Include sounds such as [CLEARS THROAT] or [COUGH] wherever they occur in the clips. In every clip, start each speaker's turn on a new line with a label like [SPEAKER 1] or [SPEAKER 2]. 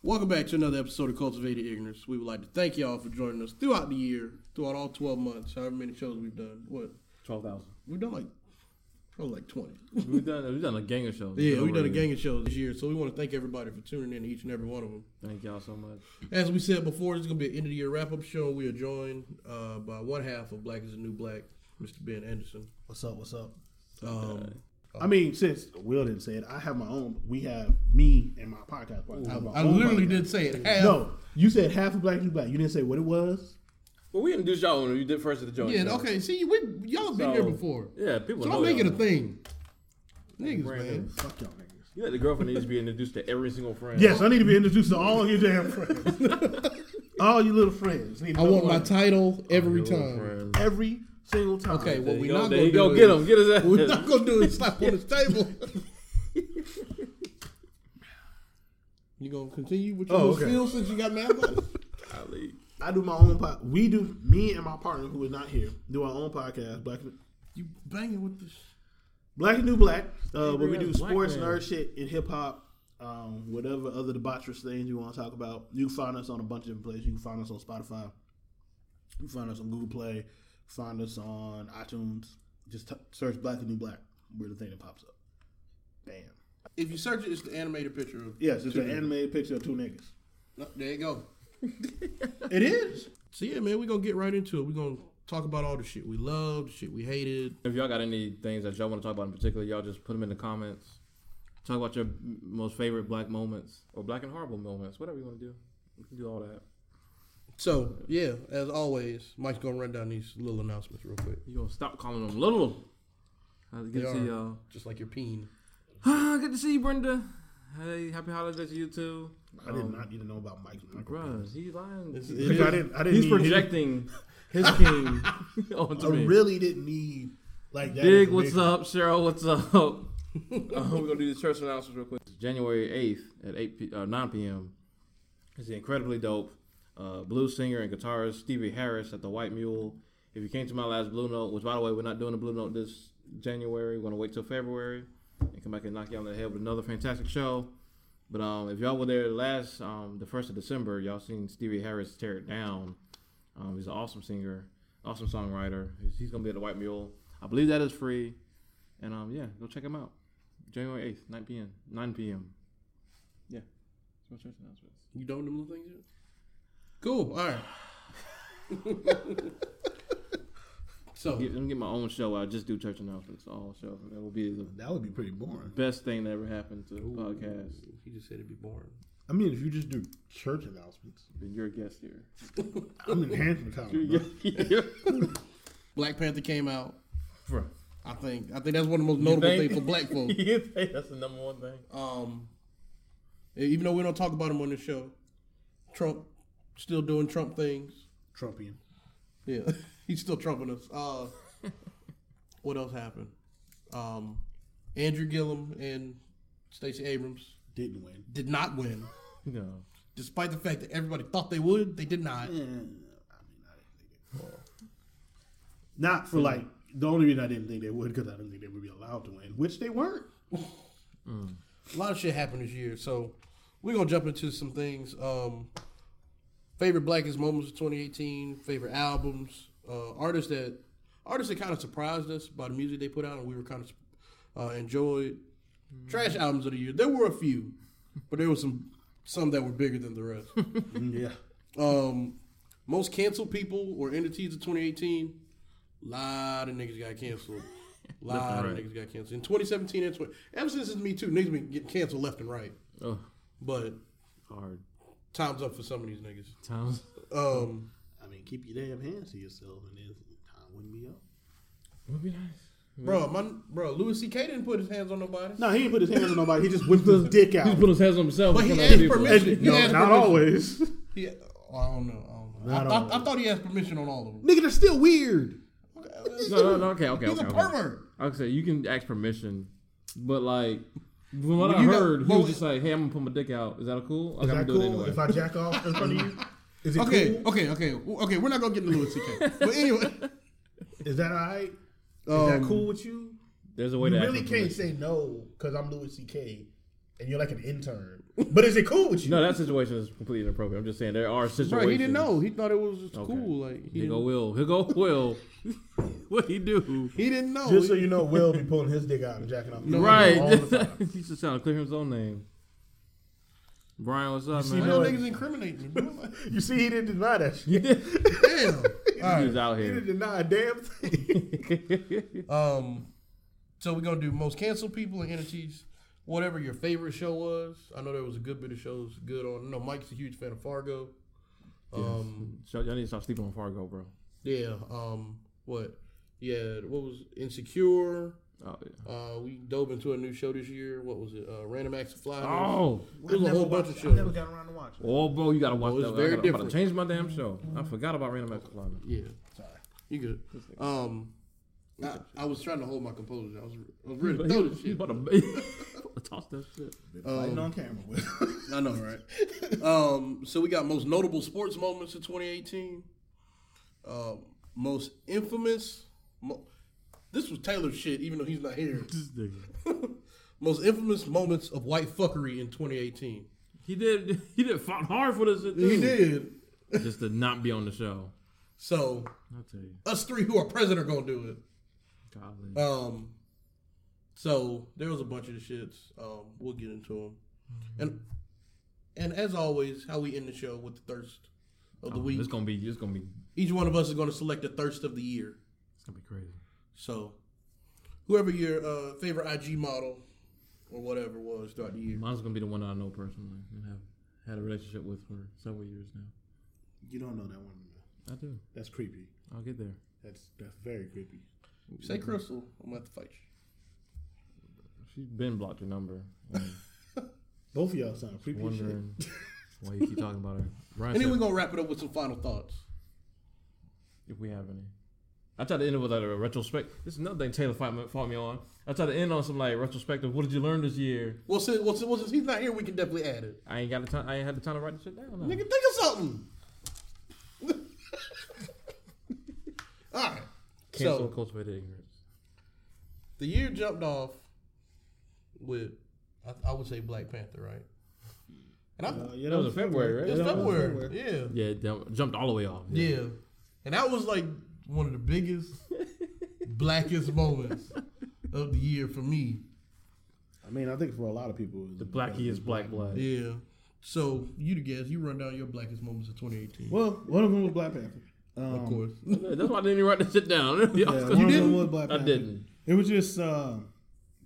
[SPEAKER 1] Welcome back to another episode of Cultivated Ignorance. We would like to thank y'all for joining us throughout the year, throughout all 12 months, however many shows we've done. What?
[SPEAKER 2] Twelve thousand.
[SPEAKER 1] We've done like, probably like 20.
[SPEAKER 3] We've done we've done a gang of shows.
[SPEAKER 1] Yeah, we've done a gang of shows this year, so we want to thank everybody for tuning in to each and every one of them.
[SPEAKER 3] Thank y'all so much.
[SPEAKER 1] As we said before, this is going to be an end of the year wrap up show. We are joined uh, by one half of Black is the New Black, Mr. Ben Anderson.
[SPEAKER 4] What's up? What's up?
[SPEAKER 1] Um,
[SPEAKER 4] I mean, since Will didn't say it, I have my own. We have me and my podcast. I, have my
[SPEAKER 1] I
[SPEAKER 4] own
[SPEAKER 1] literally
[SPEAKER 4] podcast.
[SPEAKER 1] did say it. Half.
[SPEAKER 4] No, you said half of black is black. You didn't say what it was.
[SPEAKER 3] Well, we introduced y'all when you did first at the joint.
[SPEAKER 1] Yeah,
[SPEAKER 3] show.
[SPEAKER 1] okay. See, we y'all been here
[SPEAKER 3] So,
[SPEAKER 1] before.
[SPEAKER 3] Yeah, people.
[SPEAKER 1] So
[SPEAKER 3] know
[SPEAKER 1] don't make it a
[SPEAKER 3] y'all.
[SPEAKER 1] thing. Niggas,
[SPEAKER 3] Brand
[SPEAKER 1] man.
[SPEAKER 4] Fuck y'all niggas.
[SPEAKER 3] You had the girlfriend that used to be introduced to every single friend.
[SPEAKER 4] Yes, I need to be introduced to all your damn friends. [LAUGHS] all your little friends. Need to
[SPEAKER 1] I
[SPEAKER 4] know
[SPEAKER 1] want my
[SPEAKER 4] one. Oh,
[SPEAKER 1] title every
[SPEAKER 3] Your
[SPEAKER 1] time.
[SPEAKER 3] friend.
[SPEAKER 4] every single time.
[SPEAKER 1] Okay, what
[SPEAKER 3] There
[SPEAKER 1] we
[SPEAKER 3] you go.
[SPEAKER 1] not
[SPEAKER 3] There
[SPEAKER 1] gonna
[SPEAKER 3] you go.
[SPEAKER 1] do is-
[SPEAKER 3] Get him. Get
[SPEAKER 1] [LAUGHS]
[SPEAKER 3] his
[SPEAKER 1] [LAUGHS]
[SPEAKER 3] ass.
[SPEAKER 1] We're not gonna do is slap on his table. [LAUGHS] you gonna continue with your
[SPEAKER 4] Oh,
[SPEAKER 1] little
[SPEAKER 4] okay.
[SPEAKER 1] spiel since you got mad about it?
[SPEAKER 3] Golly.
[SPEAKER 4] I do my own pod. We do me and my partner who is not here do our own podcast. Black
[SPEAKER 1] [LAUGHS] You banging with this?
[SPEAKER 4] Black and New Black. Uh, where we
[SPEAKER 3] real
[SPEAKER 4] do
[SPEAKER 3] black
[SPEAKER 4] sports,
[SPEAKER 3] man.
[SPEAKER 4] nerd shit, and hip hop. Um, whatever other debaucherous things you want to talk about, you can find us on a bunch of different places. You can find us on Spotify. You can find us on Google Play. You can find us on iTunes. Just t- search Black and New Black. We're the thing that pops up. Bam.
[SPEAKER 1] If you search it, it's the animated picture of.
[SPEAKER 4] Yes, it's an animated picture of two niggas.
[SPEAKER 1] No, there you [LAUGHS] go.
[SPEAKER 4] It is.
[SPEAKER 1] So yeah, man, we're gonna get right into it. We're gonna talk about all the shit we loved, the shit we hated.
[SPEAKER 3] If y'all got any things that y'all want to talk about in particular, y'all just put them in the comments. Talk about your m- most favorite black moments or black and horrible moments, whatever you want to do. You can do all that.
[SPEAKER 1] So yeah, as always, Mike's gonna run down these little announcements real quick.
[SPEAKER 3] You gonna stop calling them little? Uh, Good
[SPEAKER 1] They
[SPEAKER 3] to
[SPEAKER 1] are.
[SPEAKER 3] see y'all.
[SPEAKER 1] Just like your peen.
[SPEAKER 3] Good to see you, Brenda. Hey, happy holidays to you too.
[SPEAKER 4] I did not need to know about Mike's microphone.
[SPEAKER 3] Um, Bruh, he lying.
[SPEAKER 1] This
[SPEAKER 4] I
[SPEAKER 1] is-
[SPEAKER 4] didn't. I didn't.
[SPEAKER 3] He's
[SPEAKER 4] need- [LAUGHS]
[SPEAKER 3] projecting his king [LAUGHS] onto
[SPEAKER 4] I
[SPEAKER 3] me.
[SPEAKER 4] really didn't need like that.
[SPEAKER 3] Dig, what's
[SPEAKER 4] information.
[SPEAKER 3] up? Cheryl, what's
[SPEAKER 4] [LAUGHS]
[SPEAKER 3] up? Uh, we're gonna do the church announcements real quick. January eighth at eight p- uh, nine p.m. is the incredibly dope uh, blues singer and guitarist Stevie Harris at the White Mule. If you came to my last Blue Note, which by the way we're not doing the Blue Note this January, we're gonna wait till February and come back and knock you on the head with another fantastic show. But um, if y'all were there last, um, the first of December, y'all seen Stevie Harris tear it down. Um, he's an awesome singer, awesome songwriter. He's, he's gonna be at the White Mule. I believe that is free. And um, yeah, go check him out. January eighth, nine p.m. Nine p.m. Yeah. So church announcements.
[SPEAKER 1] You don't them little things yet? Cool. All right.
[SPEAKER 3] [LAUGHS]
[SPEAKER 1] so
[SPEAKER 3] Get, let me get my own show. I just do church announcements. All show. That will be the
[SPEAKER 4] That would be pretty boring.
[SPEAKER 3] best thing that ever happened to the podcast.
[SPEAKER 1] he just said it'd be boring.
[SPEAKER 4] I mean, if you just do church announcements,
[SPEAKER 3] And you're a guest here.
[SPEAKER 4] I'm enhancing
[SPEAKER 3] [LAUGHS]
[SPEAKER 4] time.
[SPEAKER 3] You're
[SPEAKER 4] bro.
[SPEAKER 3] a guest here.
[SPEAKER 1] Black Panther came out.
[SPEAKER 3] Bruh.
[SPEAKER 1] I think I think that's one of the most notable
[SPEAKER 3] think?
[SPEAKER 1] things for black
[SPEAKER 3] [LAUGHS]
[SPEAKER 1] folks.
[SPEAKER 3] You think that's the number one thing.
[SPEAKER 1] Um, even though we don't talk about him on the show, Trump still doing Trump things.
[SPEAKER 4] Trumpian.
[SPEAKER 1] Yeah, [LAUGHS] he's still trumping us. Uh,
[SPEAKER 3] [LAUGHS]
[SPEAKER 1] what else happened? Um, Andrew Gillum and Stacey Abrams
[SPEAKER 4] Didn't win.
[SPEAKER 1] did not win,
[SPEAKER 3] No.
[SPEAKER 1] despite the fact that everybody thought they would. They did not.
[SPEAKER 4] Yeah, Eh, I mean, I didn't think it. Not for like the only reason I didn't think they would because I didn't think they would be allowed to win, which they weren't.
[SPEAKER 1] a lot of shit happened this year, so we're gonna jump into some things. Um, favorite blackest moments of 2018, favorite albums, uh, artists that artists that kind of surprised us by the music they put out, and we were kind of uh, enjoyed. Trash albums of the year. There were a few, but there were some some that were bigger than the rest.
[SPEAKER 3] Mm,
[SPEAKER 4] yeah,
[SPEAKER 1] um, most canceled people or entities of 2018. Lot of niggas got
[SPEAKER 3] [LAUGHS]
[SPEAKER 1] canceled. Lot of
[SPEAKER 3] right.
[SPEAKER 1] niggas got canceled in 2017 and 20. Ever since it's Me Too, niggas been getting canceled left and right.
[SPEAKER 3] Oh,
[SPEAKER 1] But
[SPEAKER 3] hard
[SPEAKER 1] time's up for some of these niggas.
[SPEAKER 3] times.
[SPEAKER 1] Um,
[SPEAKER 4] [LAUGHS] I mean, keep your damn hands to yourself, and then time wouldn't be up.
[SPEAKER 3] Would be nice.
[SPEAKER 1] bro, my bro, Louis C.K. didn't put his hands on nobody.
[SPEAKER 4] No, he didn't put his hands on nobody. He just
[SPEAKER 3] [LAUGHS]
[SPEAKER 4] whipped his dick out.
[SPEAKER 3] Put his hands on himself.
[SPEAKER 1] But
[SPEAKER 3] in
[SPEAKER 1] he
[SPEAKER 3] front of
[SPEAKER 1] asked
[SPEAKER 3] people.
[SPEAKER 1] permission. He
[SPEAKER 4] no,
[SPEAKER 1] asked
[SPEAKER 4] not
[SPEAKER 1] permission.
[SPEAKER 4] always.
[SPEAKER 1] He, oh, I don't know. I, don't know. I,
[SPEAKER 4] Not
[SPEAKER 1] thought- I
[SPEAKER 4] all.
[SPEAKER 1] thought he asked permission on all of them.
[SPEAKER 4] Nigga, they're still weird.
[SPEAKER 3] No, no, no. Okay, okay,
[SPEAKER 1] He's
[SPEAKER 3] okay.
[SPEAKER 1] a
[SPEAKER 3] okay.
[SPEAKER 1] pervert.
[SPEAKER 3] I would say you can ask permission, but like from what
[SPEAKER 1] Well,
[SPEAKER 3] I
[SPEAKER 1] you got-
[SPEAKER 3] heard,
[SPEAKER 1] well,
[SPEAKER 3] he was just like, "Hey, I'm gonna put my dick out. Is that cool? Okay,
[SPEAKER 4] Is
[SPEAKER 3] I'm
[SPEAKER 4] that
[SPEAKER 3] gonna
[SPEAKER 4] cool
[SPEAKER 3] do it anyway."
[SPEAKER 4] if I jack off in front of you? Is it
[SPEAKER 1] Okay,
[SPEAKER 4] cool?
[SPEAKER 1] okay, okay, okay. We're not gonna get into Louis C.K. But anyway,
[SPEAKER 4] Is that all right? Is that
[SPEAKER 1] Um,
[SPEAKER 4] cool with you?
[SPEAKER 3] There's a way
[SPEAKER 4] You
[SPEAKER 3] to ask
[SPEAKER 4] really
[SPEAKER 3] for
[SPEAKER 4] can't
[SPEAKER 3] permission.
[SPEAKER 4] say no because I'm Louis C.K.
[SPEAKER 2] and you're like an intern. But is it cool with you?
[SPEAKER 4] [LAUGHS]
[SPEAKER 3] No, that situation is completely inappropriate. I'm just saying there are situations.
[SPEAKER 1] Bro, he didn't know. He thought it was just
[SPEAKER 3] Okay.
[SPEAKER 1] cool. Like he
[SPEAKER 3] Here go
[SPEAKER 1] didn't,
[SPEAKER 3] Will. Here go [LAUGHS] Will. what he do?
[SPEAKER 1] he didn't know.
[SPEAKER 2] Just so you know, Will be pulling his dick out and jacking off.
[SPEAKER 3] Right.
[SPEAKER 2] All the time.
[SPEAKER 3] [LAUGHS] he should sound clear his own name. Brian, what's up,
[SPEAKER 2] see
[SPEAKER 3] [LAUGHS] man?
[SPEAKER 1] Real
[SPEAKER 2] no-
[SPEAKER 1] niggas incriminate me, bro. Like,
[SPEAKER 2] [LAUGHS] You see, he didn't deny that shit.
[SPEAKER 3] you did.
[SPEAKER 1] damn.
[SPEAKER 3] He was out
[SPEAKER 2] He
[SPEAKER 3] here.
[SPEAKER 2] didn't deny a damn
[SPEAKER 4] [LAUGHS]
[SPEAKER 2] thing.
[SPEAKER 1] [LAUGHS] Um, so we're gonna do most canceled people and entities. Whatever your favorite show was, I know there was a good bit of shows good on. I know Mike's a huge fan of Fargo. Um,
[SPEAKER 3] Y'all y'all need to stop sleeping on Fargo, bro.
[SPEAKER 1] yeah. Um, what? Yeah. What was Insecure?
[SPEAKER 3] Oh, yeah.
[SPEAKER 1] Uh, we dove into a new show this year. What was it? Uh, Random Acts of Fly.
[SPEAKER 3] oh,
[SPEAKER 1] There's a whole bunch of
[SPEAKER 2] I never
[SPEAKER 1] shows.
[SPEAKER 2] got around to watching.
[SPEAKER 3] Oh, bro, you gotta watch
[SPEAKER 1] Oh, it's
[SPEAKER 3] that.
[SPEAKER 1] very
[SPEAKER 3] I gotta, I'm about
[SPEAKER 1] different.
[SPEAKER 3] to change my damn show. I forgot about Random Acts of Flying.
[SPEAKER 1] Yeah. Sorry. You good? Um, I, I was trying to hold my composure. I was, I was ready to throw this
[SPEAKER 3] He's
[SPEAKER 1] shit.
[SPEAKER 3] [LAUGHS] about to toss that shit.
[SPEAKER 4] Fighting
[SPEAKER 2] Um,
[SPEAKER 4] on camera. Will. [LAUGHS]
[SPEAKER 1] I know, right? um, so we got most notable sports moments of 2018. Uh, most infamous. Mo- this was Taylor's shit, even though he's not here. most infamous moments of white fuckery in 2018.
[SPEAKER 3] He did. He did fought hard for this. Shit too.
[SPEAKER 1] He did.
[SPEAKER 3] just to not be on the show.
[SPEAKER 1] So
[SPEAKER 3] I tell you,
[SPEAKER 1] us three who are present are gonna do
[SPEAKER 3] golly.
[SPEAKER 1] it. Um, so there was a bunch of the shits. Um, we'll get into them. And and as always, how we end the show with the thirst of the week.
[SPEAKER 3] It's gonna be. It's gonna be.
[SPEAKER 1] Each one of us is gonna select the thirst of the year.
[SPEAKER 3] It's gonna be crazy.
[SPEAKER 1] So, whoever your uh, favorite IG model or whatever was throughout the year,
[SPEAKER 3] Mine's gonna be the one that I know personally and have had a relationship with for several years now.
[SPEAKER 4] You don't know that one.
[SPEAKER 3] I do.
[SPEAKER 2] That's creepy.
[SPEAKER 3] I'll get there.
[SPEAKER 2] That's that's very creepy.
[SPEAKER 1] say Crystal, I'm about to fight you.
[SPEAKER 3] She's been blocked your number. [LAUGHS] and
[SPEAKER 2] Both of y'all sound creepy. as shit.
[SPEAKER 3] [LAUGHS] Wondering why you keep talking about her.
[SPEAKER 1] And
[SPEAKER 3] Ryan
[SPEAKER 1] then
[SPEAKER 3] said,
[SPEAKER 1] we're gonna wrap it up with some final thoughts.
[SPEAKER 3] if we have any. I tried to end it with like a retrospect. This is another thing Taylor fought me, fought me on. I tried to end on some like retrospective. What did you learn this year?
[SPEAKER 1] Well, since, well, since, well, since he's not here, we can definitely add it.
[SPEAKER 3] I ain't got the time. I ain't had the time to write this shit down.
[SPEAKER 1] Nigga,
[SPEAKER 3] No.
[SPEAKER 1] think of something. [LAUGHS] All right.
[SPEAKER 3] Cancel
[SPEAKER 1] So
[SPEAKER 3] cultivated ignorance.
[SPEAKER 1] the year jumped off with, I, I would say Black Panther, right? And I,
[SPEAKER 4] Uh, yeah,
[SPEAKER 3] That was in February, right?
[SPEAKER 1] it's
[SPEAKER 3] That was in
[SPEAKER 1] February, yeah.
[SPEAKER 3] Yeah, it dump- jumped all the way off.
[SPEAKER 1] Yeah. And that was like one of the biggest, blackest moments of the year for me.
[SPEAKER 4] I mean, I think for a lot of people, it was
[SPEAKER 3] The blackie is black blood.
[SPEAKER 1] Yeah. So you the guess, you run down your blackest moments of 2018.
[SPEAKER 4] Well, one of them was Black Panther. Um,
[SPEAKER 1] of course.
[SPEAKER 3] That's why I didn't even write this shit down. [LAUGHS]
[SPEAKER 4] Yeah, one of them
[SPEAKER 1] didn't?
[SPEAKER 4] was Black
[SPEAKER 3] I
[SPEAKER 4] Panther.
[SPEAKER 3] didn't.
[SPEAKER 4] It was just um,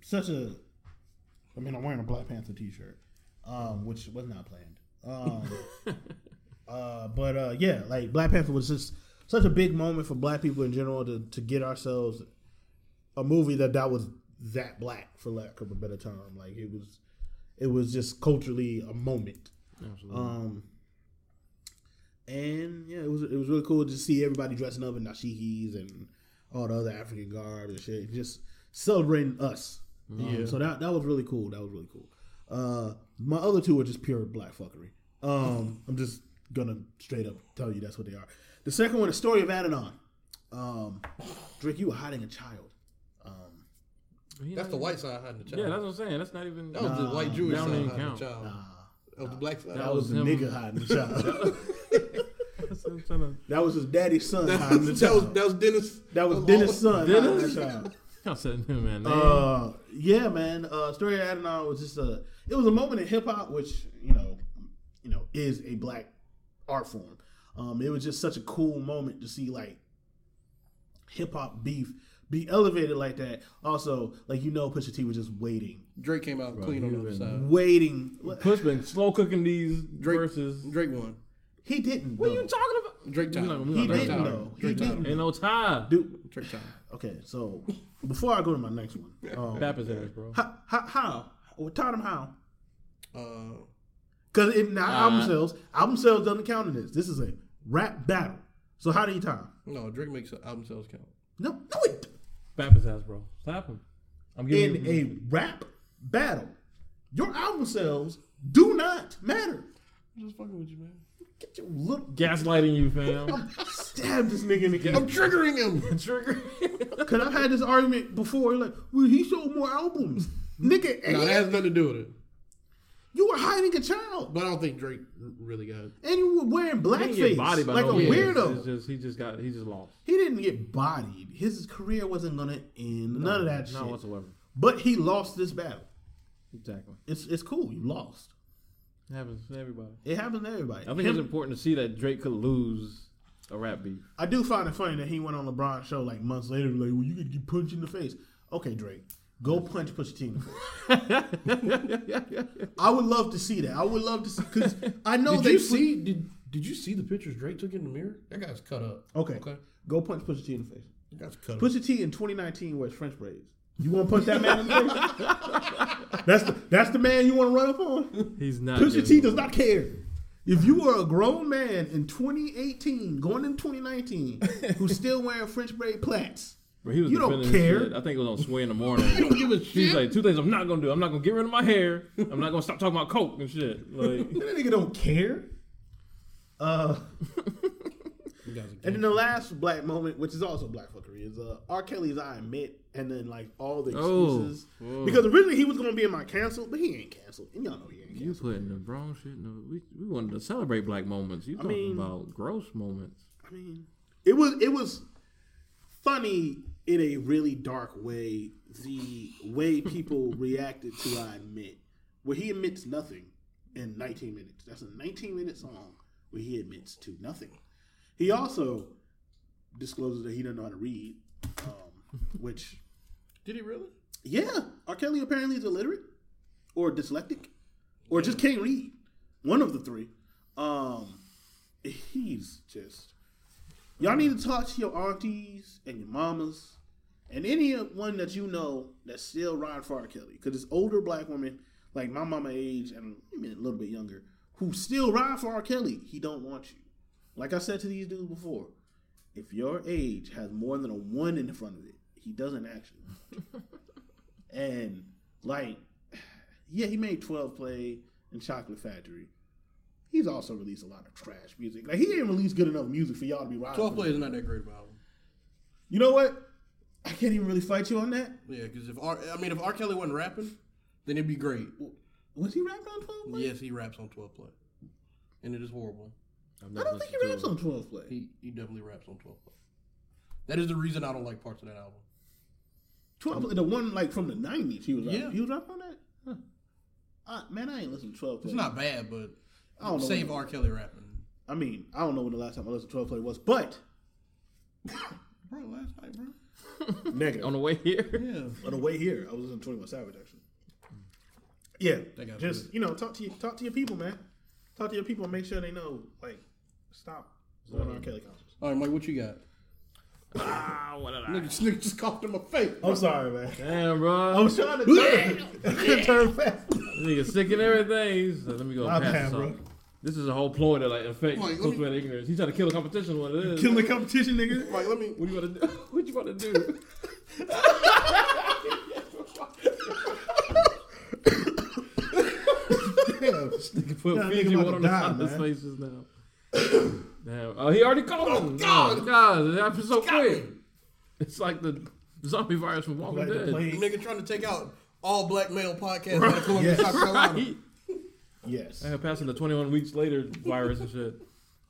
[SPEAKER 4] such a. I mean, I'm wearing a Black Panther T-shirt, um, which was not planned. Um,
[SPEAKER 3] [LAUGHS]
[SPEAKER 4] uh, but uh, yeah, like Black Panther was just such a big moment for Black people in general to to get ourselves a movie that that was that black, for lack of a better term. Like it was, it was just culturally a moment.
[SPEAKER 3] Absolutely.
[SPEAKER 4] Um, and yeah, it was it was really cool to see everybody dressing up in dashikis and all the other African garb and shit, just celebrating us. Um, So that that was really cool. That was really cool. Uh, my other two are just pure black fuckery. Um, I'm just gonna straight up tell you that's what they are. The second one, the story of Adanon. Um, Drake, you were hiding a child. Um,
[SPEAKER 3] He
[SPEAKER 1] That's the
[SPEAKER 3] not even-
[SPEAKER 1] white side hiding the child.
[SPEAKER 3] Yeah, that's what I'm saying. That's not even.
[SPEAKER 1] that was the white Jewish
[SPEAKER 3] that
[SPEAKER 1] side
[SPEAKER 3] don't even
[SPEAKER 1] hiding
[SPEAKER 3] count.
[SPEAKER 1] the child. of the black side.
[SPEAKER 3] That
[SPEAKER 4] that
[SPEAKER 3] was
[SPEAKER 4] was a
[SPEAKER 3] him.
[SPEAKER 4] nigga hiding a
[SPEAKER 3] [LAUGHS]
[SPEAKER 4] child.
[SPEAKER 3] [LAUGHS] That's what I'm trying
[SPEAKER 4] that was his daddy's son
[SPEAKER 1] [LAUGHS] that,
[SPEAKER 3] [LAUGHS]
[SPEAKER 4] hiding the
[SPEAKER 1] was, that, was,
[SPEAKER 4] child.
[SPEAKER 1] that was Dennis.
[SPEAKER 4] That was Dennis' son hiding the
[SPEAKER 3] Dennis?
[SPEAKER 4] child.
[SPEAKER 3] to- I'm setting him, man.
[SPEAKER 4] Uh, yeah, man. Uh, Story of Adenon was just a. It was a moment in hip hop, which you know, you know, is a black art form. Um, it was just such a cool moment to see like hip hop beef be elevated like that. Also, like you know, Pusha T was just waiting,
[SPEAKER 1] Drake came out clean on the other
[SPEAKER 3] he
[SPEAKER 1] side.
[SPEAKER 4] waiting.
[SPEAKER 3] Push been slow cooking these
[SPEAKER 1] Drake,
[SPEAKER 3] verses.
[SPEAKER 1] Drake won.
[SPEAKER 4] He didn't.
[SPEAKER 3] What are
[SPEAKER 4] though.
[SPEAKER 3] you talking about?
[SPEAKER 1] Drake
[SPEAKER 3] We
[SPEAKER 1] time.
[SPEAKER 3] not- we
[SPEAKER 4] He
[SPEAKER 3] not Drake
[SPEAKER 4] didn't
[SPEAKER 3] time.
[SPEAKER 4] though. He
[SPEAKER 1] Drake Tyler.
[SPEAKER 4] didn't.
[SPEAKER 3] Ain't no time.
[SPEAKER 4] Mm-hmm. Dude,
[SPEAKER 1] Drake time.
[SPEAKER 4] okay. So before I go to my next one, um,
[SPEAKER 3] Bap his ass, bro.
[SPEAKER 4] how, how, how with Tottenham How?
[SPEAKER 1] Uh,
[SPEAKER 4] Because it not
[SPEAKER 3] Uh,
[SPEAKER 4] album sales. Album sales doesn't count in this. This is a rap battle. So how do you time?
[SPEAKER 1] no, Drake makes album sales count.
[SPEAKER 4] No, no, it
[SPEAKER 3] Bap his ass, bro. Slap him. I'm giving
[SPEAKER 4] in
[SPEAKER 3] you.
[SPEAKER 4] a rap battle. Your album sales do not matter.
[SPEAKER 1] I'm just fucking with you, man.
[SPEAKER 4] Get your little
[SPEAKER 3] Gaslighting you,
[SPEAKER 4] [LAUGHS]
[SPEAKER 3] fam.
[SPEAKER 4] stab this nigga in the
[SPEAKER 1] I'm
[SPEAKER 4] game.
[SPEAKER 1] triggering [LAUGHS] him.
[SPEAKER 3] Trigger. [LAUGHS]
[SPEAKER 4] Cause I've had this argument before. Like, well, he sold more albums, nigga.
[SPEAKER 1] no,
[SPEAKER 4] and-
[SPEAKER 1] that has nothing to do with it.
[SPEAKER 4] You were hiding a child,
[SPEAKER 1] But I don't think Drake r- really got it.
[SPEAKER 4] and you were wearing
[SPEAKER 3] He didn't get
[SPEAKER 4] blackface
[SPEAKER 3] bodied by
[SPEAKER 4] like a
[SPEAKER 3] no man.
[SPEAKER 4] weirdo.
[SPEAKER 3] It's just he just got he just lost.
[SPEAKER 4] He didn't get bodied. His career wasn't gonna end. None of that
[SPEAKER 3] Not
[SPEAKER 4] shit.
[SPEAKER 3] whatsoever.
[SPEAKER 4] But he lost this battle.
[SPEAKER 3] Exactly.
[SPEAKER 4] It's it's cool. You lost.
[SPEAKER 3] It happens to everybody.
[SPEAKER 4] It happens to everybody.
[SPEAKER 3] I think
[SPEAKER 4] Him-
[SPEAKER 3] it's important to see that Drake could lose a rap beef.
[SPEAKER 4] I do find it funny that he went on LeBron's show like months later, like, well, you could get punched in the face. Okay, Drake, go punch Pusha T in the face. I would love to see that. I would love to see because I know
[SPEAKER 1] Did
[SPEAKER 4] they
[SPEAKER 1] you
[SPEAKER 4] put-
[SPEAKER 1] see? Did Did you see the pictures Drake took in the mirror? That guy's cut up.
[SPEAKER 4] Okay,
[SPEAKER 1] Okay.
[SPEAKER 4] go punch Pusha T in the face.
[SPEAKER 1] That guy's cut up.
[SPEAKER 4] Pusha T in 2019 wears French braids. You want to punch that man in the face? that's the that's the man you want to run up on.
[SPEAKER 3] He's not.
[SPEAKER 4] Pusha T does not care. If you were a grown man in 2018, going into
[SPEAKER 3] [LAUGHS]
[SPEAKER 4] 2019, who's still wearing French braid plaits,
[SPEAKER 3] But he was
[SPEAKER 4] You don't
[SPEAKER 3] defending his
[SPEAKER 4] care.
[SPEAKER 3] shit. I think it [LAUGHS] was on Sway in the morning. you don't give a shit. He's like, two things I'm not gonna do. I'm not gonna get rid of my [LAUGHS] hair. I'm not gonna stop talking about coke and shit. Like,
[SPEAKER 4] That nigga don't care. Uh,
[SPEAKER 1] You guys are
[SPEAKER 4] and then the last black moment, which is also black fuckery, is uh, R. Kelly's "I Admit," and then like all the
[SPEAKER 3] Oh.
[SPEAKER 4] excuses.
[SPEAKER 3] Whoa.
[SPEAKER 4] Because originally he was gonna be in my cancel, but he ain't canceled, and y'all know he ain't
[SPEAKER 3] you
[SPEAKER 4] canceled.
[SPEAKER 3] putting the wrong shit. In the, we we wanted to celebrate black moments. You talking
[SPEAKER 4] mean-
[SPEAKER 3] about gross moments?
[SPEAKER 4] I mean, it was it was funny in a really dark way. The way people reacted to "I Admit," where he admits nothing in 19 minutes. That's a 19 minute song where he admits to nothing. He also discloses that he doesn't know how to read, um, which
[SPEAKER 1] Did he really?
[SPEAKER 4] yeah, R. Kelly apparently is illiterate or dyslexic or just can't read. One of the three. Um, he's just. Y'all need to talk to your aunties and your mamas and anyone that you know that's still riding for R. Kelly. Because it's older black women, like my mama age and I mean, a little bit younger, who still ride for R. Kelly. He don't want you. Like I said to these dudes before, if your age has more than a one in front of it, he doesn't actually. want you. And like, yeah, he made Twelve Play and Chocolate Factory. He's also released a lot of trash music. Like he didn't release good enough music for y'all to be riding.
[SPEAKER 1] Twelve
[SPEAKER 4] for him.
[SPEAKER 1] Play is not that great of an album.
[SPEAKER 4] You know what? I can't even really fight you on that.
[SPEAKER 1] Yeah, because if R, I mean, if R. Kelly wasn't rapping, then it'd be great.
[SPEAKER 4] Was he rapping on Twelve Play?
[SPEAKER 1] Yes, he raps on Twelve Play, and it is horrible.
[SPEAKER 3] I've
[SPEAKER 4] I
[SPEAKER 3] never
[SPEAKER 4] don't think he
[SPEAKER 3] listened
[SPEAKER 4] raps
[SPEAKER 3] to
[SPEAKER 4] on Twelve Play.
[SPEAKER 1] He he definitely raps on Twelve Play. That is the reason I don't like parts of that album.
[SPEAKER 4] Twelve, Play, the one like from the nineties. He was rapping.
[SPEAKER 1] Yeah.
[SPEAKER 4] He was rapping on that. Huh. I, man, I ain't listened to Twelve Play.
[SPEAKER 1] It's not bad, but
[SPEAKER 4] I don't know
[SPEAKER 1] save
[SPEAKER 4] what-
[SPEAKER 1] R. Kelly rapping.
[SPEAKER 4] I mean, I don't know when the last time I listened to Twelve Play
[SPEAKER 1] [LAUGHS]
[SPEAKER 4] was, but
[SPEAKER 1] Bro, last night, bro.
[SPEAKER 4] negative.
[SPEAKER 3] on the way [LAUGHS] here.
[SPEAKER 1] Yeah,
[SPEAKER 4] on the way here, I was in Twenty One Savage actually.
[SPEAKER 1] Mm.
[SPEAKER 4] Yeah,
[SPEAKER 1] They got
[SPEAKER 4] just you know, talk to you, talk to your people, man. Talk to your people, and make sure they know. Like, stop going on Kelly concerts.
[SPEAKER 1] All right, Mike, what you got?
[SPEAKER 3] ah, what did I?
[SPEAKER 1] Nigga, this nigga just coughed in my face.
[SPEAKER 4] I'm sorry, man.
[SPEAKER 3] [LAUGHS] Damn, bro.
[SPEAKER 4] I was trying to turn, I couldn't [LAUGHS] turn fast.
[SPEAKER 3] Nigga sick and everything. So let me go
[SPEAKER 4] My
[SPEAKER 3] pass
[SPEAKER 4] bad,
[SPEAKER 3] this
[SPEAKER 4] bro.
[SPEAKER 3] off. This is a whole ploy to like affect
[SPEAKER 1] Wait, let
[SPEAKER 3] folks
[SPEAKER 1] me-
[SPEAKER 3] with ignorance. He's trying to kill a competition. What it is?
[SPEAKER 4] Killing the competition, nigga.
[SPEAKER 1] Mike, let me.
[SPEAKER 3] What you about to do? [LAUGHS] What you about to do?
[SPEAKER 4] Damn.
[SPEAKER 3] Nigga put
[SPEAKER 4] Nah, nigga
[SPEAKER 3] Fiji
[SPEAKER 4] about
[SPEAKER 3] water on
[SPEAKER 4] to
[SPEAKER 3] the
[SPEAKER 4] die,
[SPEAKER 3] side of his
[SPEAKER 4] man.
[SPEAKER 3] face just now. Damn. Oh, he already called him. God. Oh, God. It happened so quick. It's like the zombie virus from Walking
[SPEAKER 4] Like the
[SPEAKER 3] Dead.
[SPEAKER 1] [LAUGHS]
[SPEAKER 4] plane.
[SPEAKER 1] Nigga trying to take out all black male podcasts out of Columbus, South Carolina.
[SPEAKER 3] Right.
[SPEAKER 4] Yes.
[SPEAKER 3] I had passing the 21 weeks later virus and shit.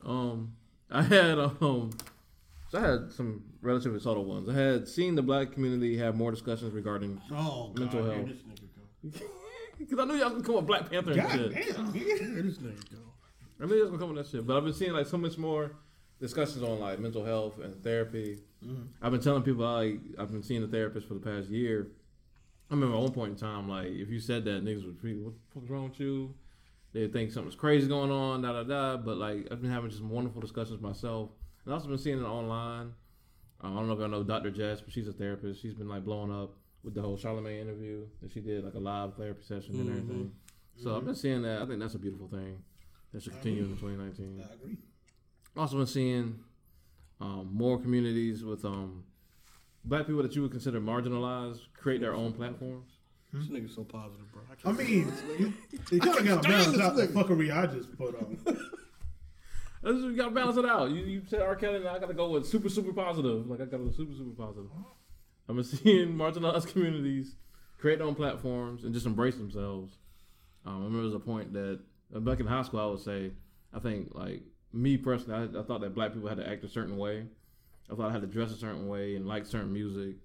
[SPEAKER 3] Um, I had um, so I had some relatively subtle ones. I had seen the black community have more discussions regarding
[SPEAKER 1] [LAUGHS]
[SPEAKER 3] [LAUGHS]
[SPEAKER 1] Oh, God,
[SPEAKER 3] Mental
[SPEAKER 1] here
[SPEAKER 3] health.
[SPEAKER 1] this nigga go.
[SPEAKER 3] because I knew y'all was gonna come with Black Panther and shit.
[SPEAKER 4] God damn. nigga.
[SPEAKER 1] Here this nigga go.
[SPEAKER 3] I knew y'all was gonna come with that shit. But I've been seeing like so much more discussions on like mental health and therapy. I've been telling people like I've been seeing a therapist for the past year. I remember at one point in time, like if you said that niggas would be, what the fuck's wrong with you? They think something's crazy going on, da da da. But like I've been having just wonderful discussions myself, and I've also been seeing it online. Um, I don't know if y'all know Dr. Jess, but she's a therapist. She's been like blowing up with the whole Charlamagne interview that she did, like a live therapy session and everything. So I've been seeing that. I think that's a beautiful thing that should continue in 2019
[SPEAKER 4] I agree.
[SPEAKER 3] also been seeing um, more communities with um, black people that you would consider marginalized create their own platforms.
[SPEAKER 1] This nigga's so positive, bro. I
[SPEAKER 2] I
[SPEAKER 1] can't.
[SPEAKER 2] mean, you, you kind of got to balance
[SPEAKER 1] this
[SPEAKER 2] out the
[SPEAKER 1] nigga.
[SPEAKER 2] fuckery I just put on.
[SPEAKER 3] [LAUGHS] That's just- You gotta balance it out. You, you said R. Kelly, and I gotta go with super, super positive. Like, I gotta go super, super positive. [LAUGHS] I've been seeing marginalized communities create their own platforms and just embrace themselves. Um, I remember there was a point that uh, back in high school, I would say, I think like me personally, I, I thought that black people had to act a certain way. I thought I had to dress a certain way and like certain music.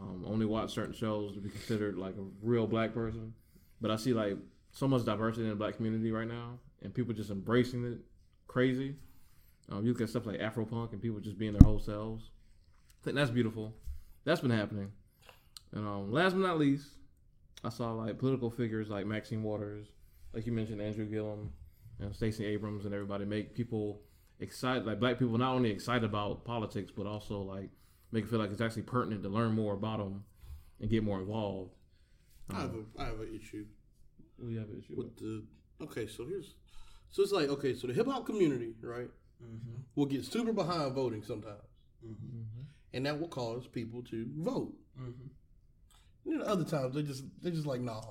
[SPEAKER 3] Um, only watch certain shows to be considered like a real black person. But I see like so much diversity in the black community right now, and people just embracing it crazy. Um, you look at stuff like Afro punk and people just being their whole selves. I think that's beautiful. That's been happening. And um, last but not least, I saw like political figures like Maxine Waters, like you mentioned, Andrew Gillum, and Stacey Abrams, and everybody make people excited, like black people, not only excited about politics, but also like make it feel like it's actually pertinent to learn more about them and get more involved.
[SPEAKER 1] I have a I have an issue
[SPEAKER 3] We have an issue.
[SPEAKER 1] with the. Okay, so here's so it's like okay, so the hip hop community, right, will get super behind voting sometimes, Mm-hmm.
[SPEAKER 3] Mm-hmm.
[SPEAKER 1] and that will cause people to vote. And then other times they just they just like nah.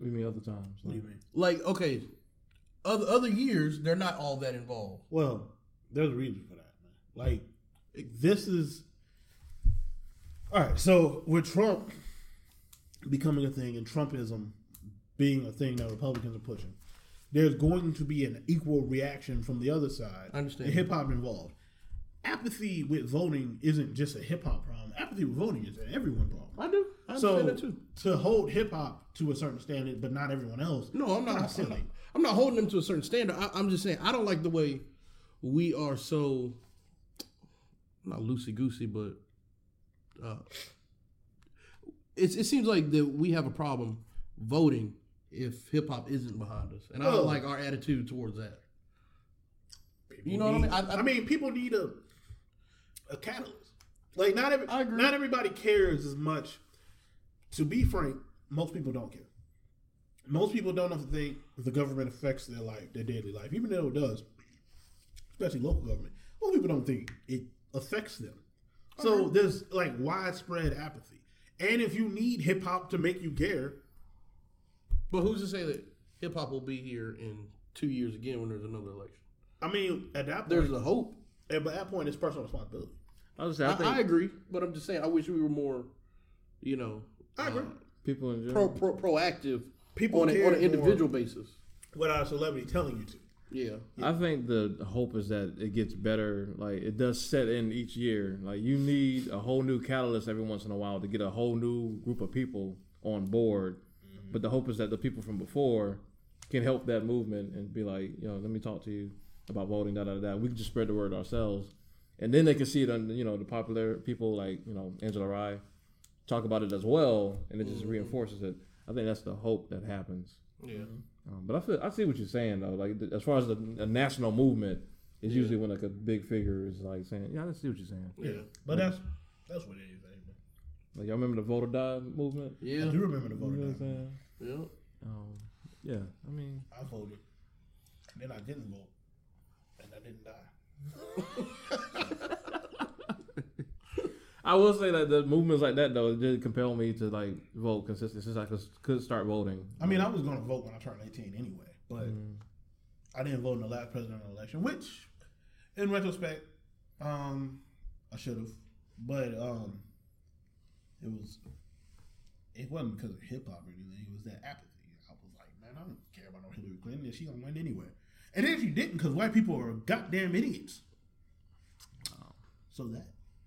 [SPEAKER 3] We mean other times.
[SPEAKER 4] What do you mean?
[SPEAKER 1] Like okay, other other years they're not all that involved.
[SPEAKER 4] Well, there's a reason for that, man. Like, this is. All right, so with Trump becoming a thing and Trumpism being a thing that Republicans are pushing, there's going to be an equal reaction from the other side.
[SPEAKER 1] I understand.
[SPEAKER 4] Hip hop involved. Apathy with voting isn't just a hip hop problem. Apathy with voting is an everyone problem.
[SPEAKER 1] I do. I
[SPEAKER 4] so
[SPEAKER 1] understand that too.
[SPEAKER 4] to hold hip hop to a certain standard, but not everyone else.
[SPEAKER 1] No, I'm not.
[SPEAKER 4] kinda
[SPEAKER 1] I'm
[SPEAKER 4] silly.
[SPEAKER 1] not, I'm not holding them to a certain standard. I, I'm just saying I don't like the way we are so not loosey goosey, but uh, it it seems like that we have a problem voting if hip hop isn't behind us, and I
[SPEAKER 4] Well-
[SPEAKER 1] don't like our attitude towards that.
[SPEAKER 4] People
[SPEAKER 1] You know what I mean?
[SPEAKER 4] need-
[SPEAKER 1] I- I-
[SPEAKER 4] mean, people need a a catalyst. Like not every,
[SPEAKER 1] I agree.
[SPEAKER 4] not everybody cares as much. To be frank, most people don't care. Most people don't have to think the government affects their life, their daily life, even though it does, especially local government. Most people don't think it affects them. So there's like widespread apathy. And if you need hip hop to make you care,
[SPEAKER 1] But who's to say that hip hop will be here in two years again when there's another election?
[SPEAKER 4] I mean, at that
[SPEAKER 1] There's
[SPEAKER 4] point,
[SPEAKER 1] a hope.
[SPEAKER 4] but at that point, it's personal responsibility.
[SPEAKER 3] I was just
[SPEAKER 1] I,
[SPEAKER 3] saying, I think
[SPEAKER 1] I agree, but I'm just saying I wish we were more, you know,
[SPEAKER 4] I agree.
[SPEAKER 3] people in
[SPEAKER 1] pro, pro,
[SPEAKER 3] general.
[SPEAKER 1] proactive
[SPEAKER 4] People
[SPEAKER 1] on, a,
[SPEAKER 4] care
[SPEAKER 1] on an individual basis.
[SPEAKER 4] Without a celebrity telling you to.
[SPEAKER 1] Yeah.
[SPEAKER 3] I think the hope is that it gets better. Like it does set in each year. Like you need a whole new catalyst every once in a while to get a whole new group of people on board. But the hope is that the people from before can help that movement and be like, you know, let me talk to you about voting. Da da da. da. We can just spread the word ourselves, and then they can see it on you know the popular people like you know Angela Rye talk about it as well, and it just reinforces it. I think that's the hope that happens.
[SPEAKER 1] Yeah.
[SPEAKER 3] Um, but I feel I see what you're saying though. Like th- as far as the, a national movement, it's usually when like a big figure is like saying, "Yeah, I see what you're saying."
[SPEAKER 1] Yeah.
[SPEAKER 4] But that's that's what it is. Anyway.
[SPEAKER 3] Like y'all remember the voter die movement?
[SPEAKER 1] Yeah.
[SPEAKER 4] I do remember the
[SPEAKER 3] You know what I'm
[SPEAKER 4] voting. night.
[SPEAKER 3] saying?
[SPEAKER 1] Yeah.
[SPEAKER 3] Um, yeah, I mean,
[SPEAKER 4] I voted, and then I didn't vote, and I didn't die.
[SPEAKER 3] I will say that the movements like that though it did compel me to like vote consistently since I could, could start voting.
[SPEAKER 4] I mean, I was going to vote when I turned eighteen anyway, but I didn't vote in the last presidential election, which, in retrospect, um, I should have, but um, it was it wasn't because of hip hop or anything. It was that apathy. I was like, man, I don't care about no Hillary Clinton, and she don't win anyway. And then she didn't because white people are goddamn idiots. So that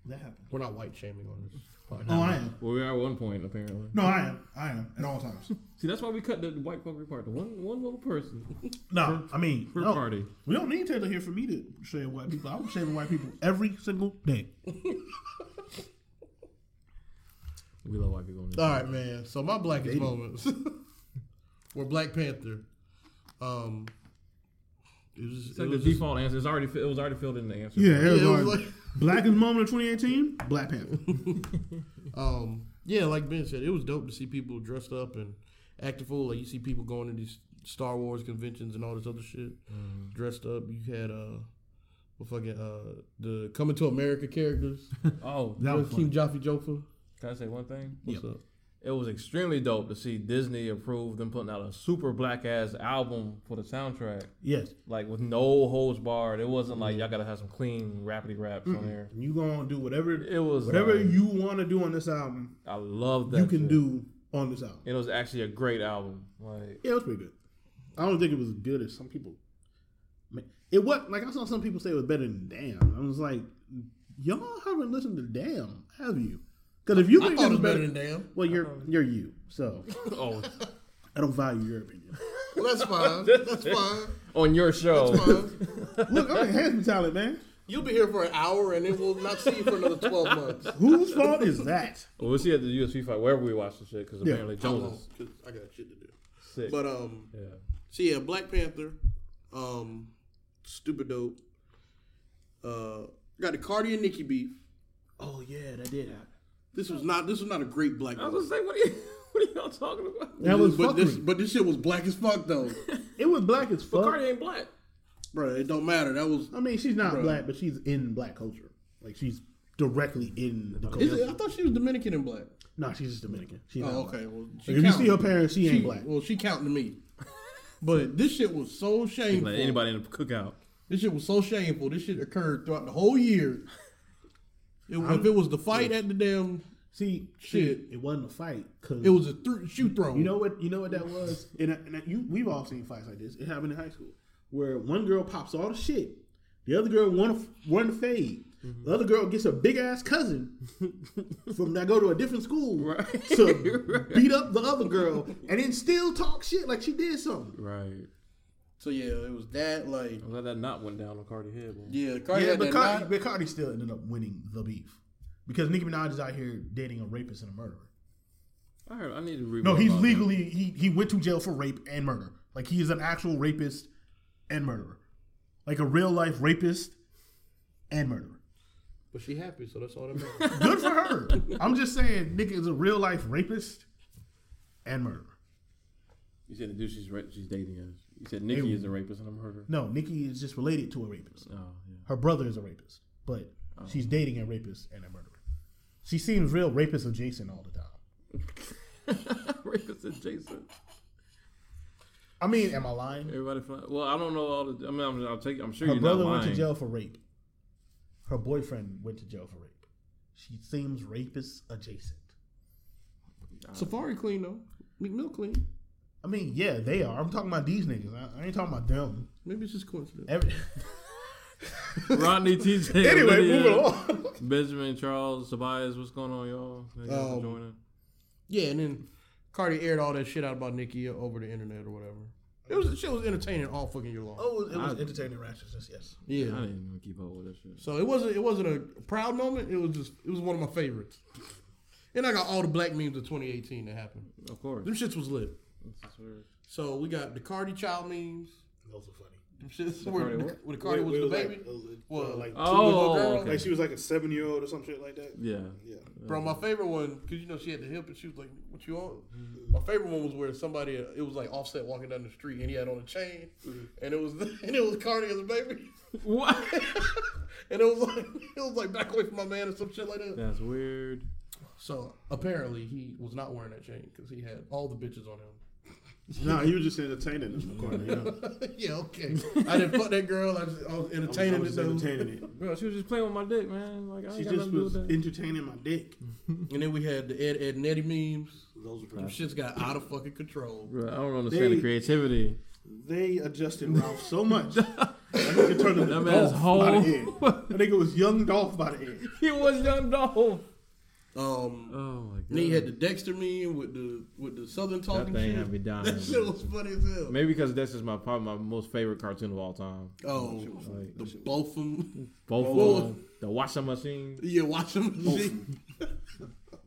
[SPEAKER 4] that happened.
[SPEAKER 1] We're not white shaming on this.
[SPEAKER 4] Oh, I am.
[SPEAKER 3] Well, we are at one point apparently.
[SPEAKER 4] No, I am. I am at all times.
[SPEAKER 3] See, that's why we cut the white folk apart. The one one little person
[SPEAKER 4] No, I mean,
[SPEAKER 3] per
[SPEAKER 4] no.
[SPEAKER 3] party.
[SPEAKER 4] we don't need Taylor here for me to shave white people. I'm shaving white people every single day.
[SPEAKER 3] We love white people. On this.
[SPEAKER 1] All right, man. So my blackest moments [LAUGHS] were Black Panther. Um, it was,
[SPEAKER 3] it's
[SPEAKER 1] it
[SPEAKER 3] like the
[SPEAKER 1] was just-
[SPEAKER 3] default answer. It's already fi- it was already filled in the answer.
[SPEAKER 4] Yeah,
[SPEAKER 1] it was
[SPEAKER 4] Arizona.
[SPEAKER 1] like-
[SPEAKER 4] Blackest moment of 2018, Black Panther.
[SPEAKER 1] um, yeah, like Ben said, it was dope to see people dressed up and acting full. Like you see people going to these Star Wars conventions and all this other shit, dressed up. You had uh, well, fucking uh, the Coming to America [LAUGHS] characters.
[SPEAKER 3] Oh,
[SPEAKER 4] That was
[SPEAKER 1] King
[SPEAKER 4] funny.
[SPEAKER 1] Joffy Jofa.
[SPEAKER 3] can I say one thing?
[SPEAKER 1] What's up?
[SPEAKER 3] It was extremely dope to see Disney approve them putting out a super black ass album for the soundtrack,
[SPEAKER 4] Yes.
[SPEAKER 3] like with no holds barred. It wasn't
[SPEAKER 4] Mm-hmm.
[SPEAKER 3] like y'all gotta have some clean rapidy raps on there.
[SPEAKER 4] You gonna do whatever
[SPEAKER 3] It was
[SPEAKER 4] whatever
[SPEAKER 3] like-
[SPEAKER 4] you want to do on this album,
[SPEAKER 3] I love that.
[SPEAKER 4] you can
[SPEAKER 3] shit.
[SPEAKER 4] do on this album.
[SPEAKER 3] It was actually a great album. Like
[SPEAKER 4] [LAUGHS] Yeah, it was pretty good. I don't think it was as good as some people. ma- It was like I saw some people say it was better than Damn. I was like, y'all haven't listened to Damn, have you? Because if you
[SPEAKER 1] I
[SPEAKER 4] think
[SPEAKER 1] thought
[SPEAKER 4] it
[SPEAKER 1] it was better
[SPEAKER 4] than
[SPEAKER 1] than damn.
[SPEAKER 4] well, you're you're you. So
[SPEAKER 3] Oh,
[SPEAKER 4] I don't value your opinion.
[SPEAKER 1] Well, that's [LAUGHS] fine. That's fine.
[SPEAKER 3] on your show.
[SPEAKER 1] That's fine.
[SPEAKER 4] Look, I'm enhancement talent, man.
[SPEAKER 1] You'll be here for an hour, and then we'll not see you for another twelve months.
[SPEAKER 4] Whose fault is that?
[SPEAKER 3] Well, we'll see at the UFC fight wherever we watch the shit because apparently
[SPEAKER 1] I
[SPEAKER 3] Jones
[SPEAKER 1] won't,
[SPEAKER 3] is
[SPEAKER 1] 'cause I got shit to do.
[SPEAKER 3] sick.
[SPEAKER 1] But um,
[SPEAKER 3] yeah.
[SPEAKER 1] so yeah, Black Panther, um, stupid dope. Uh, got the Cardi and Nicki beef.
[SPEAKER 4] Oh yeah, that did happen.
[SPEAKER 1] This was not. This was not a great black.
[SPEAKER 3] I
[SPEAKER 1] woman.
[SPEAKER 3] was gonna say, what are you, [LAUGHS] what are y'all talking about?
[SPEAKER 4] That was
[SPEAKER 1] but this,
[SPEAKER 4] fuckery.
[SPEAKER 1] but this shit was black as fuck though,
[SPEAKER 4] It was black as fuck.
[SPEAKER 3] Cardi ain't black.
[SPEAKER 1] bro. It don't matter. That was.
[SPEAKER 4] I mean, she's not black, but she's in black culture. Like she's directly in the
[SPEAKER 1] Is
[SPEAKER 4] culture.
[SPEAKER 1] it, I thought she was Dominican and black.
[SPEAKER 4] No, she's just Dominican. She's not
[SPEAKER 1] Oh,
[SPEAKER 4] black.
[SPEAKER 1] okay. Well, she
[SPEAKER 4] If you
[SPEAKER 1] count.
[SPEAKER 4] see her parents, she ain't
[SPEAKER 1] She-
[SPEAKER 4] black.
[SPEAKER 1] Well, she counting to
[SPEAKER 4] [LAUGHS]
[SPEAKER 1] me. But this shit was so shameful.
[SPEAKER 3] Like anybody in the cookout.
[SPEAKER 1] This shit was so shameful. This shit occurred throughout the whole year.
[SPEAKER 4] [LAUGHS]
[SPEAKER 1] It, if it was the fight at the damn,
[SPEAKER 4] See,
[SPEAKER 1] Shit.
[SPEAKER 4] shit, it wasn't a fight because
[SPEAKER 1] it was a th- shoe thrown.
[SPEAKER 4] You know what? You know what that was? And, I- and I- you, we've all seen fights like this. It happened in high school where one girl pops all the shit, the other girl want to want to fade. The other girl gets a big ass cousin from that go to a different school to beat up the other girl, and then still talk shit like she did something.
[SPEAKER 3] Right.
[SPEAKER 1] So yeah, it was that. Like
[SPEAKER 3] I'm glad that knot went down on Cardi head. Man.
[SPEAKER 1] yeah, Cardi
[SPEAKER 4] Yeah,
[SPEAKER 1] had
[SPEAKER 4] but
[SPEAKER 1] that.
[SPEAKER 4] Cardi,
[SPEAKER 1] knot.
[SPEAKER 4] but Cardi still ended up winning the beef because Nicki Minaj is out here dating a rapist and a murderer.
[SPEAKER 3] I heard. I need to read.
[SPEAKER 4] No,
[SPEAKER 3] more
[SPEAKER 4] he's
[SPEAKER 3] about
[SPEAKER 4] legally he he went to jail for rape and murder. Like he is an actual rapist and murderer, like a real life rapist and murderer.
[SPEAKER 1] But she happy, so that's all that matters.
[SPEAKER 4] Good
[SPEAKER 3] [LAUGHS]
[SPEAKER 4] for her. I'm just saying, Nick is a real life rapist and murderer.
[SPEAKER 3] that. You said the dude she's ra- she's dating is. You said Nikki is a rapist and I'm a murderer.
[SPEAKER 4] No, Nikki is just related to a rapist.
[SPEAKER 3] Oh yeah.
[SPEAKER 4] Her brother is a rapist, but
[SPEAKER 3] Oh.
[SPEAKER 4] she's dating a rapist and a murderer. She seems real rapist adjacent all the time.
[SPEAKER 3] [LAUGHS] rapist adjacent.
[SPEAKER 4] I mean, am I lying?
[SPEAKER 3] Everybody. Fly- well, I don't know all the. I mean, I'm, I'll take. I'm sure
[SPEAKER 4] Her
[SPEAKER 3] you're
[SPEAKER 4] brother
[SPEAKER 3] not
[SPEAKER 4] went
[SPEAKER 3] lying.
[SPEAKER 4] to jail for rape. Her boyfriend went to jail for rape. She seems rapist adjacent.
[SPEAKER 1] [LAUGHS] Safari clean though. Meek Mill clean.
[SPEAKER 4] I mean, yeah, they are. I'm talking about these niggas. I, I ain't talking about them.
[SPEAKER 1] Maybe it's just coincidence.
[SPEAKER 2] [LAUGHS]
[SPEAKER 3] [LAUGHS]
[SPEAKER 4] Every, [LAUGHS]
[SPEAKER 3] Rodney TJ.
[SPEAKER 4] anyway,
[SPEAKER 3] Lydia,
[SPEAKER 4] moving on.
[SPEAKER 3] Benjamin Charles Tobias. What's going on, y'all? Thank y'all for
[SPEAKER 1] Um,
[SPEAKER 3] joining.
[SPEAKER 1] Yeah, and then Cardi aired all that shit out about Nicki over the internet or whatever. It was the shit was entertaining all fucking year long.
[SPEAKER 4] oh, it was entertaining righteousness. Yes.
[SPEAKER 1] yeah.
[SPEAKER 3] I didn't even keep up with that shit.
[SPEAKER 1] So it wasn't it wasn't a proud moment. It was just it was one of my favorites. And I got all the black memes of 2018 that happened.
[SPEAKER 3] Of course.
[SPEAKER 1] Them shits was lit.
[SPEAKER 3] This is weird.
[SPEAKER 1] So we got the Cardi child memes.
[SPEAKER 4] Those are funny.
[SPEAKER 1] Them shits where,
[SPEAKER 3] Cardi
[SPEAKER 1] the,
[SPEAKER 3] what?
[SPEAKER 1] where the Cardi
[SPEAKER 2] Where-
[SPEAKER 1] was the
[SPEAKER 2] where it like-
[SPEAKER 1] baby.
[SPEAKER 2] uh, uh,
[SPEAKER 1] Well,
[SPEAKER 2] like,
[SPEAKER 3] Oh,
[SPEAKER 1] girl.
[SPEAKER 3] okay.
[SPEAKER 2] like she was like a seven year old or some shit like that.
[SPEAKER 3] Yeah.
[SPEAKER 2] [LAUGHS] Yeah.
[SPEAKER 1] Bro,
[SPEAKER 2] Uh-huh.
[SPEAKER 1] my favorite one because you know she had the hip and she was like, "What you on?"
[SPEAKER 2] Mm-hmm.
[SPEAKER 1] My favorite one was where somebody uh, it was like Offset walking down the street and he had on a chain,
[SPEAKER 2] Mm-hmm.
[SPEAKER 1] and it was [LAUGHS] and it was Cardi as a baby,
[SPEAKER 3] What?
[SPEAKER 1] and it was like [LAUGHS] it was like back away from my man or some shit like that.
[SPEAKER 3] That's weird.
[SPEAKER 1] So apparently he was not wearing that chain because he had all the bitches on him. [LAUGHS]
[SPEAKER 2] No, he was just entertaining us from Cardi. You know? [LAUGHS]
[SPEAKER 1] yeah, okay. I didn't fuck that girl. I, just, I was
[SPEAKER 2] I was-
[SPEAKER 1] entertaining
[SPEAKER 2] I
[SPEAKER 1] the
[SPEAKER 2] was
[SPEAKER 1] dude.
[SPEAKER 3] [LAUGHS]
[SPEAKER 2] entertaining it.
[SPEAKER 3] Bro, she was just playing with my dick, man. Like I ain't
[SPEAKER 2] She
[SPEAKER 3] got
[SPEAKER 2] just
[SPEAKER 3] nothing to do with
[SPEAKER 2] was
[SPEAKER 3] that.
[SPEAKER 2] entertaining my dick.
[SPEAKER 1] And then we had the Ed, Ed and Eddie memes.
[SPEAKER 2] Those were
[SPEAKER 1] Them
[SPEAKER 2] pretty.
[SPEAKER 1] shits got out of fucking control.
[SPEAKER 3] Bro, I don't understand the
[SPEAKER 2] They-
[SPEAKER 3] creativity.
[SPEAKER 2] [LAUGHS] They adjusted Ralph so much.
[SPEAKER 3] [LAUGHS]
[SPEAKER 2] That nigga turned into
[SPEAKER 3] That man's
[SPEAKER 2] Dolph by the
[SPEAKER 3] whole-
[SPEAKER 2] end. That nigga was young Dolph by the end.
[SPEAKER 3] [LAUGHS] He was young Dolph.
[SPEAKER 2] Uh,
[SPEAKER 1] Um,
[SPEAKER 3] Oh my god.
[SPEAKER 1] then you had the Dexter meme with the with the Southern
[SPEAKER 3] that
[SPEAKER 1] talking
[SPEAKER 3] thing
[SPEAKER 1] shit.
[SPEAKER 3] had me dying.
[SPEAKER 1] That shit
[SPEAKER 3] man.
[SPEAKER 1] was funny as hell.
[SPEAKER 3] Maybe because this is my probably my most favorite cartoon of all time.
[SPEAKER 1] Oh,
[SPEAKER 3] Like
[SPEAKER 1] the both of [LAUGHS] them.
[SPEAKER 3] both
[SPEAKER 1] Whoa.
[SPEAKER 3] of them, the washing machine,
[SPEAKER 1] Yeah, watch them.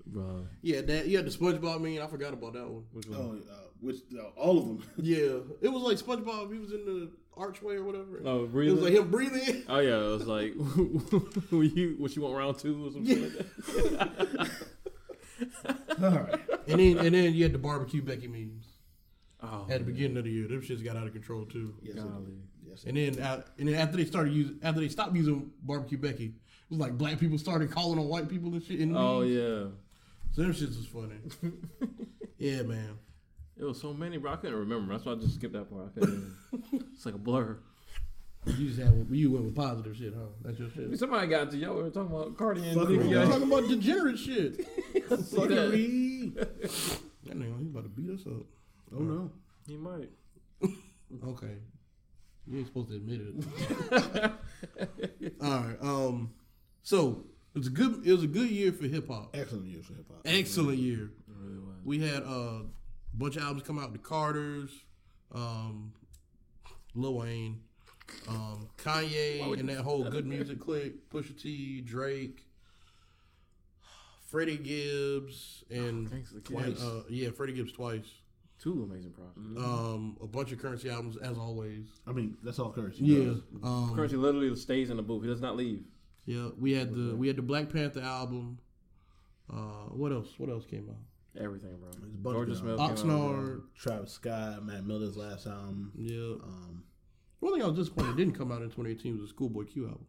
[SPEAKER 3] bro.
[SPEAKER 1] [LAUGHS] yeah, that. Yeah, the SpongeBob meme. I forgot about that one.
[SPEAKER 3] Which one?
[SPEAKER 2] Oh, uh, which uh, all of them. [LAUGHS]
[SPEAKER 1] Yeah, it was like SpongeBob. He was in the archway or whatever.
[SPEAKER 3] Oh,
[SPEAKER 1] it was
[SPEAKER 3] breathing.
[SPEAKER 1] like him breathing. [LAUGHS]
[SPEAKER 3] oh yeah, it was like [LAUGHS] were you what you want round two or something. Like that?
[SPEAKER 4] All right.
[SPEAKER 1] And then and then you had the barbecue Becky memes
[SPEAKER 3] Oh,
[SPEAKER 1] at the beginning of the year. Them shits got out of control too.
[SPEAKER 2] Yes, it
[SPEAKER 3] golly.
[SPEAKER 2] did. yes. it
[SPEAKER 1] And then uh, and then after they started using after they stopped using barbecue Becky, it was like black people started calling on white people and shit. And
[SPEAKER 3] oh yeah,
[SPEAKER 1] so them shits was funny.
[SPEAKER 3] [LAUGHS]
[SPEAKER 1] yeah, man.
[SPEAKER 3] it was so many, bro. I couldn't remember. That's why I just skipped that part. I couldn't even- it's like a blur.
[SPEAKER 1] You just had you went with positive shit, huh? That's your shit.
[SPEAKER 3] Somebody got into y'all. We were talking about Cardi and
[SPEAKER 4] Fuck
[SPEAKER 3] Nicki.
[SPEAKER 4] yeah.
[SPEAKER 1] We're
[SPEAKER 3] I
[SPEAKER 1] talking about degenerate shit.
[SPEAKER 3] didn't see that.
[SPEAKER 4] Fuckery.
[SPEAKER 1] That nigga, he about to beat us up.
[SPEAKER 4] Oh no.
[SPEAKER 3] He might.
[SPEAKER 1] Okay. You ain't supposed to admit it. All right. Um. So it was a good. It was a good year for hip hop.
[SPEAKER 4] Excellent year for hip hop.
[SPEAKER 1] Excellent year.
[SPEAKER 3] really was.
[SPEAKER 1] We had uh, a bunch of albums come out. The Carters, um, Lil Wayne, um, Kanye, and that whole good music clique. Pusha T, Drake, Freddie Gibbs, and,
[SPEAKER 3] Oh, Thanks to the
[SPEAKER 1] and,
[SPEAKER 3] kids.
[SPEAKER 1] uh, yeah, Freddie Gibbs twice.
[SPEAKER 3] Two amazing projects.
[SPEAKER 1] Um, a bunch of currency albums as always.
[SPEAKER 4] I mean, that's all currency.
[SPEAKER 1] Um,
[SPEAKER 3] Currency literally stays in the booth. He does not leave.
[SPEAKER 1] yeah, we had the we had the Black Panther album. Uh, what else? What else came out?
[SPEAKER 3] Everything, bro.
[SPEAKER 4] a bunch
[SPEAKER 3] Georgia
[SPEAKER 4] of
[SPEAKER 3] Smith.
[SPEAKER 4] them.
[SPEAKER 3] came out with, uh,
[SPEAKER 1] Oxnard.
[SPEAKER 4] Travis Scott, Matt Miller's last album.
[SPEAKER 1] Yeah.
[SPEAKER 4] Um,
[SPEAKER 1] One thing I was disappointed didn't come out in 2018 was the Schoolboy Q album.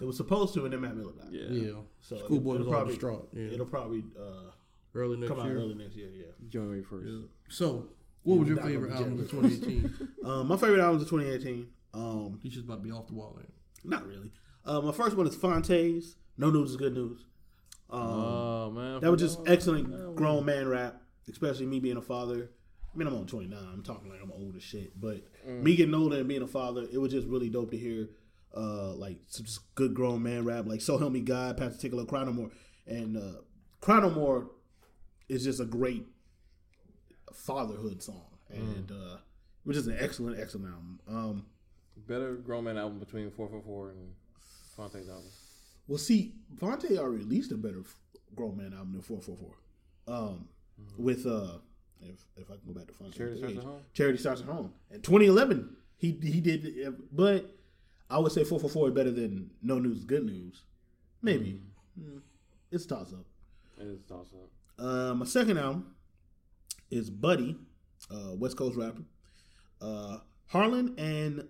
[SPEAKER 4] it was supposed to, and then Matt Miller died.
[SPEAKER 3] Yeah.
[SPEAKER 1] Yeah.
[SPEAKER 4] So
[SPEAKER 1] Schoolboy
[SPEAKER 4] it'll
[SPEAKER 1] was all
[SPEAKER 4] probably-
[SPEAKER 1] distraught. Yeah.
[SPEAKER 4] It'll probably uh,
[SPEAKER 1] early next
[SPEAKER 4] come out
[SPEAKER 1] year.
[SPEAKER 4] early next year. Yeah.
[SPEAKER 3] January first.
[SPEAKER 1] So, what was your
[SPEAKER 4] Not gonna
[SPEAKER 1] favorite
[SPEAKER 4] be
[SPEAKER 1] album of [LAUGHS]
[SPEAKER 4] January.
[SPEAKER 1] 2018?
[SPEAKER 4] Um, my favorite albums of 2018. Um,
[SPEAKER 1] He's just about to be off the wall. Man.
[SPEAKER 4] not really. Uh, my first one is Fontaines. No news is good news. Um,
[SPEAKER 3] Oh man,
[SPEAKER 4] that was just excellent grown man rap, especially me being a father. I mean, I'm on 29. I'm talking like I'm old as shit, but me getting older and being a father, it was just really dope to hear, uh, like some just good grown man rap, like "So Help Me God," Pastor Tickler, Chronomore, and uh, Chronomore is just a great fatherhood song, and uh, it was just an excellent, excellent album. Um,
[SPEAKER 3] better grown man album between four four four and Fonte's album.
[SPEAKER 4] Well, see, Vontae already released a better f- grown man album than Four Four Four, um, with uh, if if I can go back to Fontaine,
[SPEAKER 3] Mm-hmm. Charity Starts at Home?
[SPEAKER 4] Charity starts at home. In 2011, he he did, but I would say Four Four Four is better than No News is Good News, maybe.
[SPEAKER 3] Mm-hmm.
[SPEAKER 4] Mm, It's a toss up.
[SPEAKER 3] It is also
[SPEAKER 4] Uh, my second album is Buddy, uh, West Coast rapper, uh, Harlan and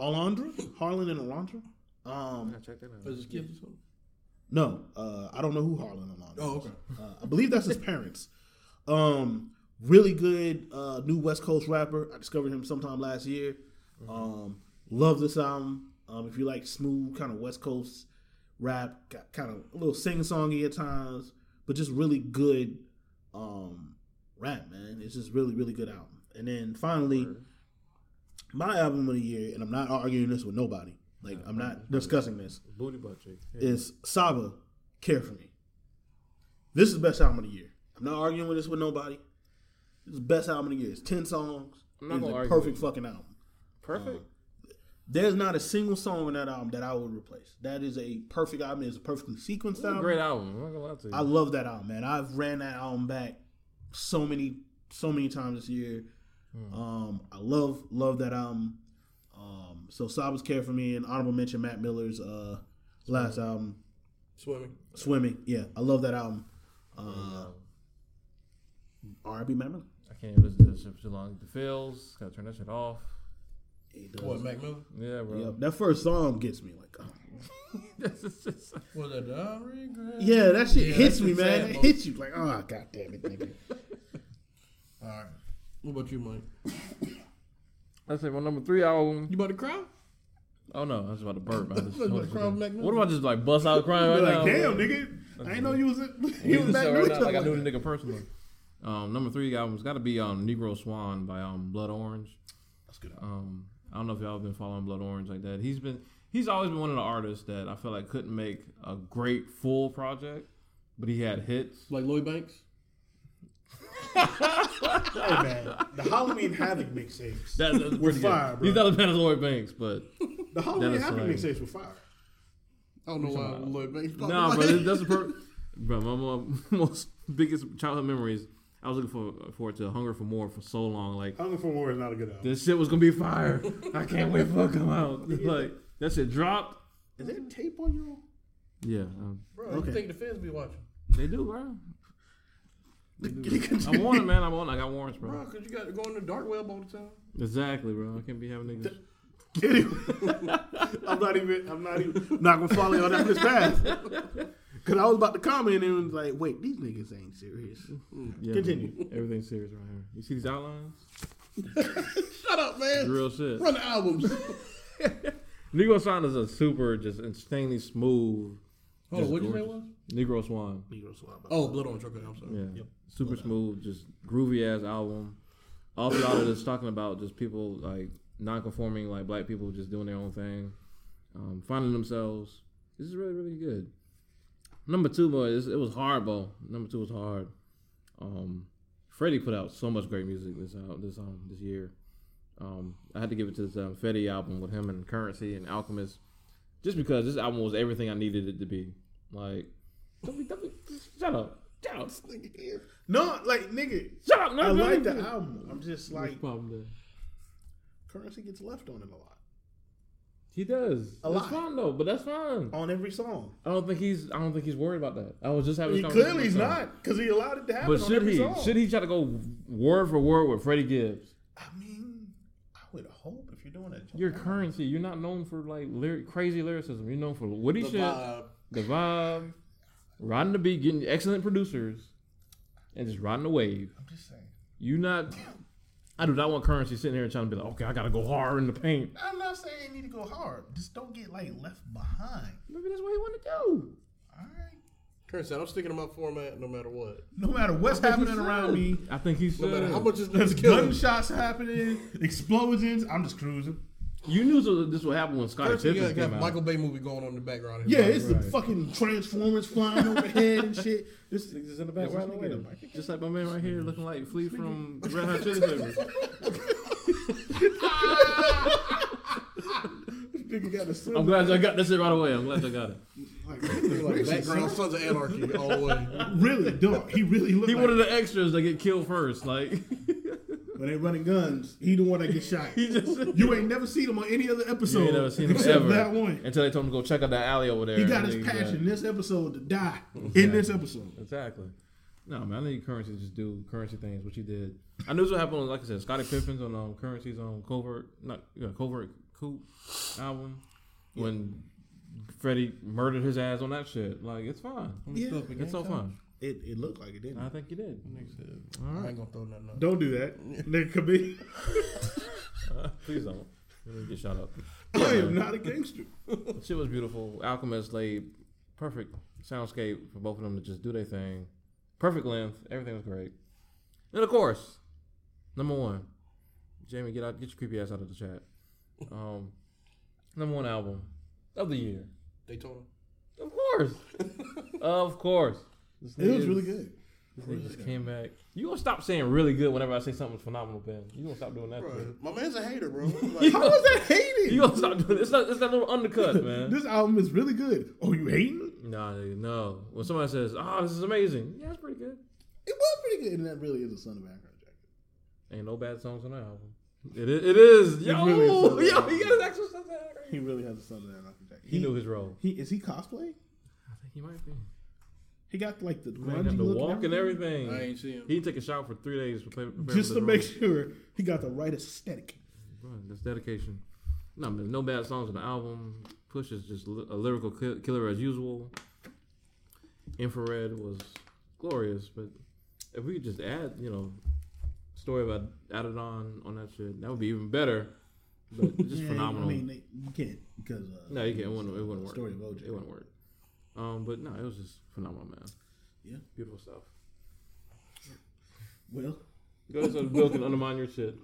[SPEAKER 4] Alondra, Harlan and Alondra. Um,
[SPEAKER 3] I check that out.
[SPEAKER 1] Was it kids or something?
[SPEAKER 4] no, uh, I don't know who Harlan Alon. is.
[SPEAKER 1] Oh, okay.
[SPEAKER 4] Uh, I believe that's his parents. Um, really good uh, new West Coast rapper. I discovered him sometime last year.
[SPEAKER 1] Mm-hmm.
[SPEAKER 4] Um, love this album. Um, if you like smooth kind of West Coast rap, got kind of a little sing songy at times, but just really good um, rap, man. It's just really really good album. And then finally, my album of the year, and I'm not arguing this with nobody. Like I'm not discussing this
[SPEAKER 3] Booty butt cheek.
[SPEAKER 4] is Saba Care for Me. This is the best album of the year. I'm not arguing with this with nobody. This is the best album of the year. It's ten songs.
[SPEAKER 3] I'm not
[SPEAKER 4] it's
[SPEAKER 3] gonna
[SPEAKER 4] the
[SPEAKER 3] argue
[SPEAKER 4] perfect
[SPEAKER 3] with
[SPEAKER 4] fucking album. Um,
[SPEAKER 3] Perfect.
[SPEAKER 4] There's not a single song in that album that I would replace. That is a perfect album. It's a perfectly sequenced
[SPEAKER 3] It's a
[SPEAKER 4] album.
[SPEAKER 3] great album. I'm not gonna lie to you.
[SPEAKER 4] I love that album, man. I've ran that album back so many, so many times this year.
[SPEAKER 3] Hmm.
[SPEAKER 4] Um, I love, love that album. Um, so Saba's Care for Me and honorable mention Matt Miller's uh, last album.
[SPEAKER 1] Swimming.
[SPEAKER 4] Swimming, yeah, I love that album. Uh, R&B member.
[SPEAKER 3] I can't listen to this shit for too long. The feels. Gotta turn that shit off.
[SPEAKER 1] What, Mac Miller?
[SPEAKER 3] Yeah,
[SPEAKER 4] Yep,
[SPEAKER 3] bro.
[SPEAKER 4] that first song gets me like, oh.
[SPEAKER 3] [LAUGHS] This is just-
[SPEAKER 1] Was that I regret?
[SPEAKER 4] yeah, that shit
[SPEAKER 1] Yeah,
[SPEAKER 4] hits
[SPEAKER 1] that's
[SPEAKER 4] me,
[SPEAKER 1] the
[SPEAKER 4] man.
[SPEAKER 1] sad
[SPEAKER 4] It
[SPEAKER 1] part.
[SPEAKER 4] hits you like, oh god damn it, nigga.
[SPEAKER 1] [LAUGHS] All right. What about you, Mike?
[SPEAKER 3] I say my number three album.
[SPEAKER 1] You about to cry?
[SPEAKER 3] Oh no, I was about to burp.
[SPEAKER 4] [LAUGHS]
[SPEAKER 3] I just,
[SPEAKER 1] You about to cry with Mac
[SPEAKER 3] what
[SPEAKER 1] Miller?
[SPEAKER 3] do I just like bust out crying
[SPEAKER 4] You're
[SPEAKER 3] right now?
[SPEAKER 4] like, damn, nigga, I ain't know you was you was
[SPEAKER 3] Even
[SPEAKER 4] back
[SPEAKER 3] so,
[SPEAKER 4] doing
[SPEAKER 3] right now,
[SPEAKER 4] stuff
[SPEAKER 3] like I
[SPEAKER 4] like
[SPEAKER 3] knew
[SPEAKER 4] that.
[SPEAKER 3] the nigga personally. Um, number three album's got to be um, Negro Swan by um, Blood Orange.
[SPEAKER 4] That's a good. album.
[SPEAKER 3] Um, I don't know if y'all been following Blood Orange like that. He's been he's always been one of the artists that I feel like couldn't make a great full project, but he had hits.
[SPEAKER 1] Like Lloyd Banks?
[SPEAKER 4] [LAUGHS] Hey, man, the Halloween Havoc mixtapes.
[SPEAKER 3] That, that's
[SPEAKER 4] We're
[SPEAKER 3] pretty good.
[SPEAKER 4] fire, bro.
[SPEAKER 3] He's not as bad as Lloyd Banks,
[SPEAKER 4] [LAUGHS]
[SPEAKER 3] but
[SPEAKER 4] The Halloween
[SPEAKER 3] Dennis
[SPEAKER 4] Havoc
[SPEAKER 3] Lane.
[SPEAKER 4] mixtapes were [LAUGHS] fire.
[SPEAKER 1] I don't know why Lloyd Banks.
[SPEAKER 3] no, nah, bro, that- that's the per- bro. My [LAUGHS] mo- most biggest childhood memories. I was looking for forward to Hunger for More for so long. Like
[SPEAKER 4] Hunger for War is not a good album.
[SPEAKER 3] this shit was gonna be fire. I can't wait for it to come [LAUGHS] out. Like that shit dropped.
[SPEAKER 4] Is there tape on you?
[SPEAKER 3] Yeah, um,
[SPEAKER 1] Bro,
[SPEAKER 4] Okay.
[SPEAKER 1] you think the fans be watching?
[SPEAKER 3] they do, bro. I'm on it, man. [LAUGHS] I'm on. it. I got warrants,
[SPEAKER 1] Bro,
[SPEAKER 3] bro.
[SPEAKER 1] because you got to go in the dark web all the time.
[SPEAKER 3] Exactly, bro. I can't be having niggas.
[SPEAKER 4] Anyway, I'm not even. I'm not even. Not gonna follow y'all down this path. [LAUGHS] Cause I was about to comment and it was like, wait, these niggas ain't serious.
[SPEAKER 3] Yeah,
[SPEAKER 4] Continue.
[SPEAKER 3] bro. Everything's serious right here. You see these outlines?
[SPEAKER 1] Shut up, man.
[SPEAKER 3] Real shit.
[SPEAKER 1] Run the albums.
[SPEAKER 3] Negro Swan is a super, just insanely smooth.
[SPEAKER 1] Hold on,
[SPEAKER 3] Just
[SPEAKER 1] what you say
[SPEAKER 3] gorgeous.
[SPEAKER 1] was?
[SPEAKER 3] Negro Swan.
[SPEAKER 4] Negro swab.
[SPEAKER 1] Oh, Blood on Trucker. I'm sorry.
[SPEAKER 3] Yeah. Super smooth, just groovy ass album. Also, y'all are just talking about just people like non-conforming like black people just doing their own thing, um, finding themselves. This is really really good. Number two, boy, this- it was hard, bro. Number two was hard. Um, Freddie put out so much great music this out this um this year. Um, I had to give it to this um, Fetty album with him and Currency and Alchemist, just because this album was everything I needed it to be. Like, don't be, don't be, shut up, shut up,
[SPEAKER 4] No, like nigga,
[SPEAKER 3] shut up. No,
[SPEAKER 4] I
[SPEAKER 3] no,
[SPEAKER 4] like
[SPEAKER 3] no,
[SPEAKER 4] the
[SPEAKER 3] no.
[SPEAKER 4] album. I'm just like
[SPEAKER 3] problem there.
[SPEAKER 4] currency gets left on it a lot
[SPEAKER 3] He does.
[SPEAKER 4] A
[SPEAKER 3] that's
[SPEAKER 4] lot.
[SPEAKER 3] fine though, but that's fine.
[SPEAKER 4] on every song.
[SPEAKER 3] I don't think he's. I don't think he's worried about that. I was just having.
[SPEAKER 4] He
[SPEAKER 3] this conversation
[SPEAKER 4] clearly he's
[SPEAKER 3] with him.
[SPEAKER 4] not because he allowed it to happen.
[SPEAKER 3] But
[SPEAKER 4] on
[SPEAKER 3] should
[SPEAKER 4] every
[SPEAKER 3] he?
[SPEAKER 4] Song.
[SPEAKER 3] Should he try to go word for word with Freddie Gibbs?
[SPEAKER 4] I mean, I would hope if you're doing a
[SPEAKER 3] Your currency. You're not known for like lyric, crazy lyricism. You're known for Woody
[SPEAKER 1] The
[SPEAKER 3] shit,
[SPEAKER 1] vibe.
[SPEAKER 3] the vibe, riding the beat, getting excellent producers, and just riding the wave.
[SPEAKER 4] I'm just saying.
[SPEAKER 3] You not. I do not want currency sitting here and trying to be like, okay, I gotta go hard in the paint.
[SPEAKER 4] I'm not saying you need to go hard. Just don't get like left behind.
[SPEAKER 3] Maybe that's what he want to do.
[SPEAKER 4] All right.
[SPEAKER 1] Currency, I'm sticking to my format no matter what.
[SPEAKER 4] No matter what's happening around me,
[SPEAKER 3] I think he
[SPEAKER 1] No
[SPEAKER 3] should.
[SPEAKER 1] matter how much is
[SPEAKER 4] there's
[SPEAKER 1] this killing.
[SPEAKER 4] gunshots happening, explosions. I'm just cruising.
[SPEAKER 3] you knew so- this would happen when Scottie
[SPEAKER 1] Currency
[SPEAKER 3] Pippen
[SPEAKER 1] got, got
[SPEAKER 3] came out.
[SPEAKER 1] Michael Bay movie going on in the background.
[SPEAKER 4] Yeah, it's the fucking Transformers flying overhead and shit. This
[SPEAKER 3] Niggas is in the back
[SPEAKER 4] That's
[SPEAKER 3] riding
[SPEAKER 4] what
[SPEAKER 3] away.
[SPEAKER 4] I'm thinking
[SPEAKER 3] Just like my man right here looking like Flea from Red Hot Chili Peppers.
[SPEAKER 4] nigga got a son.
[SPEAKER 3] I'm glad y'all got this shit right away. I'm glad y'all got it.
[SPEAKER 4] [LAUGHS]
[SPEAKER 1] like background Sons of Anarchy all the way.
[SPEAKER 4] Really, dog. He really looked
[SPEAKER 3] He
[SPEAKER 4] like
[SPEAKER 3] one of the extras that get killed first. Like
[SPEAKER 4] when they running guns. [LAUGHS] He the one that gets shot.
[SPEAKER 3] he just you
[SPEAKER 4] You ain't never seen him on any other episode.
[SPEAKER 3] ain't never seen him
[SPEAKER 4] except
[SPEAKER 3] ever
[SPEAKER 4] that one.
[SPEAKER 3] until they told him to go check out that alley over there.
[SPEAKER 4] He got
[SPEAKER 3] And
[SPEAKER 4] his
[SPEAKER 3] they-
[SPEAKER 4] passion
[SPEAKER 3] yeah.
[SPEAKER 4] this episode
[SPEAKER 3] [LAUGHS]
[SPEAKER 4] to die in this episode.
[SPEAKER 3] Exactly. No man, I need currency to just do currency things, which he did. I knew this would happen. Like I said, Scottie Pippen's on um, currencies on covert, not yeah, covert coup album when Freddie murdered his ass on that shit. Like it's fine.
[SPEAKER 4] [LAUGHS] Yeah.
[SPEAKER 3] It's so fun.
[SPEAKER 4] It, it looked like it didn't.
[SPEAKER 3] I think you did.
[SPEAKER 1] I ain't gonna throw nothing up.
[SPEAKER 4] Don't
[SPEAKER 3] [LAUGHS]
[SPEAKER 4] do that. Nigga commit.
[SPEAKER 3] Please don't. Let me get shot [COUGHS] up.
[SPEAKER 4] [LAUGHS] I am not a gangster.
[SPEAKER 3] Shit was beautiful. Alchemist laid perfect soundscape for both of them to just do their thing. Perfect length. Everything was great. And of course, number one, Jamie, get out, get your creepy ass out of the chat. Um, number one album of the year,
[SPEAKER 1] Daytona.
[SPEAKER 3] of course, of course. This
[SPEAKER 4] It was
[SPEAKER 3] nigga-
[SPEAKER 4] really good.
[SPEAKER 3] This nigga just came back. You gonna stop saying really good whenever I say something's phenomenal, Ben? You gonna stop doing that?
[SPEAKER 1] Bro,
[SPEAKER 3] shit.
[SPEAKER 1] my man's a hater, bro.
[SPEAKER 4] [LAUGHS]
[SPEAKER 1] Like,
[SPEAKER 4] How was that hating?
[SPEAKER 3] You gonna stop doing? It's not. It's that little undercut, man.
[SPEAKER 4] [LAUGHS] This album is really good. Oh, you hating?
[SPEAKER 3] No, nigga, no. When somebody says, "Oh, this is amazing," yeah, it's pretty good.
[SPEAKER 4] It was pretty good, and that really is a son of background jacket.
[SPEAKER 3] Ain't no bad songs on that album. It is. It is. Yo,
[SPEAKER 4] really is
[SPEAKER 3] yo,
[SPEAKER 4] on
[SPEAKER 3] he
[SPEAKER 4] that
[SPEAKER 3] got
[SPEAKER 4] album.
[SPEAKER 3] his actual stuff there.
[SPEAKER 4] He really has a son of background jacket.
[SPEAKER 3] He knew his role.
[SPEAKER 4] He is he cosplay?
[SPEAKER 3] I think he might be.
[SPEAKER 4] He got like the
[SPEAKER 3] Man, got
[SPEAKER 4] grungy
[SPEAKER 3] the
[SPEAKER 4] look
[SPEAKER 3] walk and everything.
[SPEAKER 1] I ain't see him.
[SPEAKER 3] He took a shower for three days to play, prepare
[SPEAKER 4] just
[SPEAKER 3] for this
[SPEAKER 4] to make
[SPEAKER 3] role.
[SPEAKER 4] sure he got the right aesthetic.
[SPEAKER 3] Bro, that's dedication. No, man, no bad songs on the album. Push is just li- a lyrical ki- killer as usual. Infrared was glorious, but if we could just add, you know, story about Adidon on that shit, that would be even better. But just
[SPEAKER 4] [LAUGHS] Yeah,
[SPEAKER 3] phenomenal.
[SPEAKER 4] I mean, they, you can't because uh,
[SPEAKER 3] No, you can't. It wouldn't, it wouldn't work.
[SPEAKER 4] Story of OJ.
[SPEAKER 3] It wouldn't work. Um, but no, it was just phenomenal, man.
[SPEAKER 4] Yeah.
[SPEAKER 3] beautiful stuff.
[SPEAKER 4] Well,
[SPEAKER 3] Go to some Bill can undermine your shit.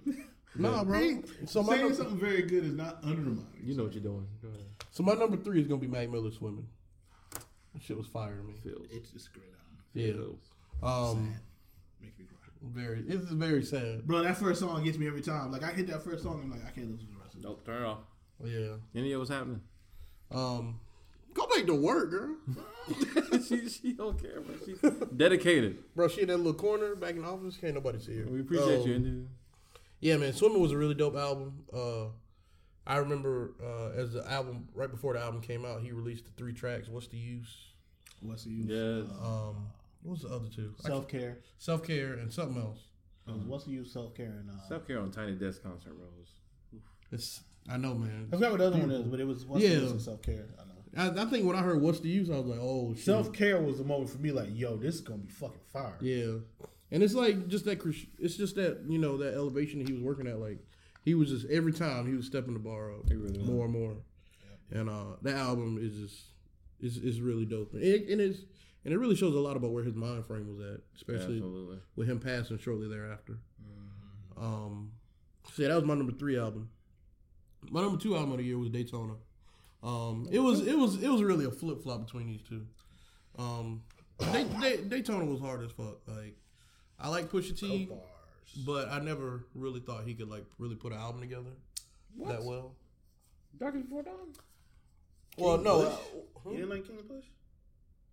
[SPEAKER 1] nah, bro. So my,
[SPEAKER 4] saying
[SPEAKER 1] number,
[SPEAKER 4] something very good is not undermining.
[SPEAKER 3] You know what you're doing. Go ahead.
[SPEAKER 1] so my number three is gonna be Mac Miller swimming. That shit was fire to me.
[SPEAKER 3] Feels.
[SPEAKER 4] It's just great album.
[SPEAKER 1] Yeah. Um,
[SPEAKER 4] Make me cry,
[SPEAKER 1] very. It's very sad.
[SPEAKER 4] bro. That first song gets me every time. Like I hit that first song, I'm like, I can't listen to the rest of it.
[SPEAKER 3] Nope, turn it off.
[SPEAKER 1] Yeah.
[SPEAKER 3] Any of what's happening?
[SPEAKER 1] Um, go back to work, girl.
[SPEAKER 3] [LAUGHS] she she don't care, but she's dedicated.
[SPEAKER 1] Bro, she in that little corner back in the office. Can't nobody see her.
[SPEAKER 3] We appreciate
[SPEAKER 1] Um,
[SPEAKER 3] you, India.
[SPEAKER 1] Yeah, man. Swimming was a really dope album. Uh, I remember uh, as the album right before the album came out, he released the three tracks. What's the use?
[SPEAKER 4] What's the use? Uh,
[SPEAKER 3] Yes.
[SPEAKER 1] Um, what was the other two?
[SPEAKER 4] Self care.
[SPEAKER 1] Self care and something else.
[SPEAKER 4] uh, What's the use? Self care and uh,
[SPEAKER 3] Mm-hmm. Self care on Tiny Desk concert, Rose.
[SPEAKER 1] It's I know, man.
[SPEAKER 4] I forgot what the other one is, but it was what's
[SPEAKER 1] Yeah.
[SPEAKER 4] the use of self care. I know.
[SPEAKER 1] I, I think when I heard "What's the Use," I was like, "Oh, shit.
[SPEAKER 4] Self care was the moment for me, like, yo, this is gonna be fucking fire.
[SPEAKER 1] Yeah, and it's like just that. cres- It's just that you know that elevation that he was working at. Like he was just every time he was stepping the bar up more and more. And uh, that album is just is is really dope. And it, and it's and it really shows a lot about where his mind frame was at, especially
[SPEAKER 3] Absolutely.
[SPEAKER 1] Mm-hmm. with him passing shortly thereafter. Um, so yeah, that was my number three album. My number two album of the year was Daytona. Um, it was it was it was really a flip flop between these two. Um, [COUGHS] Day, Day, Daytona was hard as fuck. Like I like Pusha T, but I never really thought he could like really put an album together that well.
[SPEAKER 3] Darkest Before Dawn.
[SPEAKER 1] Well, no. uh,
[SPEAKER 4] You didn't like King of Push?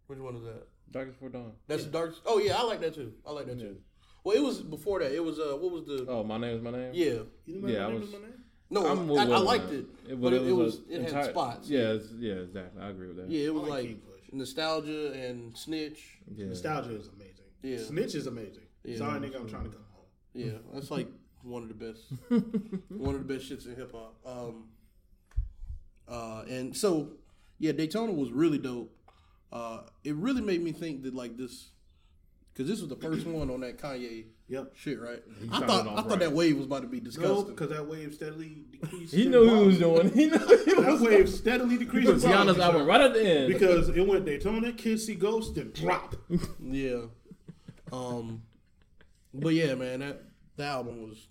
[SPEAKER 1] Which one is that?
[SPEAKER 3] Darkest Before Dawn.
[SPEAKER 1] That's the dark. Oh yeah, I like that too. I like that too. Well, it was before that. It was uh, what was the?
[SPEAKER 3] Oh, my name is my name.
[SPEAKER 1] Yeah,
[SPEAKER 4] You didn't like
[SPEAKER 3] Yeah,
[SPEAKER 4] My
[SPEAKER 3] I
[SPEAKER 4] Name
[SPEAKER 3] was-
[SPEAKER 4] Is My Name?
[SPEAKER 1] no, i
[SPEAKER 3] I'm with
[SPEAKER 1] I,
[SPEAKER 3] Will on
[SPEAKER 1] liked
[SPEAKER 3] that.
[SPEAKER 1] it,
[SPEAKER 3] wa-
[SPEAKER 1] but it, it
[SPEAKER 3] a
[SPEAKER 1] was it had
[SPEAKER 3] entire-
[SPEAKER 1] spots.
[SPEAKER 3] Yeah, it's- yeah, exactly. I agree with that.
[SPEAKER 1] yeah, it was
[SPEAKER 4] I like
[SPEAKER 1] like,
[SPEAKER 4] King Push.
[SPEAKER 1] nostalgia and snitch.
[SPEAKER 3] Yeah.
[SPEAKER 4] Nostalgia is amazing.
[SPEAKER 1] Yeah.
[SPEAKER 4] Snitch is amazing.
[SPEAKER 1] Yeah.
[SPEAKER 4] Sorry, nigga, I'm trying to come home.
[SPEAKER 1] Yeah, that's like one of the best, one of the best shits in hip hop. Um, uh, and so, yeah, Daytona was really dope. Uh, it really made me think that like this, because this was the first one on that Kanye
[SPEAKER 4] Yep.
[SPEAKER 1] shit, right?
[SPEAKER 3] He
[SPEAKER 1] I
[SPEAKER 3] started
[SPEAKER 1] thought
[SPEAKER 3] off
[SPEAKER 1] I thought
[SPEAKER 3] right.
[SPEAKER 1] that wave was about to be disgusting.
[SPEAKER 4] No, because that wave steadily decreased.
[SPEAKER 3] He
[SPEAKER 4] in
[SPEAKER 3] knew he
[SPEAKER 4] quality.
[SPEAKER 3] was doing. He knew he
[SPEAKER 4] That
[SPEAKER 3] was.
[SPEAKER 4] wave steadily decreased. in
[SPEAKER 3] Tiana's
[SPEAKER 4] quality,
[SPEAKER 3] album right at the end.
[SPEAKER 4] Because it went Daytona, Kids See Ghost,
[SPEAKER 1] [LAUGHS]
[SPEAKER 4] and drop.
[SPEAKER 1] Yeah. Um but yeah, man, that that album was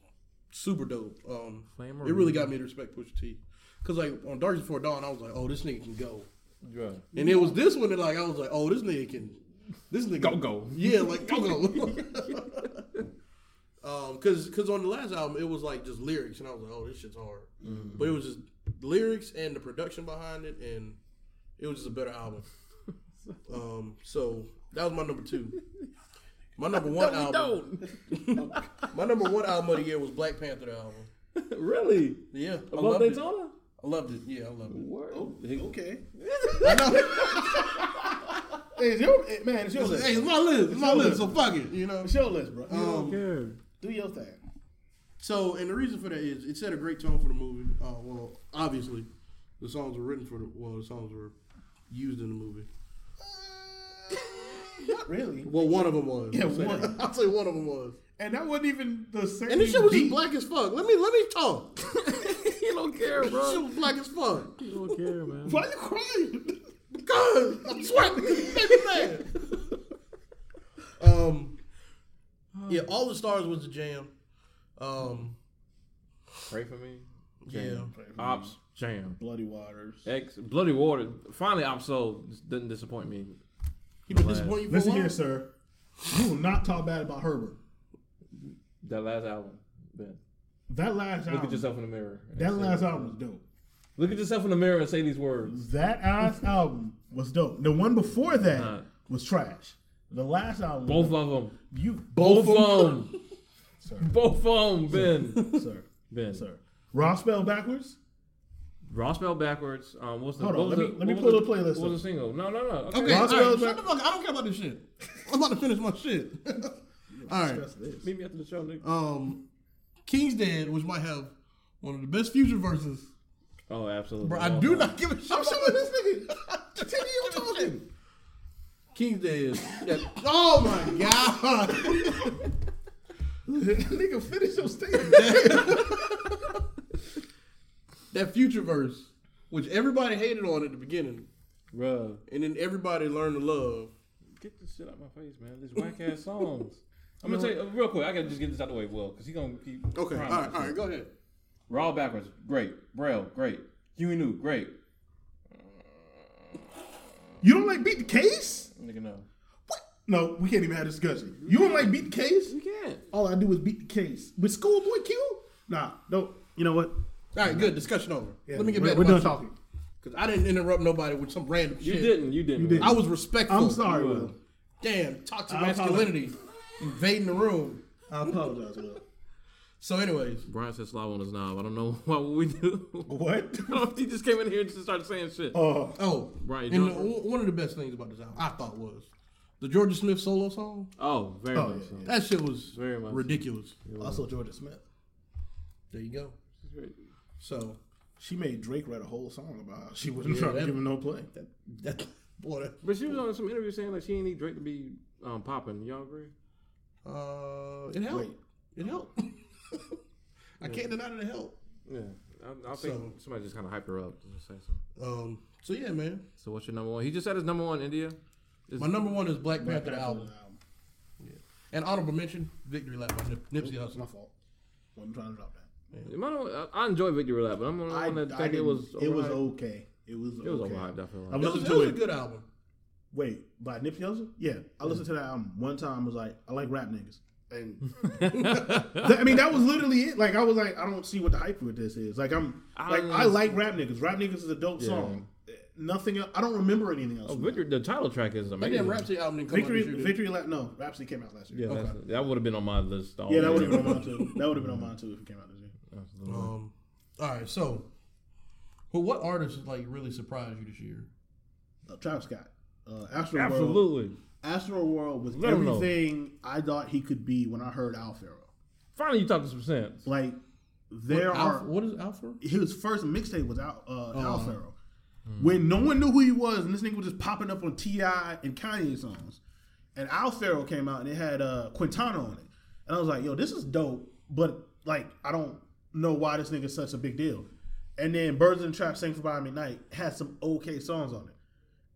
[SPEAKER 1] super dope. Um
[SPEAKER 3] Flame
[SPEAKER 1] it really got me to respect Pusha T. Cause like on Darkest Before Dawn, I was like, oh, this nigga can go.
[SPEAKER 3] Yeah.
[SPEAKER 1] And it was this one that like I was like, oh, this nigga can, this nigga
[SPEAKER 3] Go, go.
[SPEAKER 1] Yeah, like go go. [LAUGHS] um, cause cause on the last album it was like just lyrics, and I was like, oh, this shit's hard. But it was just lyrics and the production behind it, and it was just a better [LAUGHS] album. um, so that was my number two. [LAUGHS] My number one album. My number one album of the year was Black Panther the album.
[SPEAKER 3] [LAUGHS] really?
[SPEAKER 1] Yeah, I
[SPEAKER 3] Above
[SPEAKER 1] loved it. Oh.
[SPEAKER 3] Daytona?
[SPEAKER 1] I loved it. Yeah, I loved it.
[SPEAKER 3] Word.
[SPEAKER 4] Okay.
[SPEAKER 2] [LAUGHS] Hey, it's your, hey, man, it's your list.
[SPEAKER 1] Hey, it's my list. It's my list. So fuck it. You know.
[SPEAKER 2] It's your list, bro.
[SPEAKER 1] Um,
[SPEAKER 2] Do your thing.
[SPEAKER 1] So, and the reason for that is it set a great tone for the movie. Uh, well, obviously, the songs were written for the well, the songs were used in the movie.
[SPEAKER 2] Not really.
[SPEAKER 1] Well, one of them was.
[SPEAKER 2] Yeah,
[SPEAKER 1] [LAUGHS] I'll say
[SPEAKER 2] one.
[SPEAKER 1] that. I'll say one of them was.
[SPEAKER 2] And that wasn't even the same.
[SPEAKER 1] And this shit was just
[SPEAKER 2] beat.
[SPEAKER 1] black as fuck. Let me let me [LAUGHS] talk. This
[SPEAKER 3] [LAUGHS] he don't care,
[SPEAKER 1] shit [LAUGHS]
[SPEAKER 3] bro.
[SPEAKER 1] was black as fuck.
[SPEAKER 3] he don't care, man.
[SPEAKER 2] Why you crying?
[SPEAKER 1] Because I'm sweating. It made me [LAUGHS] mad. um, yeah, all the stars was a jam. Um,
[SPEAKER 3] Pray for me.
[SPEAKER 1] yeah.
[SPEAKER 3] Ops. Jam.
[SPEAKER 4] Bloody Waters.
[SPEAKER 3] X. Bloody Water. Finally, Ops Soul didn't disappoint me.
[SPEAKER 1] He been disappointed you for
[SPEAKER 2] Listen
[SPEAKER 1] a while.
[SPEAKER 2] here, sir. You will not talk bad about Herbert.
[SPEAKER 3] That last album. Ben.
[SPEAKER 2] That last
[SPEAKER 3] Look at
[SPEAKER 2] album.
[SPEAKER 3] yourself in the mirror. and
[SPEAKER 2] That
[SPEAKER 3] say-
[SPEAKER 2] last album was dope.
[SPEAKER 3] Look at yourself in the mirror and say
[SPEAKER 2] [LAUGHS]
[SPEAKER 3] these words.
[SPEAKER 2] That last album was dope. The one before that
[SPEAKER 3] Nah.
[SPEAKER 2] was trash. The last album.
[SPEAKER 3] Both of them.
[SPEAKER 2] you.
[SPEAKER 3] Both
[SPEAKER 2] of
[SPEAKER 3] of them.
[SPEAKER 2] [LAUGHS] Sorry.
[SPEAKER 3] Both of
[SPEAKER 2] [LAUGHS]
[SPEAKER 3] them, Ben.
[SPEAKER 2] them, sir.
[SPEAKER 3] Ben.
[SPEAKER 2] Sir. Ross spelled backwards.
[SPEAKER 3] Raw spell backwards. Um, what's the?
[SPEAKER 2] Hold
[SPEAKER 3] what
[SPEAKER 2] on,
[SPEAKER 3] was
[SPEAKER 2] let
[SPEAKER 3] the-
[SPEAKER 2] me- let me
[SPEAKER 3] what
[SPEAKER 2] pull
[SPEAKER 3] was
[SPEAKER 2] the playlist
[SPEAKER 3] What
[SPEAKER 2] up.
[SPEAKER 3] was the single? No, no, no. Okay.
[SPEAKER 1] Okay, all right,
[SPEAKER 2] Roswell's
[SPEAKER 1] shut
[SPEAKER 2] back-
[SPEAKER 1] the fuck. I don't care about this shit. I'm about to finish my shit. [LAUGHS] all right.
[SPEAKER 2] That's this.
[SPEAKER 3] Meet me after the show, nigga.
[SPEAKER 1] Um, King's Dead, which might have one of the best future verses.
[SPEAKER 3] oh, absolutely.
[SPEAKER 1] Bro, I do not give a shit. I'm showing this nigga. [LAUGHS] Continue talking. King's Dead. That- oh my god. [LAUGHS]
[SPEAKER 2] Nigga, finish your statement.
[SPEAKER 1] [LAUGHS] that future verse, which everybody hated on at the beginning,
[SPEAKER 3] Bro,
[SPEAKER 1] and then everybody learned to love.
[SPEAKER 3] get this shit out my face, man. These whack ass songs. I'm gonna tell you uh, real quick. I gotta just get this out the way, well, because he gonna keep.
[SPEAKER 1] Okay, all
[SPEAKER 3] crying
[SPEAKER 1] right,
[SPEAKER 3] about
[SPEAKER 1] all
[SPEAKER 3] this
[SPEAKER 1] right, go ahead.
[SPEAKER 3] shit. Raw backwards, great. Braille, great. Huey New, great.
[SPEAKER 2] you don't like beat the case?
[SPEAKER 3] Nigga, no.
[SPEAKER 2] No, we can't even have this discussion. You don't like beat the case?
[SPEAKER 3] You can't.
[SPEAKER 2] All I do is beat the case. With schoolboy Q? Nah, no. You know what?
[SPEAKER 1] All right, good. Discussion over.
[SPEAKER 2] Yeah,
[SPEAKER 1] Let me get
[SPEAKER 2] we're,
[SPEAKER 1] back
[SPEAKER 2] We're
[SPEAKER 1] to
[SPEAKER 2] done
[SPEAKER 1] my
[SPEAKER 2] talking.
[SPEAKER 1] Because I didn't interrupt nobody with some random
[SPEAKER 3] You
[SPEAKER 1] shit.
[SPEAKER 3] didn't. You didn't.
[SPEAKER 2] didn't.
[SPEAKER 1] I was respectful.
[SPEAKER 2] I'm sorry, Will.
[SPEAKER 1] Damn, toxic
[SPEAKER 2] I apologize.
[SPEAKER 1] masculinity invading the room.
[SPEAKER 2] I apologize, [LAUGHS] Will.
[SPEAKER 1] So, anyways,
[SPEAKER 3] Brian said slob on his knob. I don't know [LAUGHS] what would we do.
[SPEAKER 2] What?
[SPEAKER 3] I don't know if he just came in here and just started saying shit.
[SPEAKER 2] Oh,
[SPEAKER 1] oh,
[SPEAKER 3] Right,
[SPEAKER 1] And
[SPEAKER 3] John-
[SPEAKER 1] the- one of the best things about this album, I thought, was the Georgia Smith solo song.
[SPEAKER 3] Oh, very
[SPEAKER 2] Oh,
[SPEAKER 3] much.
[SPEAKER 2] yeah,
[SPEAKER 3] so.
[SPEAKER 1] That shit was
[SPEAKER 3] Very much.
[SPEAKER 1] ridiculous.
[SPEAKER 2] also Georgia Smith.
[SPEAKER 1] There you go.
[SPEAKER 3] Great.
[SPEAKER 1] So,
[SPEAKER 2] She made Drake write a whole song about how she wasn't trying
[SPEAKER 1] that-
[SPEAKER 2] to give him no play.
[SPEAKER 1] that, that boy, that,
[SPEAKER 3] But she was on some interview saying like she ain't need Drake to be um, popping. Y'all agree?
[SPEAKER 1] uh, it helped.
[SPEAKER 2] Wait.
[SPEAKER 1] It helped. [LAUGHS] I can't deny that it helped.
[SPEAKER 3] Yeah, I, I think somebody just kind of hyped her up. Just say something.
[SPEAKER 1] Um, so yeah, man.
[SPEAKER 3] So what's your number one? He just said his number one India.
[SPEAKER 1] My number one is Black Panther the album,
[SPEAKER 2] That
[SPEAKER 1] and honorable mention, Victory Lap by Nip- Nipsey
[SPEAKER 2] was
[SPEAKER 1] Hussle.
[SPEAKER 4] um,
[SPEAKER 2] my fault. Wasn't trying to drop that.
[SPEAKER 3] It might not- I I enjoy Victory Lap, but I'm the one that think it
[SPEAKER 4] didn't-
[SPEAKER 3] was
[SPEAKER 4] it was
[SPEAKER 3] alright.
[SPEAKER 4] okay. It was
[SPEAKER 3] it was
[SPEAKER 4] okay.
[SPEAKER 3] alright. Definitely.
[SPEAKER 4] I
[SPEAKER 1] It was,
[SPEAKER 4] listened
[SPEAKER 1] it
[SPEAKER 4] to
[SPEAKER 1] was a
[SPEAKER 4] it.
[SPEAKER 1] good album.
[SPEAKER 4] Wait, by Nipsey Hussle? Yeah, I listened to that album one time. Was like, I like rap niggas,
[SPEAKER 3] [LAUGHS]
[SPEAKER 4] and That- I mean that was literally it. Like I was like, I don't see what the hype with this is. Like I'm like
[SPEAKER 3] Um,
[SPEAKER 4] I like rap niggas. Rap niggas is a dope song. Nothing. el I don't remember anything else.
[SPEAKER 3] Oh,
[SPEAKER 4] from
[SPEAKER 3] Victory, the title track is
[SPEAKER 1] That
[SPEAKER 3] amazing.
[SPEAKER 1] damn Rhapsody album didn't
[SPEAKER 4] that.
[SPEAKER 1] come
[SPEAKER 4] Victory,
[SPEAKER 1] out this year, did it?
[SPEAKER 4] Victory Lap. No, Rhapsody came out last year.
[SPEAKER 3] Yeah, that's, that would have been on my list.
[SPEAKER 4] Yeah, that would have
[SPEAKER 3] already. [LAUGHS]
[SPEAKER 4] been on Oh. mine too. That would have been on mine too if it came out this year.
[SPEAKER 3] Absolutely.
[SPEAKER 1] Um, all right, so, well, what artist like really surprised you this year?
[SPEAKER 4] Uh, Travis Scott, uh, Astro World.
[SPEAKER 3] Absolutely.
[SPEAKER 4] Astro World was
[SPEAKER 3] Let 'em know.
[SPEAKER 4] everything I thought he could be when I heard Al Farrow.
[SPEAKER 3] Finally, you talking some sense.
[SPEAKER 4] Like there
[SPEAKER 1] Alpha-
[SPEAKER 4] are.
[SPEAKER 1] what is Alpha?
[SPEAKER 4] his first mixtape was out uh,
[SPEAKER 3] Uh-huh.
[SPEAKER 4] Al Farrow. When no one knew who he was, and this nigga was just popping up on T.I. and Kanye songs. And Al Farrow came out and it had uh, Quintana on it. And I was like, yo, this is dope, but like, I don't know why this nigga's such a big deal. And then Birds and Trap Sing for By Midnight had some okay songs on it.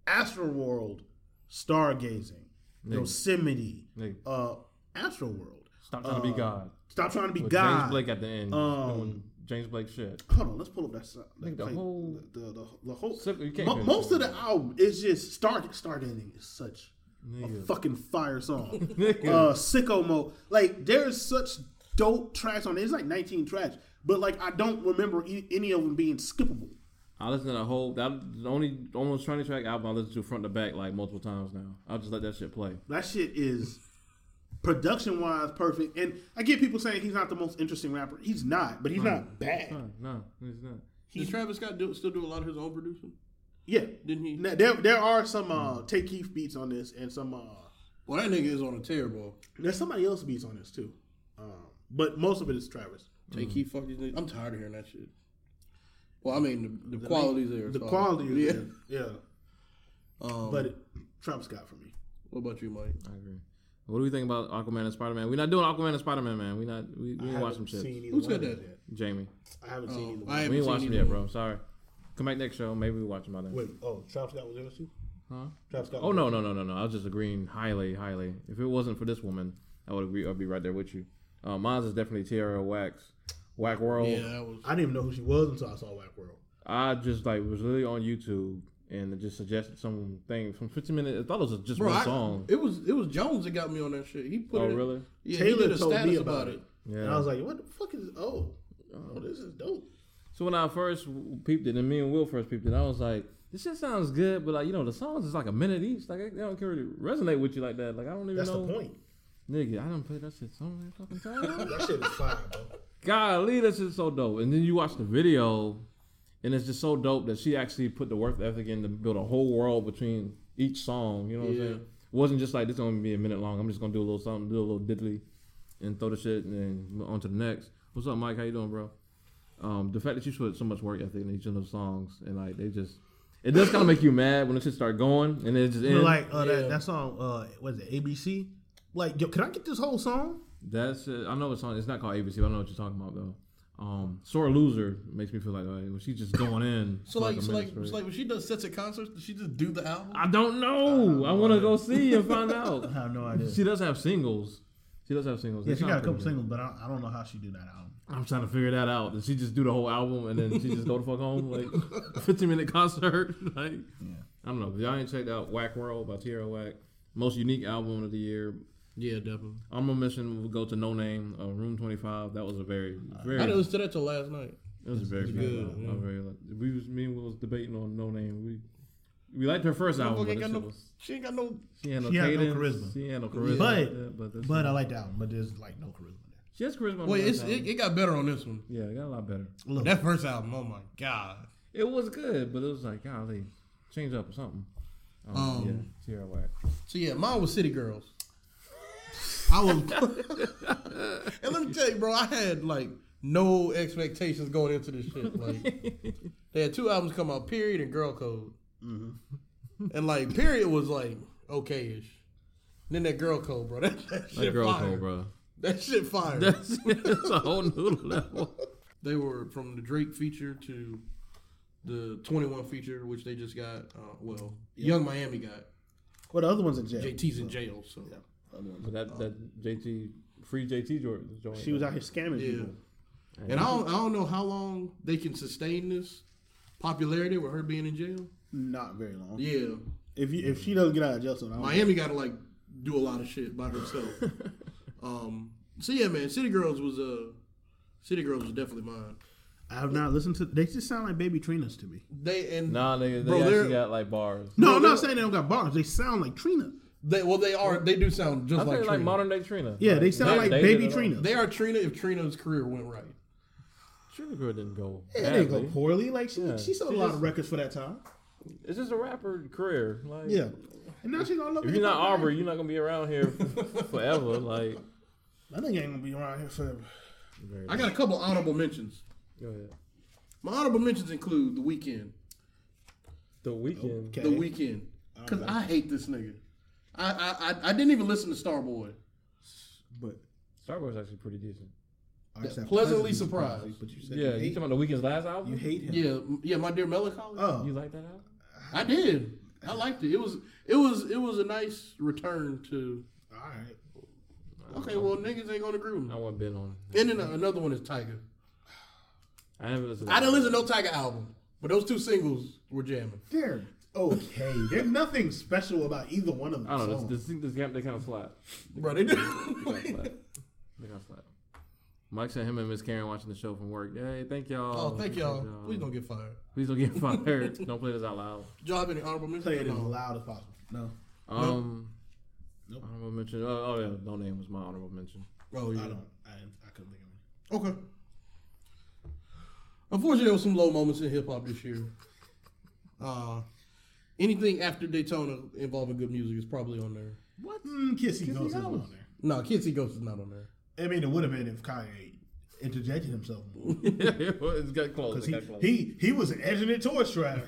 [SPEAKER 4] Astroworld, Stargazing, Yosemite,
[SPEAKER 3] Nigga.
[SPEAKER 4] uh, Astroworld.
[SPEAKER 3] Stop trying to be God.
[SPEAKER 4] Stop trying to be
[SPEAKER 3] With
[SPEAKER 4] Uh, God.
[SPEAKER 3] James Blake at the end.
[SPEAKER 4] Um,
[SPEAKER 3] doing James Blake shit.
[SPEAKER 4] Hold on, let's pull up that sound.
[SPEAKER 3] Nigga, the
[SPEAKER 4] play-
[SPEAKER 3] whole-
[SPEAKER 4] the, the, the, whole.
[SPEAKER 3] Sip- you can't
[SPEAKER 4] Mo-
[SPEAKER 3] finish
[SPEAKER 4] most
[SPEAKER 3] it.
[SPEAKER 4] of the album is just Star Stargazing is such a
[SPEAKER 3] Nigga.
[SPEAKER 4] fucking
[SPEAKER 3] [LAUGHS]
[SPEAKER 4] fire song.
[SPEAKER 3] Nigga.
[SPEAKER 4] uh, Sicko Mo, like there's such dope tracks on it. It's like 19 tracks, but like I don't remember e- any of them being skippable.
[SPEAKER 3] I listened to the whole. That was the only almost 20 track album I listened to front to back like multiple times now. I'll just let that shit play.
[SPEAKER 4] That shit is production wise perfect. And I get people saying he's not the most interesting rapper. He's not, but he's not bad.
[SPEAKER 3] No, no, it's not.
[SPEAKER 1] Does Travis Scott do, still do a lot of his own producing?
[SPEAKER 4] Yeah.
[SPEAKER 1] Didn't he?
[SPEAKER 4] Now, there there are some uh, Take Keith beats on this and some. Uh,
[SPEAKER 1] Well, that nigga is on a tear, bro.
[SPEAKER 4] There's somebody else beats on this too, um, but most of it is Travis.
[SPEAKER 1] Take he fuck these niggas. I'm tired of hearing that shit. Well, I mean, the, the, quality's there.
[SPEAKER 4] The
[SPEAKER 1] so-
[SPEAKER 4] quality,
[SPEAKER 1] Oh, yeah.
[SPEAKER 4] is yeah, yeah.
[SPEAKER 1] Um,
[SPEAKER 4] But it, Travis Scott for me.
[SPEAKER 1] what about you, Mike?
[SPEAKER 3] I agree. What do we think about Aquaman and Spider Man? We're not doing Aquaman and Spider Man, man. We not. We, we
[SPEAKER 4] I
[SPEAKER 3] ain't watch some
[SPEAKER 4] haven't
[SPEAKER 3] shit.
[SPEAKER 4] seen either
[SPEAKER 1] Who
[SPEAKER 4] one
[SPEAKER 1] said
[SPEAKER 4] of
[SPEAKER 1] that?
[SPEAKER 4] them yet.
[SPEAKER 3] Jamie,
[SPEAKER 4] I haven't
[SPEAKER 1] Oh,
[SPEAKER 4] seen
[SPEAKER 1] I
[SPEAKER 4] either. one.
[SPEAKER 1] haven't
[SPEAKER 3] we ain't
[SPEAKER 1] seen
[SPEAKER 3] watched it
[SPEAKER 1] either
[SPEAKER 3] yet,
[SPEAKER 1] one.
[SPEAKER 3] bro. Sorry. Come back next show. Maybe we watch them by then.
[SPEAKER 4] Wait, oh, Travis Scott was there too.
[SPEAKER 3] Huh?
[SPEAKER 4] Travis Scott.
[SPEAKER 3] Oh no no no no no! I was just agreeing highly highly. If it wasn't for this woman, I would agree. I'd be right there with you. Uh, mine's is definitely Tierra Wax, Whack World.
[SPEAKER 1] Yeah, that was.
[SPEAKER 4] I didn't even know who she was until I saw Whack World.
[SPEAKER 3] I just like was really on YouTube and it just suggested some thing from 15 minutes. I thought it was just
[SPEAKER 1] Bro,
[SPEAKER 3] one
[SPEAKER 1] I-
[SPEAKER 3] song.
[SPEAKER 1] it was it was Jones that got me on that shit. He put
[SPEAKER 3] Oh
[SPEAKER 1] it.
[SPEAKER 3] really?
[SPEAKER 1] Yeah, he
[SPEAKER 4] Taylor
[SPEAKER 1] did a
[SPEAKER 4] told
[SPEAKER 1] status
[SPEAKER 4] me about it, and
[SPEAKER 3] Yeah.
[SPEAKER 4] I was like, "What the fuck is? Oh, oh, this is dope."
[SPEAKER 3] so when I first peeped it, and me and Will first peeped it, I was like, "This shit sounds good," but like you know, the songs is like a minute each. Like they don't really resonate with you like that. Like I don't even
[SPEAKER 4] That's
[SPEAKER 3] know.
[SPEAKER 4] the point.
[SPEAKER 3] Nigga, I don't play that shit so many fucking times. [LAUGHS]
[SPEAKER 4] That shit is fire, bro.
[SPEAKER 3] Golly, this is so dope. And then you watch the video, and it's just so dope that she actually put the work ethic in to build a whole world between each song. You know what
[SPEAKER 1] Yeah.
[SPEAKER 3] I'm saying? It wasn't just like this gonna be a minute long. I'm just gonna do a little something, do a little diddly, and throw the shit, and then on to the next. What's up, Mike? How you doing, bro? Um, the fact that you put so much work ethic in each of those songs, and like they just, it does kind of make you mad when the shit start going, and then it just
[SPEAKER 4] But
[SPEAKER 3] ends.
[SPEAKER 4] like uh,
[SPEAKER 1] Yeah.
[SPEAKER 4] that, that song, uh, was it ABC? Like, yo, can I get this whole song?
[SPEAKER 3] That's it. I know it's on. It's not called ABC, but I know what you're talking about though. Um, sore loser makes me feel like uh, when she's just going in.
[SPEAKER 1] [LAUGHS] So
[SPEAKER 3] for
[SPEAKER 1] like,
[SPEAKER 3] a
[SPEAKER 1] so like,
[SPEAKER 3] minute straight.
[SPEAKER 1] so like, when she does sets at concerts, does she just do the album?
[SPEAKER 3] I don't know. I, want to go see and
[SPEAKER 4] [LAUGHS]
[SPEAKER 3] find out.
[SPEAKER 4] I have no idea.
[SPEAKER 3] She does have singles. She does have singles.
[SPEAKER 4] Yeah,
[SPEAKER 3] They
[SPEAKER 4] she got a
[SPEAKER 3] sound
[SPEAKER 4] couple
[SPEAKER 3] pretty
[SPEAKER 4] singles, but I, I don't know how she do that album.
[SPEAKER 3] good. I'm trying to figure that out. Did she just do the whole album and then she just go the fuck
[SPEAKER 4] [LAUGHS]
[SPEAKER 3] home like 15 minute concert? [LAUGHS] like
[SPEAKER 4] Yeah.
[SPEAKER 3] I don't know. If y'all ain't checked out Whack World by Tierra Whack, most unique album of the year.
[SPEAKER 1] yeah, definitely.
[SPEAKER 3] I'm gonna mention we'll go to No Name, uh, Room 25. That was a very very.
[SPEAKER 1] I didn't listen to that till last night.
[SPEAKER 3] It was very
[SPEAKER 1] It's
[SPEAKER 3] good.
[SPEAKER 1] good, yeah.
[SPEAKER 3] I very like. We was me and Will was debating on No Name. We we liked her first album.
[SPEAKER 1] Motherfucker
[SPEAKER 3] But
[SPEAKER 1] ain't
[SPEAKER 3] this
[SPEAKER 1] got
[SPEAKER 3] shit
[SPEAKER 1] no-
[SPEAKER 3] was,
[SPEAKER 1] She ain't got no.
[SPEAKER 3] she had no
[SPEAKER 4] She had no
[SPEAKER 3] cadence,
[SPEAKER 4] charisma.
[SPEAKER 3] She had no charisma.
[SPEAKER 4] But-
[SPEAKER 3] like that, but, this-
[SPEAKER 4] But I like that album, but there's like no charisma there.
[SPEAKER 3] she has charisma. on
[SPEAKER 1] Wait,
[SPEAKER 3] the
[SPEAKER 1] it's,
[SPEAKER 3] first album.
[SPEAKER 1] it, it got better on this one.
[SPEAKER 3] yeah, it got a lot better.
[SPEAKER 4] Look,
[SPEAKER 1] That first album, oh my god.
[SPEAKER 3] It was good, but it was like golly, change up or something. Um,
[SPEAKER 1] Um,
[SPEAKER 3] yeah, Tierra Whack.
[SPEAKER 1] So yeah, mine was City Girls.
[SPEAKER 3] [LAUGHS]
[SPEAKER 4] I was
[SPEAKER 1] [LAUGHS] And let me tell you, bro, I had like no expectations going into this shit. Like, they had two albums come out, Period and Girl Code.
[SPEAKER 3] Mm-hmm.
[SPEAKER 1] And like, Period was like okay ish. Then that Girl Code, bro. That, that shit
[SPEAKER 3] That girl
[SPEAKER 1] fire.
[SPEAKER 3] code, bro. [LAUGHS]
[SPEAKER 1] That shit fire.
[SPEAKER 3] That's, that's a whole new level.
[SPEAKER 1] they were from the Drake feature to the 21 feature, which they just got. Uh, well, Young Miami got.
[SPEAKER 4] Well, the other one's in jail.
[SPEAKER 1] JT's in jail, so.
[SPEAKER 4] Other one's-
[SPEAKER 3] But that that JT free JT Jordan.
[SPEAKER 4] She was out here scamming
[SPEAKER 1] Yeah.
[SPEAKER 4] people.
[SPEAKER 1] And I don't, I don't know how long they can sustain this popularity with her being in jail.
[SPEAKER 4] Not very long.
[SPEAKER 1] Yeah,
[SPEAKER 4] If you, if she doesn't get out of jail soon, I don't
[SPEAKER 1] Miami got to like do a lot of shit by herself. um, so yeah, man, City Girls was uh, City Girls was definitely mine.
[SPEAKER 4] I have not listened to. They just sound like Baby Trinas to me.
[SPEAKER 1] They and
[SPEAKER 3] Nah, they, they
[SPEAKER 1] Bro, they're-
[SPEAKER 3] actually got like bars.
[SPEAKER 4] No,
[SPEAKER 1] No,
[SPEAKER 4] I'm
[SPEAKER 1] no.
[SPEAKER 4] not saying they don't got bars. They sound like Trina.
[SPEAKER 1] they well they are they do sound
[SPEAKER 3] I
[SPEAKER 1] just
[SPEAKER 3] think
[SPEAKER 1] like,
[SPEAKER 3] like,
[SPEAKER 1] Trina.
[SPEAKER 3] modern day Trina.
[SPEAKER 4] Yeah, they sound like
[SPEAKER 3] did
[SPEAKER 4] Baby
[SPEAKER 3] it all.
[SPEAKER 4] Trina.
[SPEAKER 1] They are Trina if Trina's career went right.
[SPEAKER 3] Trina Girl didn't go.
[SPEAKER 4] It
[SPEAKER 3] badly.
[SPEAKER 4] didn't go poorly. Like she,
[SPEAKER 3] Yeah.
[SPEAKER 4] she sold
[SPEAKER 3] She
[SPEAKER 4] a lot
[SPEAKER 3] just-
[SPEAKER 4] of records for that time.
[SPEAKER 3] It's just a rapper career. Like,
[SPEAKER 4] Yeah, and now she's all over.
[SPEAKER 3] If
[SPEAKER 4] the
[SPEAKER 3] you're not
[SPEAKER 4] fucking-
[SPEAKER 3] Aubrey, you're not gonna be around here [LAUGHS] forever. Like,
[SPEAKER 4] I think I ain't gonna be around here forever.
[SPEAKER 1] I got a couple honorable mentions.
[SPEAKER 3] go ahead.
[SPEAKER 1] My honorable mentions include The Weeknd.
[SPEAKER 3] The weekend.
[SPEAKER 4] Okay.
[SPEAKER 1] The Weeknd, because I hate this nigga. I, I I- I didn't even listen to Starboy.
[SPEAKER 4] But
[SPEAKER 3] Starboy's actually pretty decent.
[SPEAKER 4] I just have
[SPEAKER 1] Pleasantly surprised.
[SPEAKER 4] But you said
[SPEAKER 3] Yeah,
[SPEAKER 4] you
[SPEAKER 3] you
[SPEAKER 4] hate,
[SPEAKER 3] talking about the weekend's last album?
[SPEAKER 4] you hate him.
[SPEAKER 1] Yeah, m- yeah, my dear melancholy.
[SPEAKER 4] Oh,
[SPEAKER 3] You like that album?
[SPEAKER 1] I did. I liked it. It was it was it was a nice return to.
[SPEAKER 4] all right.
[SPEAKER 1] Okay, well niggas ain't gonna agree with
[SPEAKER 3] I
[SPEAKER 1] me.
[SPEAKER 3] wasn't been on. it.
[SPEAKER 1] And then uh, another one is Tiger.
[SPEAKER 3] I haven't listened. To
[SPEAKER 1] I
[SPEAKER 3] it.
[SPEAKER 1] didn't listen to no Tiger album, but those two singles were jamming.
[SPEAKER 4] They're okay. There's nothing special about either one of them.
[SPEAKER 3] I don't know.
[SPEAKER 4] songs.
[SPEAKER 3] This, this, this game, they kind of flat.
[SPEAKER 1] Bro, they did.
[SPEAKER 3] They kind of flat. They kind of flat. Mike said him and Miss Karen watching the show from work. Hey, thank
[SPEAKER 1] [LAUGHS]
[SPEAKER 3] y'all.
[SPEAKER 1] oh, thank y'all. Please don't get fired.
[SPEAKER 3] Please don't get fired. don't play this out loud.
[SPEAKER 1] Y'all have any honorable mentions?
[SPEAKER 4] Play it as
[SPEAKER 1] No.
[SPEAKER 4] loud as possible. No,
[SPEAKER 3] Um,
[SPEAKER 4] Nope.
[SPEAKER 3] honorable mention. Oh, oh yeah, no name was my honorable mention. [LAUGHS]
[SPEAKER 1] Oh
[SPEAKER 4] I
[SPEAKER 1] yeah.
[SPEAKER 4] don't. I, I couldn't think of it.
[SPEAKER 1] Okay. Unfortunately, there was some low moments in hip hop this year. Uh, anything after Daytona involving good music is probably on there.
[SPEAKER 4] What? Mm, Kissy, Kissy Ghost is on there.
[SPEAKER 1] No, Kids See Ghosts is not on there.
[SPEAKER 4] I mean, it would have been if Kanye interjected himself more.
[SPEAKER 3] it's got close. It
[SPEAKER 4] Because he,
[SPEAKER 3] got close.
[SPEAKER 4] he, he was edging it towards
[SPEAKER 3] [LAUGHS]
[SPEAKER 4] Stratus.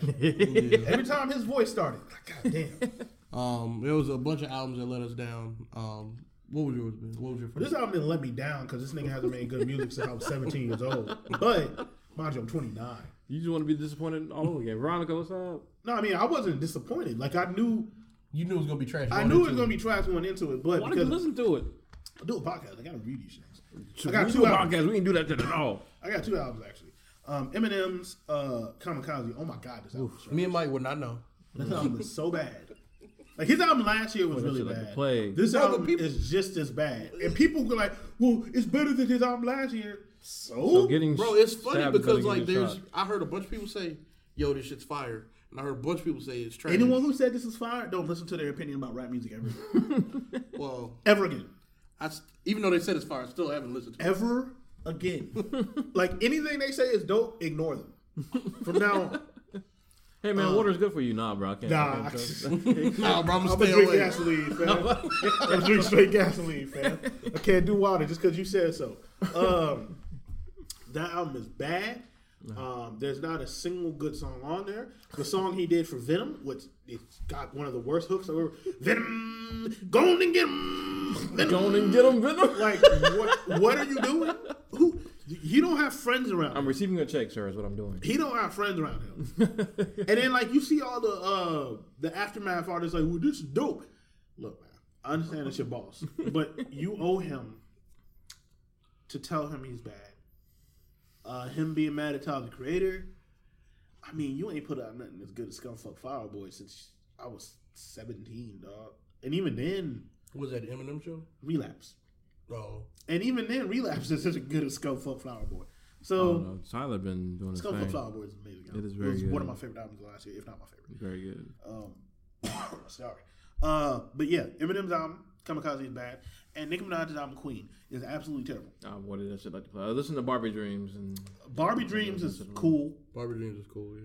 [SPEAKER 4] Every time his voice started, like, God damn.
[SPEAKER 1] Um, there was a bunch of albums that let us down. Um, what was yours? Ben? What was your
[SPEAKER 4] This
[SPEAKER 1] first?
[SPEAKER 4] album didn't let me down because this nigga hasn't made good music since I was 17 years old. But, mind you, I'm 29.
[SPEAKER 3] you just want to be disappointed all over again. Veronica, what's up?
[SPEAKER 4] No, I mean, I wasn't disappointed. Like, I knew
[SPEAKER 1] You knew it was gonna be trash.
[SPEAKER 4] I knew it was going to be trash going into it, but
[SPEAKER 3] Why did you
[SPEAKER 4] because
[SPEAKER 3] listen to it?
[SPEAKER 4] I do a podcast, I got to read these things.
[SPEAKER 3] I
[SPEAKER 4] got
[SPEAKER 3] got
[SPEAKER 4] two
[SPEAKER 3] two
[SPEAKER 4] albums.
[SPEAKER 3] podcasts. We didn't do that shit at all.
[SPEAKER 4] I got two albums, actually. Um, Eminem's uh, Kamikaze. Oh, my God, this album is trash.
[SPEAKER 1] Me and Mike would not know.
[SPEAKER 4] This album is so bad. Like his album last year
[SPEAKER 3] that
[SPEAKER 4] was really
[SPEAKER 3] shit like the
[SPEAKER 4] bad.
[SPEAKER 3] plague.
[SPEAKER 4] this
[SPEAKER 1] Bro, but
[SPEAKER 4] album
[SPEAKER 1] people-
[SPEAKER 4] is just as bad. And people were like, "Well, it's better than his album last year." So,
[SPEAKER 3] So getting
[SPEAKER 1] Bro, it's
[SPEAKER 3] stabbed
[SPEAKER 1] funny
[SPEAKER 3] is
[SPEAKER 1] because
[SPEAKER 3] better than
[SPEAKER 1] like
[SPEAKER 3] getting
[SPEAKER 1] there's.
[SPEAKER 3] shot.
[SPEAKER 1] I heard a bunch of people say, "Yo, this shit's fire," and I heard a bunch of people say it's trash.
[SPEAKER 4] anyone who said this is fire, don't listen to their opinion about rap music ever, again.
[SPEAKER 1] Well,
[SPEAKER 4] ever again,
[SPEAKER 1] I s- even though they said it's fire, I still haven't listened to. it.
[SPEAKER 4] ever
[SPEAKER 3] [LAUGHS]
[SPEAKER 4] again. like anything they say is dope, ignore them. From now,
[SPEAKER 3] [LAUGHS]
[SPEAKER 4] on.
[SPEAKER 3] Hey man, water's good for you. Nah, bro, I can't. I
[SPEAKER 4] nah,
[SPEAKER 3] can't trust it.
[SPEAKER 1] [LAUGHS]
[SPEAKER 4] I'm
[SPEAKER 1] Nah, bro, I'm
[SPEAKER 4] gonna
[SPEAKER 1] gonna stay
[SPEAKER 4] drink
[SPEAKER 1] away.
[SPEAKER 4] gasoline, fam. [LAUGHS] I'm gonna drink straight gasoline, fam. I can't do water just because you said so. Um, that album is bad. Um, there's not a single good song on there. The song he did for Venom, which it's got one of the worst hooks I've ever. Venom, go on and get him. Venom.
[SPEAKER 3] Go on and get them, Venom.
[SPEAKER 4] Like, what, what are you doing? Who? You don't have friends around.
[SPEAKER 3] I'm
[SPEAKER 4] him.
[SPEAKER 3] receiving a check, sir. Is what I'm doing.
[SPEAKER 4] He don't have friends around him. [LAUGHS] and then like you see all the uh the aftermath artists like, well, this is dope. Look, man, I understand it's your boss, [LAUGHS] but you owe him to tell him he's bad. Uh, him being mad at Tyler the Creator. I mean, you ain't put out nothing as good as Scumfuck Fireboy since I was seventeen, dog. And even then,
[SPEAKER 1] Was that the Eminem show?
[SPEAKER 4] relapse.
[SPEAKER 1] Oh,
[SPEAKER 4] And even then, relapse [LAUGHS] is as good as Scumfuck Fireboy.
[SPEAKER 3] I
[SPEAKER 4] So.
[SPEAKER 3] don't know. Tyler been doing his
[SPEAKER 4] Scumfuck
[SPEAKER 3] thing.
[SPEAKER 4] Fireboy is an amazing. Album.
[SPEAKER 3] It is very
[SPEAKER 4] was
[SPEAKER 3] good.
[SPEAKER 4] one of my favorite albums of last year, if not my favorite.
[SPEAKER 3] Very good.
[SPEAKER 4] Um, [COUGHS] sorry. Uh, but yeah, Eminem's album Kamikaze is bad, and Nicki Minaj's album Queen is absolutely terrible.
[SPEAKER 3] I wanted that shit like to play. I listened to Barbie Dreams and
[SPEAKER 4] Barbie Dreams is cool.
[SPEAKER 1] Barbie Dreams is cool. Yeah.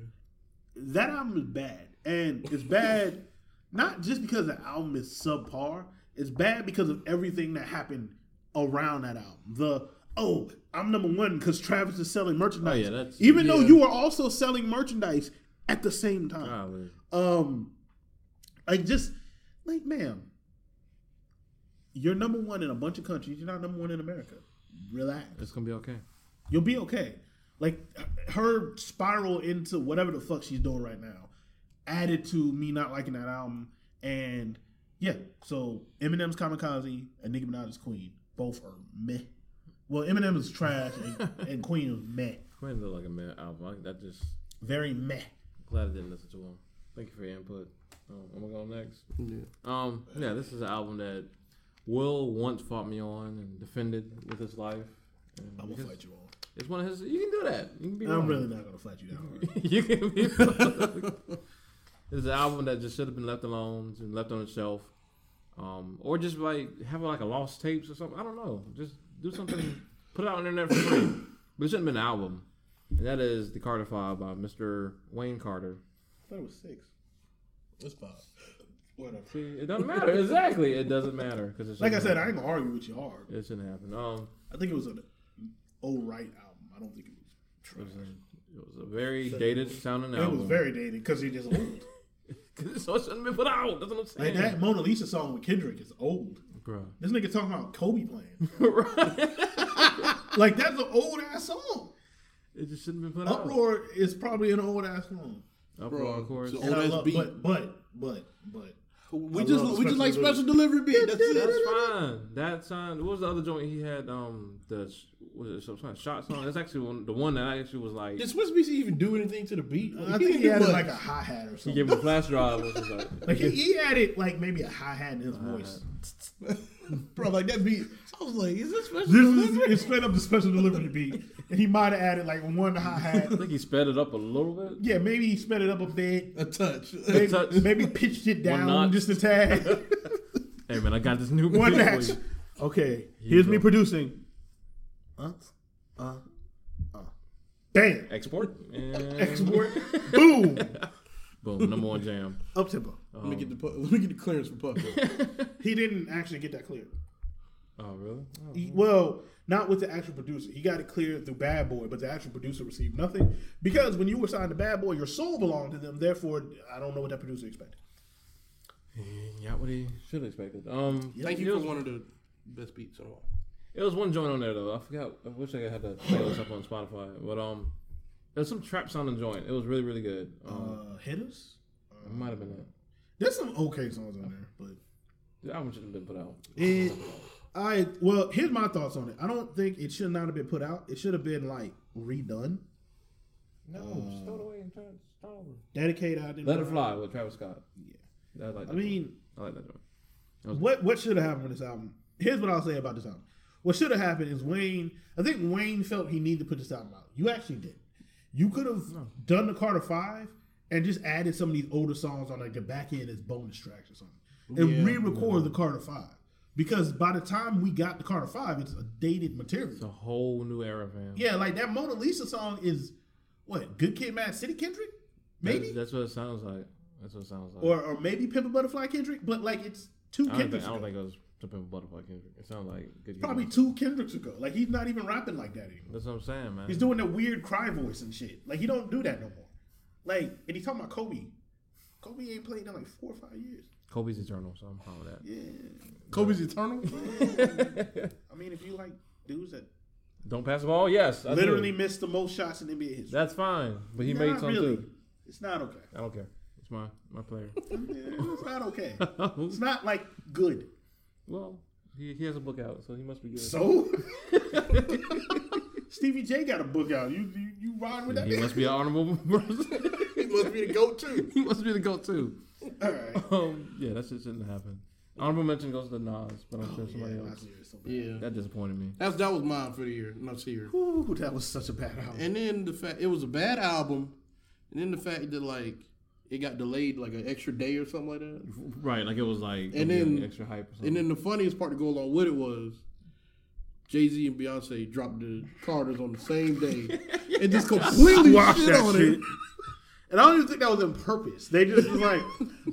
[SPEAKER 4] That album is bad, and it's bad [LAUGHS] not just because the album is subpar. It's bad because of everything that happened around that album. The oh, I'm number one because Travis is selling merchandise.
[SPEAKER 3] Oh, yeah, that's-
[SPEAKER 4] Even though
[SPEAKER 1] yeah.
[SPEAKER 4] you are also selling merchandise at the same time.
[SPEAKER 3] Tyler.
[SPEAKER 4] Um, like just like, ma'am, you're number one in a bunch of countries. You're not number one in America. Relax.
[SPEAKER 3] It's gonna be okay.
[SPEAKER 4] You'll be okay. Like her spiral into whatever the fuck she's doing right now, added to me not liking that album, and yeah. So Eminem's Kamikaze and Nicki Minaj's Queen both are meh. Well, Eminem is trash and, and Queen was meh,
[SPEAKER 3] Quinn looked like a man album. I, I just
[SPEAKER 4] very meh.
[SPEAKER 3] glad I didn't listen to him. Thank you for your input. Um, I'm gonna go next.
[SPEAKER 1] Yeah.
[SPEAKER 3] Um, yeah, this is an album that Will once fought me on and defended with his life. And
[SPEAKER 4] I will
[SPEAKER 3] because
[SPEAKER 4] fight you all.
[SPEAKER 3] It's one of his. You can do that. You can be.
[SPEAKER 4] I'm
[SPEAKER 3] wrong.
[SPEAKER 4] really not gonna fight you down.
[SPEAKER 3] [LAUGHS]
[SPEAKER 4] Right?
[SPEAKER 3] you can be. wrong. [LAUGHS] it's an album that just should have been left alone and left on itself, um, or just like have like a lost tapes or something. I don't know. Just do something. [COUGHS] put it out on the internet for free. But it shouldn't have been an album. And that is the Carter Five by Mr. Wayne Carter.
[SPEAKER 4] I thought it was six.
[SPEAKER 5] It's five. Whatever.
[SPEAKER 3] See, it doesn't
[SPEAKER 4] [LAUGHS]
[SPEAKER 3] matter. exactly, it doesn't matter because
[SPEAKER 4] Like I said, I ain't gonna argue with you hard.
[SPEAKER 3] It shouldn't happen. Um,
[SPEAKER 4] I think it was an all right album. I don't think it was.
[SPEAKER 3] it was a, it was a very dated sounding
[SPEAKER 4] It
[SPEAKER 3] album.
[SPEAKER 4] was very dated because he just old.
[SPEAKER 3] [LAUGHS] so it shouldn't be put out. That's what I'm [LAUGHS]
[SPEAKER 4] like
[SPEAKER 3] saying,
[SPEAKER 4] that Mona Lisa song with Kendrick is old.
[SPEAKER 3] bro.
[SPEAKER 4] This nigga talking about Kobe playing.
[SPEAKER 3] [LAUGHS] right?
[SPEAKER 4] Like that's an old ass song.
[SPEAKER 3] It just shouldn't be put out.
[SPEAKER 4] Uproar is probably an old ass song.
[SPEAKER 3] Uproar, of course.
[SPEAKER 1] So-
[SPEAKER 4] And I
[SPEAKER 1] Old ass
[SPEAKER 4] love,
[SPEAKER 1] beat.
[SPEAKER 4] but but but but
[SPEAKER 1] We
[SPEAKER 4] I
[SPEAKER 1] just
[SPEAKER 4] love
[SPEAKER 1] we just
[SPEAKER 4] special
[SPEAKER 1] like special delivery beat. That's
[SPEAKER 3] That's
[SPEAKER 1] it.
[SPEAKER 3] fine. That sign. What was the other joint he had? Um, the sh- was it some kind of shot song? That's actually one, the one that I actually was like.
[SPEAKER 1] Did Swiss Beats even do anything to the beat?
[SPEAKER 4] I think
[SPEAKER 1] didn't
[SPEAKER 4] he
[SPEAKER 1] do
[SPEAKER 4] added
[SPEAKER 1] much.
[SPEAKER 4] like a hi hat or
[SPEAKER 3] He
[SPEAKER 4] something.
[SPEAKER 3] gave him a flash drive. Which was like,
[SPEAKER 4] Like he, he added like maybe a hi hat in his voice.
[SPEAKER 1] bro, like that beat. I was like, is this special
[SPEAKER 4] This
[SPEAKER 1] delivery?
[SPEAKER 4] is it's straight up the special delivery beat, and he might have added like one hi hat.
[SPEAKER 3] I think he sped it up a little bit.
[SPEAKER 4] Yeah, maybe he sped it up a bit.
[SPEAKER 1] A touch.
[SPEAKER 4] Maybe,
[SPEAKER 3] touch.
[SPEAKER 4] maybe pitched it
[SPEAKER 3] One notch.
[SPEAKER 4] down just a [LAUGHS] tad.
[SPEAKER 3] Hey man, I got this new
[SPEAKER 4] One
[SPEAKER 3] beat for
[SPEAKER 4] notch.
[SPEAKER 3] you.
[SPEAKER 4] Okay,
[SPEAKER 3] you
[SPEAKER 4] here's
[SPEAKER 3] go.
[SPEAKER 4] me producing. Uh, uh, uh. Bam.
[SPEAKER 3] Export. And
[SPEAKER 4] Export. Boom.
[SPEAKER 3] boom. Number one jam.
[SPEAKER 4] [LAUGHS] Up tempo.
[SPEAKER 1] let me get the pu- let me get the clearance for Puff.
[SPEAKER 4] [LAUGHS] He didn't actually get that clear.
[SPEAKER 3] Oh really? Oh.
[SPEAKER 4] He- well, not with the actual producer. He got it cleared through Bad Boy, but the actual producer received nothing because when you were signed to Bad Boy, your soul belonged to them. Therefore, I don't know what that producer expected.
[SPEAKER 3] Yeah, what he should have expected. Um,
[SPEAKER 1] Thank
[SPEAKER 3] it
[SPEAKER 1] you
[SPEAKER 3] was-
[SPEAKER 1] for one of the best beats in a while.
[SPEAKER 3] It was one joint on there though. I forgot. I wish I had the playlist up on Spotify. But um, there's some trap sounding joint. It was really really good. Um,
[SPEAKER 4] Uh, hitters.
[SPEAKER 3] it might have been that.
[SPEAKER 4] There's some okay songs on there, but
[SPEAKER 3] The album should have been put out.
[SPEAKER 4] It, I well, here's my thoughts on it. I don't think it should not have been put out. It should have been like redone.
[SPEAKER 3] No, just throw it away and try to start over.
[SPEAKER 4] Dedicate out.
[SPEAKER 3] Let it fly Um, with Travis Scott.
[SPEAKER 4] Yeah.
[SPEAKER 3] I like. That
[SPEAKER 4] I mean,
[SPEAKER 3] I like that joint.
[SPEAKER 4] what what should have happened with this album? Here's what I'll say about this album. What should have happened is Wayne. I think Wayne felt he needed to put this album out. You actually did. You could have done the Carter Five and just added some of these older songs on like the back end as bonus tracks or something, and
[SPEAKER 1] Yeah.
[SPEAKER 4] re-record the Carter Five. Because by the time we got the Carter Five, it's a dated material.
[SPEAKER 3] It's a whole new era, fam.
[SPEAKER 4] Yeah, like that Mona Lisa song is what Good Kid, Mad City Kendrick,
[SPEAKER 3] That's,
[SPEAKER 4] maybe,
[SPEAKER 3] that's what it sounds like. That's what it sounds like.
[SPEAKER 4] or or maybe Pimp a Butterfly Kendrick, but like it's two
[SPEAKER 3] I don't, think,
[SPEAKER 4] Kendricks
[SPEAKER 3] I don't
[SPEAKER 4] ago.
[SPEAKER 3] think it was to Pimp a Butterfly Kendrick. It sounds like good. Kid,
[SPEAKER 4] Probably
[SPEAKER 3] Mad
[SPEAKER 4] two Kendricks ago. Like he's not even rapping like that anymore.
[SPEAKER 3] That's what I'm saying, man.
[SPEAKER 4] He's doing that weird cry voice and shit. Like he don't do that no more. Like and he's talking about Kobe. Kobe ain't played in like four or five years.
[SPEAKER 3] Kobe's eternal, so I'm fine with that.
[SPEAKER 4] Yeah.
[SPEAKER 1] Kobe's Eternal.
[SPEAKER 4] I mean, if you like dudes that
[SPEAKER 3] Don't pass the ball. Yes, I do.
[SPEAKER 4] literally missed the most shots in NBA history,
[SPEAKER 3] That's fine, but he made
[SPEAKER 4] Not
[SPEAKER 3] some
[SPEAKER 4] really.
[SPEAKER 3] too.
[SPEAKER 4] It's not okay.
[SPEAKER 3] I don't care. It's my my player.
[SPEAKER 4] Yeah, it's not okay. It's not like good.
[SPEAKER 3] [LAUGHS] well, he, he has a book out, so he must be good.
[SPEAKER 4] So [LAUGHS] Stevie J got a book out. You you, you ride with
[SPEAKER 3] [LAUGHS]
[SPEAKER 4] that?
[SPEAKER 3] he
[SPEAKER 4] nigga?
[SPEAKER 3] must be an honorable [LAUGHS] person.
[SPEAKER 1] [LAUGHS] he must be the goat too.
[SPEAKER 3] he must be the go-to.
[SPEAKER 4] All right.
[SPEAKER 3] Um, yeah, that shit shouldn't happen. Honorable mention goes to Oh, Nas, but I'm sure somebody
[SPEAKER 4] Yeah, I
[SPEAKER 3] else.
[SPEAKER 4] see it so bad.
[SPEAKER 1] Yeah,
[SPEAKER 3] That disappointed me.
[SPEAKER 1] that's that was mine for the year. Not year.
[SPEAKER 4] Ooh, that was such a bad album.
[SPEAKER 1] And then the fact it was a bad album, and then the fact that like it got delayed like an extra day or something like that.
[SPEAKER 3] Right, like it was like
[SPEAKER 1] And then-
[SPEAKER 3] like, extra hype. Or something.
[SPEAKER 1] And then the funniest part to go along with it was Jay Z and Beyonce dropped the Carters on the same day and just completely
[SPEAKER 4] Squash
[SPEAKER 1] shit
[SPEAKER 4] that
[SPEAKER 1] on
[SPEAKER 4] shit.
[SPEAKER 1] it.
[SPEAKER 4] And I don't even think that was on purpose. They just was like,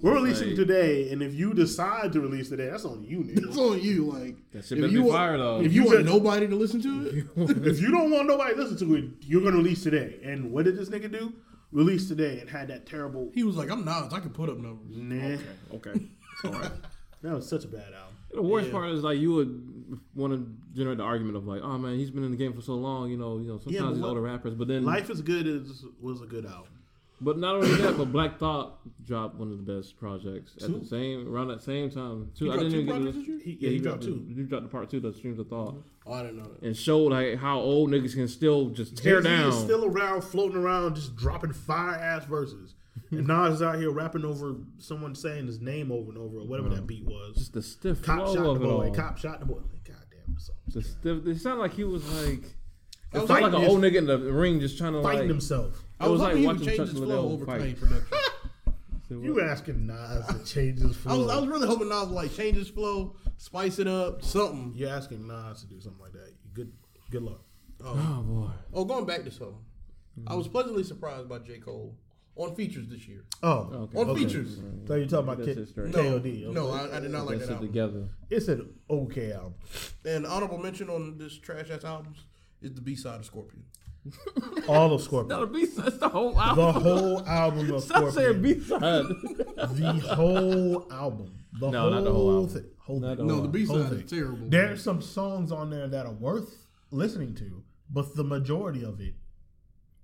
[SPEAKER 4] we're releasing
[SPEAKER 3] Like-
[SPEAKER 4] today, and if you decide to release today, that's on you,
[SPEAKER 1] It's
[SPEAKER 4] nigga.
[SPEAKER 1] on you, like
[SPEAKER 3] that shit
[SPEAKER 1] if
[SPEAKER 3] better
[SPEAKER 1] you
[SPEAKER 3] be
[SPEAKER 1] want-
[SPEAKER 3] fire though.
[SPEAKER 1] if you want
[SPEAKER 4] just-
[SPEAKER 1] nobody to listen to it,
[SPEAKER 4] [LAUGHS] if you don't want nobody to listen to it, you're gonna release today. And what did this nigga do? Release today and had that terrible.
[SPEAKER 1] he was like, "I'm Nas, I can put up numbers."
[SPEAKER 4] Nah,
[SPEAKER 3] okay. All right.
[SPEAKER 4] that was such a bad album.
[SPEAKER 3] [LAUGHS] The worst
[SPEAKER 1] Yeah.
[SPEAKER 3] part is like you would want to generate the argument of like, oh man, he's been in the game for so long, you know, you know, sometimes
[SPEAKER 4] but
[SPEAKER 3] these
[SPEAKER 4] what-
[SPEAKER 3] older rappers, but then
[SPEAKER 4] Life is Good is was a good album.
[SPEAKER 3] But not only that, but Black Thought dropped one of the best projects at the same around that same time. Two, I
[SPEAKER 1] dropped
[SPEAKER 3] didn't
[SPEAKER 1] two
[SPEAKER 3] even get to
[SPEAKER 1] projects
[SPEAKER 3] this.
[SPEAKER 1] this year?
[SPEAKER 2] He, yeah, he, dropped
[SPEAKER 3] the-
[SPEAKER 2] two.
[SPEAKER 3] He dropped the part two, the streams of thought,
[SPEAKER 1] Oh, I didn't know that.
[SPEAKER 3] and showed like how old niggas can still just tear
[SPEAKER 4] Jay-Z
[SPEAKER 3] down.
[SPEAKER 4] Is still around, floating around, just dropping fire ass verses. And Nas is out here rapping over someone saying his name over and over, or whatever that beat was.
[SPEAKER 3] just the stiff
[SPEAKER 4] Cop
[SPEAKER 3] flow
[SPEAKER 4] shot the
[SPEAKER 3] of it
[SPEAKER 4] boy.
[SPEAKER 3] all.
[SPEAKER 4] Cop shot the boy. Like, God damn it. song.
[SPEAKER 3] The stiff. It sounded like he was like. It
[SPEAKER 1] was
[SPEAKER 3] was like an
[SPEAKER 4] fighting his-
[SPEAKER 3] old nigga in the ring just trying to
[SPEAKER 4] Fighting
[SPEAKER 3] like.
[SPEAKER 4] himself.
[SPEAKER 1] I was,
[SPEAKER 3] was like
[SPEAKER 1] hoping
[SPEAKER 3] watching
[SPEAKER 1] he would change
[SPEAKER 3] Chuck
[SPEAKER 1] his
[SPEAKER 3] Liddell
[SPEAKER 1] flow over
[SPEAKER 3] fight.
[SPEAKER 1] Kanye production.
[SPEAKER 4] You asking Nas to change his flow?
[SPEAKER 1] I was, I was really hoping Nas would like change his flow, spice it up, something.
[SPEAKER 4] You're asking Nas to do something like that. Good, good luck.
[SPEAKER 3] [LAUGHS] Oh boy.
[SPEAKER 1] Oh, going back to something, I was pleasantly surprised by J Cole on features this year.
[SPEAKER 4] Oh,
[SPEAKER 3] Okay.
[SPEAKER 1] On
[SPEAKER 3] Okay.
[SPEAKER 1] features,
[SPEAKER 4] so you're talking about
[SPEAKER 3] That's
[SPEAKER 4] Mm-hmm. K-
[SPEAKER 3] it straight.
[SPEAKER 1] no,
[SPEAKER 4] KOD? okay.
[SPEAKER 1] no, I, I did not like that
[SPEAKER 3] That shit
[SPEAKER 1] album.
[SPEAKER 3] together.
[SPEAKER 4] it's an okay album.
[SPEAKER 1] And honorable mention on this trash ass albums is the B side of Scorpion.
[SPEAKER 4] All of Scorpion.
[SPEAKER 3] No, the beat. That's the whole album.
[SPEAKER 4] The whole album of
[SPEAKER 3] Stop saying
[SPEAKER 4] Scorpion.
[SPEAKER 3] B side.
[SPEAKER 4] The whole album. The
[SPEAKER 3] No,
[SPEAKER 4] whole
[SPEAKER 3] not the whole album.
[SPEAKER 4] thi- whole
[SPEAKER 3] Not
[SPEAKER 4] thing.
[SPEAKER 3] the
[SPEAKER 1] No, the
[SPEAKER 3] whole
[SPEAKER 1] B side
[SPEAKER 4] Whole
[SPEAKER 1] is
[SPEAKER 4] thing.
[SPEAKER 1] terrible.
[SPEAKER 4] There's some songs on there that are worth listening to, but the majority of it,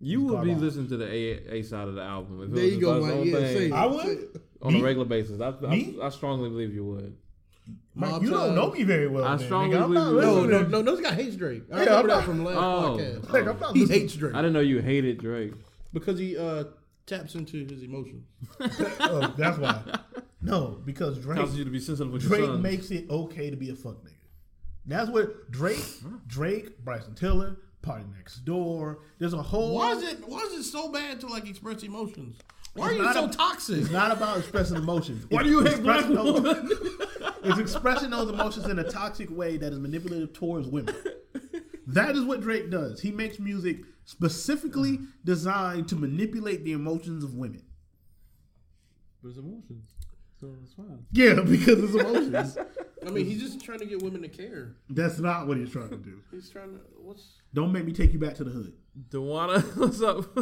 [SPEAKER 3] [LAUGHS] You would be
[SPEAKER 4] Garbage.
[SPEAKER 3] listening to the A, A side of the album. If
[SPEAKER 1] There
[SPEAKER 3] it was
[SPEAKER 1] you
[SPEAKER 3] just
[SPEAKER 1] go,
[SPEAKER 3] us
[SPEAKER 1] Mike.
[SPEAKER 3] own
[SPEAKER 1] Yeah,
[SPEAKER 3] thing
[SPEAKER 1] say it.
[SPEAKER 4] I would.
[SPEAKER 3] on
[SPEAKER 4] Me?
[SPEAKER 3] a regular basis. I,
[SPEAKER 4] Me?
[SPEAKER 3] I, I strongly believe you would.
[SPEAKER 4] Mike,
[SPEAKER 1] Mob
[SPEAKER 4] you don't
[SPEAKER 1] Ties.
[SPEAKER 4] know me very well.
[SPEAKER 3] I
[SPEAKER 4] man, nigga.
[SPEAKER 3] strongly
[SPEAKER 4] I'm not
[SPEAKER 3] believe you-
[SPEAKER 1] No,
[SPEAKER 4] listening.
[SPEAKER 1] no, no, those guys hate Drake. I
[SPEAKER 4] Yeah,
[SPEAKER 1] remember
[SPEAKER 4] I'm
[SPEAKER 1] that from last
[SPEAKER 3] Oh.
[SPEAKER 1] podcast.
[SPEAKER 4] Like, I'm not
[SPEAKER 1] He
[SPEAKER 4] listening.
[SPEAKER 1] hates Drake
[SPEAKER 3] I didn't know you hated Drake.
[SPEAKER 1] because he uh, taps into his emotions.
[SPEAKER 4] Oh,
[SPEAKER 3] [LAUGHS]
[SPEAKER 4] that's why. No, because Drake
[SPEAKER 3] Causes you to be sensitive with your
[SPEAKER 4] Drake
[SPEAKER 3] son.
[SPEAKER 4] makes it okay to be a fuck nigga. That's what Drake, Drake, Bryson Tiller, Party Next Door. There's a whole.
[SPEAKER 1] Why is it? Why is it so bad to like express emotions? Why are
[SPEAKER 4] It's
[SPEAKER 1] you
[SPEAKER 4] not
[SPEAKER 1] so
[SPEAKER 4] a-
[SPEAKER 1] toxic? [LAUGHS]
[SPEAKER 4] It's not about expressing emotions.
[SPEAKER 3] Why do you hate black
[SPEAKER 4] expressing those- [LAUGHS]
[SPEAKER 3] women?
[SPEAKER 4] It's expressing those emotions in a toxic way that is manipulative towards
[SPEAKER 3] [LAUGHS]
[SPEAKER 4] women. That is what Drake does. He makes music specifically designed to manipulate the emotions of women.
[SPEAKER 3] But it's emotions, so it's fine.
[SPEAKER 4] Yeah, [LAUGHS] because it's emotions.
[SPEAKER 1] I mean, he's just trying to get women to care.
[SPEAKER 4] That's not what he's trying to do.
[SPEAKER 1] He's trying to. What's
[SPEAKER 4] Don't make me take you back to the hood.
[SPEAKER 3] Dewana, [LAUGHS] what's up?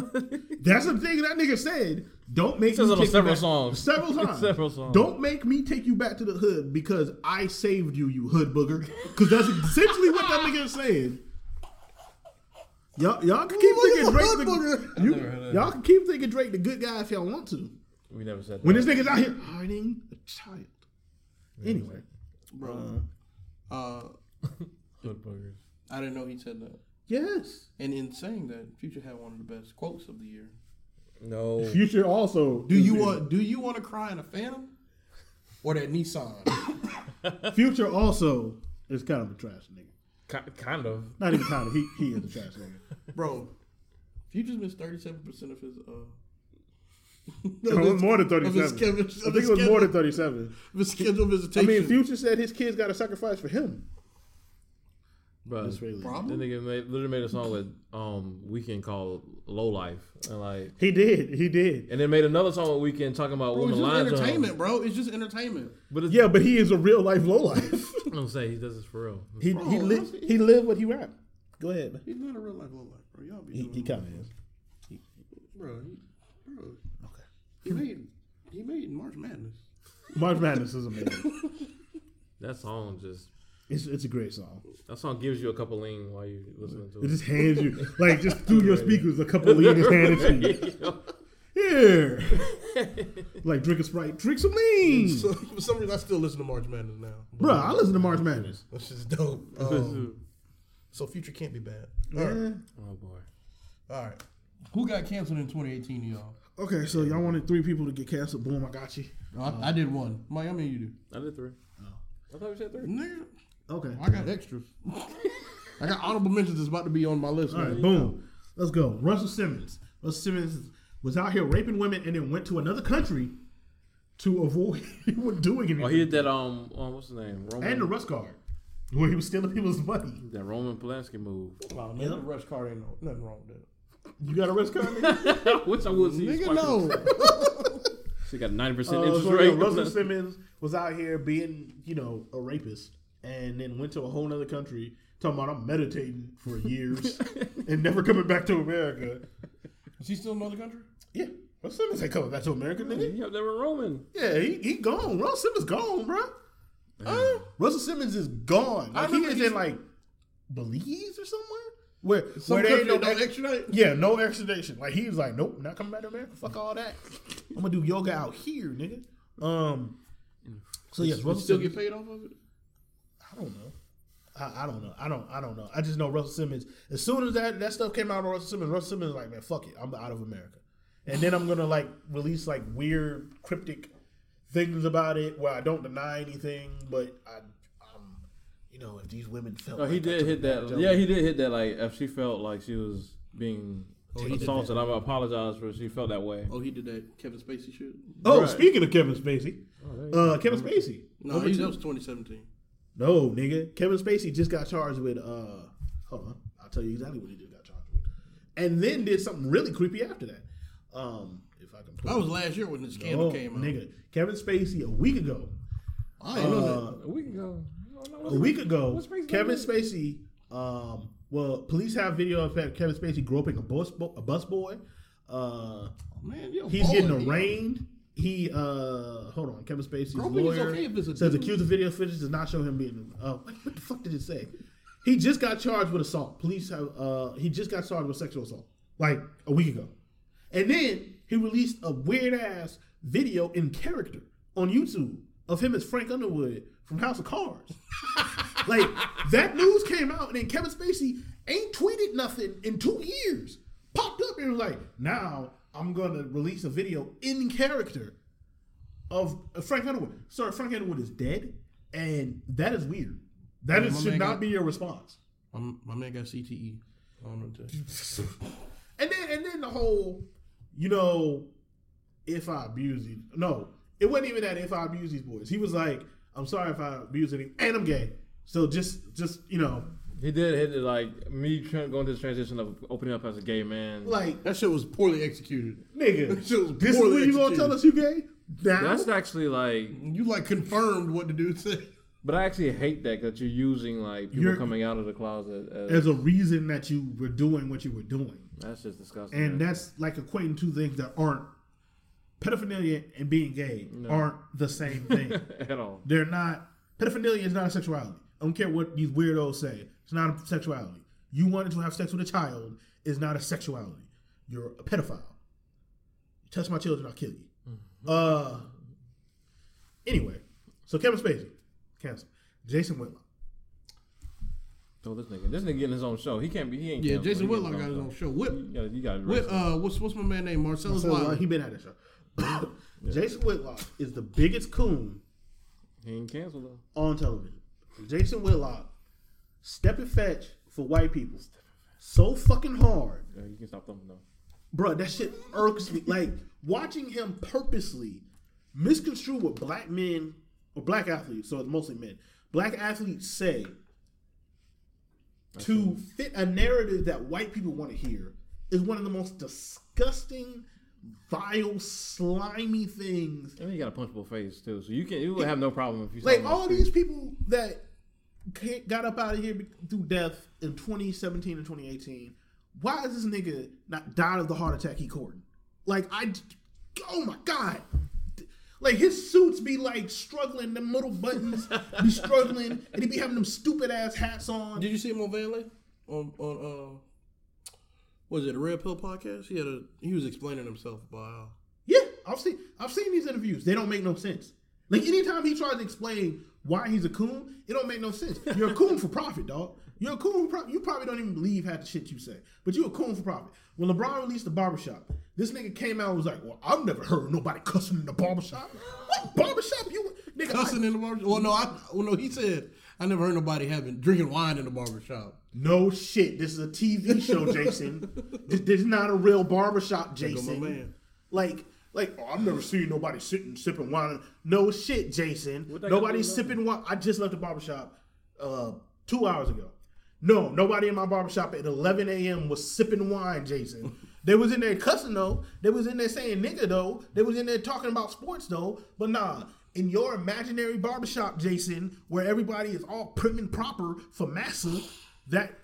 [SPEAKER 4] That's the thing that nigga said. Don't make
[SPEAKER 3] says it
[SPEAKER 4] me
[SPEAKER 3] on
[SPEAKER 4] take you
[SPEAKER 3] several
[SPEAKER 4] back-
[SPEAKER 3] songs.
[SPEAKER 4] Several times.
[SPEAKER 3] [LAUGHS] Several songs.
[SPEAKER 4] Don't make me take you back to the hood because I saved you, you hood booger. Because that's essentially what that nigga is saying. Y'all, y'all can keep
[SPEAKER 1] Who is
[SPEAKER 4] thinking
[SPEAKER 1] a
[SPEAKER 4] Drake
[SPEAKER 1] hood
[SPEAKER 4] the
[SPEAKER 1] booger?
[SPEAKER 4] you,
[SPEAKER 3] I've never heard of
[SPEAKER 4] y'all can keep thinking Drake the good guy if y'all want to.
[SPEAKER 3] we never said that.
[SPEAKER 4] When this nigga's out here hiding a child. Anyway,
[SPEAKER 1] bro? Uh,
[SPEAKER 3] Hood boogers.
[SPEAKER 1] I didn't know he said that.
[SPEAKER 4] yes.
[SPEAKER 1] And in saying that, Future had one of the best quotes of the year.
[SPEAKER 3] No.
[SPEAKER 4] Future also.
[SPEAKER 1] Do you want? Do you want to cry in a Phantom or that Nissan?
[SPEAKER 4] Future also is kind of a trash nigga.
[SPEAKER 3] Ki- kind of.
[SPEAKER 4] Not even kind of. He, he is a trash nigga.
[SPEAKER 1] bro, Future's missed thirty-seven percent of his. Uh,
[SPEAKER 4] No, it was more than
[SPEAKER 1] of his
[SPEAKER 4] 37.
[SPEAKER 1] schedule-
[SPEAKER 4] I
[SPEAKER 1] of
[SPEAKER 4] think
[SPEAKER 1] his
[SPEAKER 4] it was more
[SPEAKER 1] schedule-
[SPEAKER 4] than 37.
[SPEAKER 1] of his scheduled
[SPEAKER 4] I
[SPEAKER 1] visitation.
[SPEAKER 4] mean, Future said his kids got to sacrifice for him.
[SPEAKER 3] Bro,
[SPEAKER 4] That's really-
[SPEAKER 3] That
[SPEAKER 1] Problem?
[SPEAKER 3] nigga made, literally made a song with um Weekend called "Low Life" and like,
[SPEAKER 4] He did. He did.
[SPEAKER 3] and then made another song with Weekend talking about
[SPEAKER 1] Bro, it's
[SPEAKER 3] women
[SPEAKER 1] just
[SPEAKER 3] lying to
[SPEAKER 1] entertainment,
[SPEAKER 3] him.
[SPEAKER 1] bro. It's just entertainment.
[SPEAKER 3] But it's,
[SPEAKER 4] Yeah, but he is a real life lowlife. [LAUGHS]
[SPEAKER 3] I'm gonna say he does this for real.
[SPEAKER 4] he
[SPEAKER 1] Bro,
[SPEAKER 4] he
[SPEAKER 1] how's
[SPEAKER 4] li-
[SPEAKER 1] he-
[SPEAKER 4] he lived what he rapped. Go ahead. man.
[SPEAKER 1] He's not a real life low life, bro. Y'all be
[SPEAKER 4] He,
[SPEAKER 1] doing
[SPEAKER 4] he kind of is.
[SPEAKER 1] bro, he, bro. Okay. He made he made March Madness.
[SPEAKER 4] March Madness is amazing.
[SPEAKER 3] That song just
[SPEAKER 4] It's, it's a great song.
[SPEAKER 3] that song gives you a cup of lean while you listening
[SPEAKER 4] It
[SPEAKER 3] to
[SPEAKER 4] just hands you like just through your speakers a cup of lean
[SPEAKER 1] [LAUGHS]
[SPEAKER 4] is handed to you.
[SPEAKER 3] [LAUGHS] it.
[SPEAKER 4] Here, like drink a sprite, drink some
[SPEAKER 1] [LAUGHS]
[SPEAKER 4] lean,
[SPEAKER 1] So for some reason, I still listen to March Madness now. But
[SPEAKER 4] Bruh, I listen to March Madness.
[SPEAKER 1] That's just dope. Um, so future can't be bad. All right.
[SPEAKER 3] oh boy.
[SPEAKER 1] All right. Who got canceled in 2018, y'all?
[SPEAKER 4] Okay, so y'all wanted three people to get canceled. Boom, I got you.
[SPEAKER 1] I, I
[SPEAKER 4] Uh,
[SPEAKER 1] did one. Miami, you do.
[SPEAKER 3] I did three. I thought we said three.
[SPEAKER 1] Nigga,
[SPEAKER 4] Okay,
[SPEAKER 1] I got extras. I got honorable mentions that's about to be on my list.
[SPEAKER 4] All
[SPEAKER 1] man.
[SPEAKER 4] right, boom. Let's go. Russell Simmons. Russell Simmons was out here raping women and then went to another country to avoid [LAUGHS] doing anything.
[SPEAKER 3] Oh, he did that. Um, um what's his name? Roman.
[SPEAKER 4] and the Russ Guard, where he was stealing people's money.
[SPEAKER 3] that Roman Polanski move,
[SPEAKER 1] Wow, man, the rush car ain't no, nothing wrong with that.
[SPEAKER 4] You got a
[SPEAKER 3] [LAUGHS]
[SPEAKER 4] Russ Guard? nigga?
[SPEAKER 3] which I would see.
[SPEAKER 1] Nigga,
[SPEAKER 3] Nigga,
[SPEAKER 1] no.
[SPEAKER 3] She got ninety percent
[SPEAKER 4] uh,
[SPEAKER 3] interest
[SPEAKER 4] so, yeah,
[SPEAKER 3] rate. [LAUGHS]
[SPEAKER 4] Russell Simmons was out here being, you know, a rapist and then went to a whole other country talking about I'm meditating
[SPEAKER 3] [LAUGHS]
[SPEAKER 4] for years and never coming back to America.
[SPEAKER 1] Is he still in another country?
[SPEAKER 4] Yeah. Russell Simmons ain't coming back to America, nigga.
[SPEAKER 3] Yeah, they were Roman.
[SPEAKER 4] Yeah, he, he gone. Russell Simmons gone, bro. Russell Simmons is gone. Like, he
[SPEAKER 1] remember
[SPEAKER 4] is
[SPEAKER 1] he-
[SPEAKER 4] in like Belize or somewhere. Where,
[SPEAKER 1] Some
[SPEAKER 4] where there
[SPEAKER 1] country
[SPEAKER 4] ain't no
[SPEAKER 1] don't
[SPEAKER 4] ex-
[SPEAKER 1] extradite.
[SPEAKER 4] yeah, no extradition. Like he was like, nope, not coming back to America. Fuck all that. I'm gonna do yoga out here, nigga. Um. So yes,
[SPEAKER 1] You
[SPEAKER 4] Russell
[SPEAKER 1] still
[SPEAKER 4] Simmons-
[SPEAKER 1] get paid off of it.
[SPEAKER 4] I don't know. I, I don't know. I don't. I don't know. I just know Russell Simmons. As soon as that that stuff came out on Russell Simmons, Russell Simmons was like, man, fuck it, I'm out of America. And then I'm gonna like release like weird cryptic things about it where I don't deny anything, but I, I'm, you know, if these women felt,
[SPEAKER 3] Oh, he
[SPEAKER 4] like I
[SPEAKER 3] did
[SPEAKER 4] took
[SPEAKER 3] hit that.
[SPEAKER 4] advantage of
[SPEAKER 3] Yeah,
[SPEAKER 4] them.
[SPEAKER 3] he did hit that. Like if she felt like she was being
[SPEAKER 4] he did
[SPEAKER 3] assaulted, I apologize for if she felt that way.
[SPEAKER 1] Oh, he did that Kevin Spacey shit.
[SPEAKER 4] Oh,
[SPEAKER 3] Right.
[SPEAKER 4] speaking of Kevin Spacey, uh, Kevin Spacey.
[SPEAKER 1] No, he, that was 2017.
[SPEAKER 4] No, nigga. Kevin Spacey just got charged with uh hold on. I'll tell you exactly what he just got charged with. And then did something really creepy after that. Um if I can pull
[SPEAKER 1] That was last year when the scandal
[SPEAKER 4] Oh,
[SPEAKER 1] came out.
[SPEAKER 4] nigga. Kevin Spacey a week ago.
[SPEAKER 1] I didn't know that.
[SPEAKER 4] uh,
[SPEAKER 3] We can go.
[SPEAKER 4] a week ago,
[SPEAKER 3] What's Spacey
[SPEAKER 4] Kevin Spacey. Um, well, police have video of Kevin Spacey groping a bus bo- a bus boy. Uh,
[SPEAKER 1] Man, you're
[SPEAKER 4] He's getting
[SPEAKER 1] balling, yo.
[SPEAKER 4] arraigned. He uh hold on, Kevin Spacey's
[SPEAKER 1] Groping is
[SPEAKER 4] lawyer
[SPEAKER 1] okay if it's a
[SPEAKER 4] says
[SPEAKER 1] dude.
[SPEAKER 4] accused of video footage does not show him being uh what, what the fuck did it say? He just got charged with assault. Police have uh he just got charged with sexual assault like a week ago. And then he released a weird ass video in character on YouTube of him as Frank Underwood from House of Cards. like that news came out, and then Kevin Spacey ain't tweeted nothing in two years. Popped up and was like, now I'm gonna release a video in character of uh, Frank Underwood. Sir, Frank Underwood is dead, and that is weird. That is,
[SPEAKER 1] my
[SPEAKER 4] should
[SPEAKER 1] man
[SPEAKER 4] not
[SPEAKER 1] got-
[SPEAKER 4] be your response.
[SPEAKER 1] My, my man got CTE. I don't know what to tell you.
[SPEAKER 4] And then and then the whole, you know, if I abuse you. No, it wasn't even that if I abuse these boys. He was like, I'm sorry if I abuse any and I'm gay. So just just, you know,
[SPEAKER 3] He did hit it like me trying, going through the transition of opening up as a gay man.
[SPEAKER 4] like
[SPEAKER 1] That shit was poorly executed.
[SPEAKER 4] nigga,
[SPEAKER 1] Shit was
[SPEAKER 4] this is
[SPEAKER 1] poorly
[SPEAKER 4] what you gonna
[SPEAKER 1] executed.
[SPEAKER 4] tell us you gay? Now
[SPEAKER 3] That's actually like,
[SPEAKER 1] You like confirmed what the dude said.
[SPEAKER 3] but I actually hate that that you're using like people
[SPEAKER 4] You're-
[SPEAKER 3] coming out of the closet. As,
[SPEAKER 4] there's a reason that you were doing what you were doing.
[SPEAKER 3] that's just disgusting.
[SPEAKER 4] And
[SPEAKER 3] man.
[SPEAKER 4] that's like equating two things that aren't pedophilia and being gay aren't the same thing.
[SPEAKER 3] [LAUGHS] at all.
[SPEAKER 4] They're not. Pedophilia is not a sexuality. I don't care what these weirdos say. It's not a sexuality. You wanted to have sex with a child is not a sexuality. You're a pedophile. You touch my children, I'll kill you. Uh. Anyway, so Kevin Spacey, cancel. Jason Whitlock.
[SPEAKER 3] Oh, this nigga, this nigga getting his own show. He can't be. He ain't.
[SPEAKER 1] Yeah,
[SPEAKER 3] canceled.
[SPEAKER 1] Jason
[SPEAKER 3] He getting
[SPEAKER 1] Whitlock got his own show. Whip,
[SPEAKER 3] You got. You got.
[SPEAKER 1] whip uh, what's what's my man name? Marcellus
[SPEAKER 4] So, uh,
[SPEAKER 1] Wiley.
[SPEAKER 4] he been at that show. Jason Whitlock is the biggest coon
[SPEAKER 3] he ain't canceled though.
[SPEAKER 4] on television. Jason Whitlock, step and fetch for white people, so fucking hard
[SPEAKER 3] Yeah, you can stop thumping though.
[SPEAKER 4] Bruh, that shit irks me. Like watching him purposely misconstrue what black men or black athletes, so it's mostly men, black athletes say to fit a narrative that white people want to hear is one of the most disgusting, vile, slimy things.
[SPEAKER 3] And he got a punchable face too, so you can. You would have no problem if you. saw
[SPEAKER 4] Like
[SPEAKER 3] him on
[SPEAKER 4] all
[SPEAKER 3] the
[SPEAKER 4] these
[SPEAKER 3] street.
[SPEAKER 4] people that ca- got up out of here be- through death in 2017 and 2018. Why is this nigga not died of the heart attack he courting? Like I, d- oh my god. Like his suits be like struggling, the middle buttons be struggling, and he be having them stupid ass hats on.
[SPEAKER 1] Did you see him on Van Lane? On on uh, was it a Red Pill podcast? He had a he was explaining himself by
[SPEAKER 4] Yeah, I've seen I've seen these interviews. They don't make no sense. Like anytime he tries to explain why he's a coon, it don't make no sense. You're a coon for profit, dog. You're a coon for profit. You probably don't even believe half the shit you say, but you're a coon for profit. When LeBron released the barbershop, this nigga came out and was like, "Well, I've never heard nobody cussing in the barbershop. What barbershop you nigga? I-
[SPEAKER 1] cussing in the barbershop. Well, no, I well no, he said I never heard nobody having drinking wine in the barbershop.
[SPEAKER 4] no shit. This is a TV show, Jason. this, this is not a real barbershop,
[SPEAKER 1] go my
[SPEAKER 4] Jason.
[SPEAKER 1] man.
[SPEAKER 4] Like, like, oh, I've never seen nobody sitting sipping wine. No shit, Jason. Nobody's sipping wine. I just left the barbershop uh, two hours ago. No, nobody in my barbershop at 11 a.m. was sipping wine, Jason. they was in there cussing though. They was in there saying nigga though. They was in there talking about sports though. But nah, in your imaginary barbershop, Jason, where everybody is all prim and proper for massa, that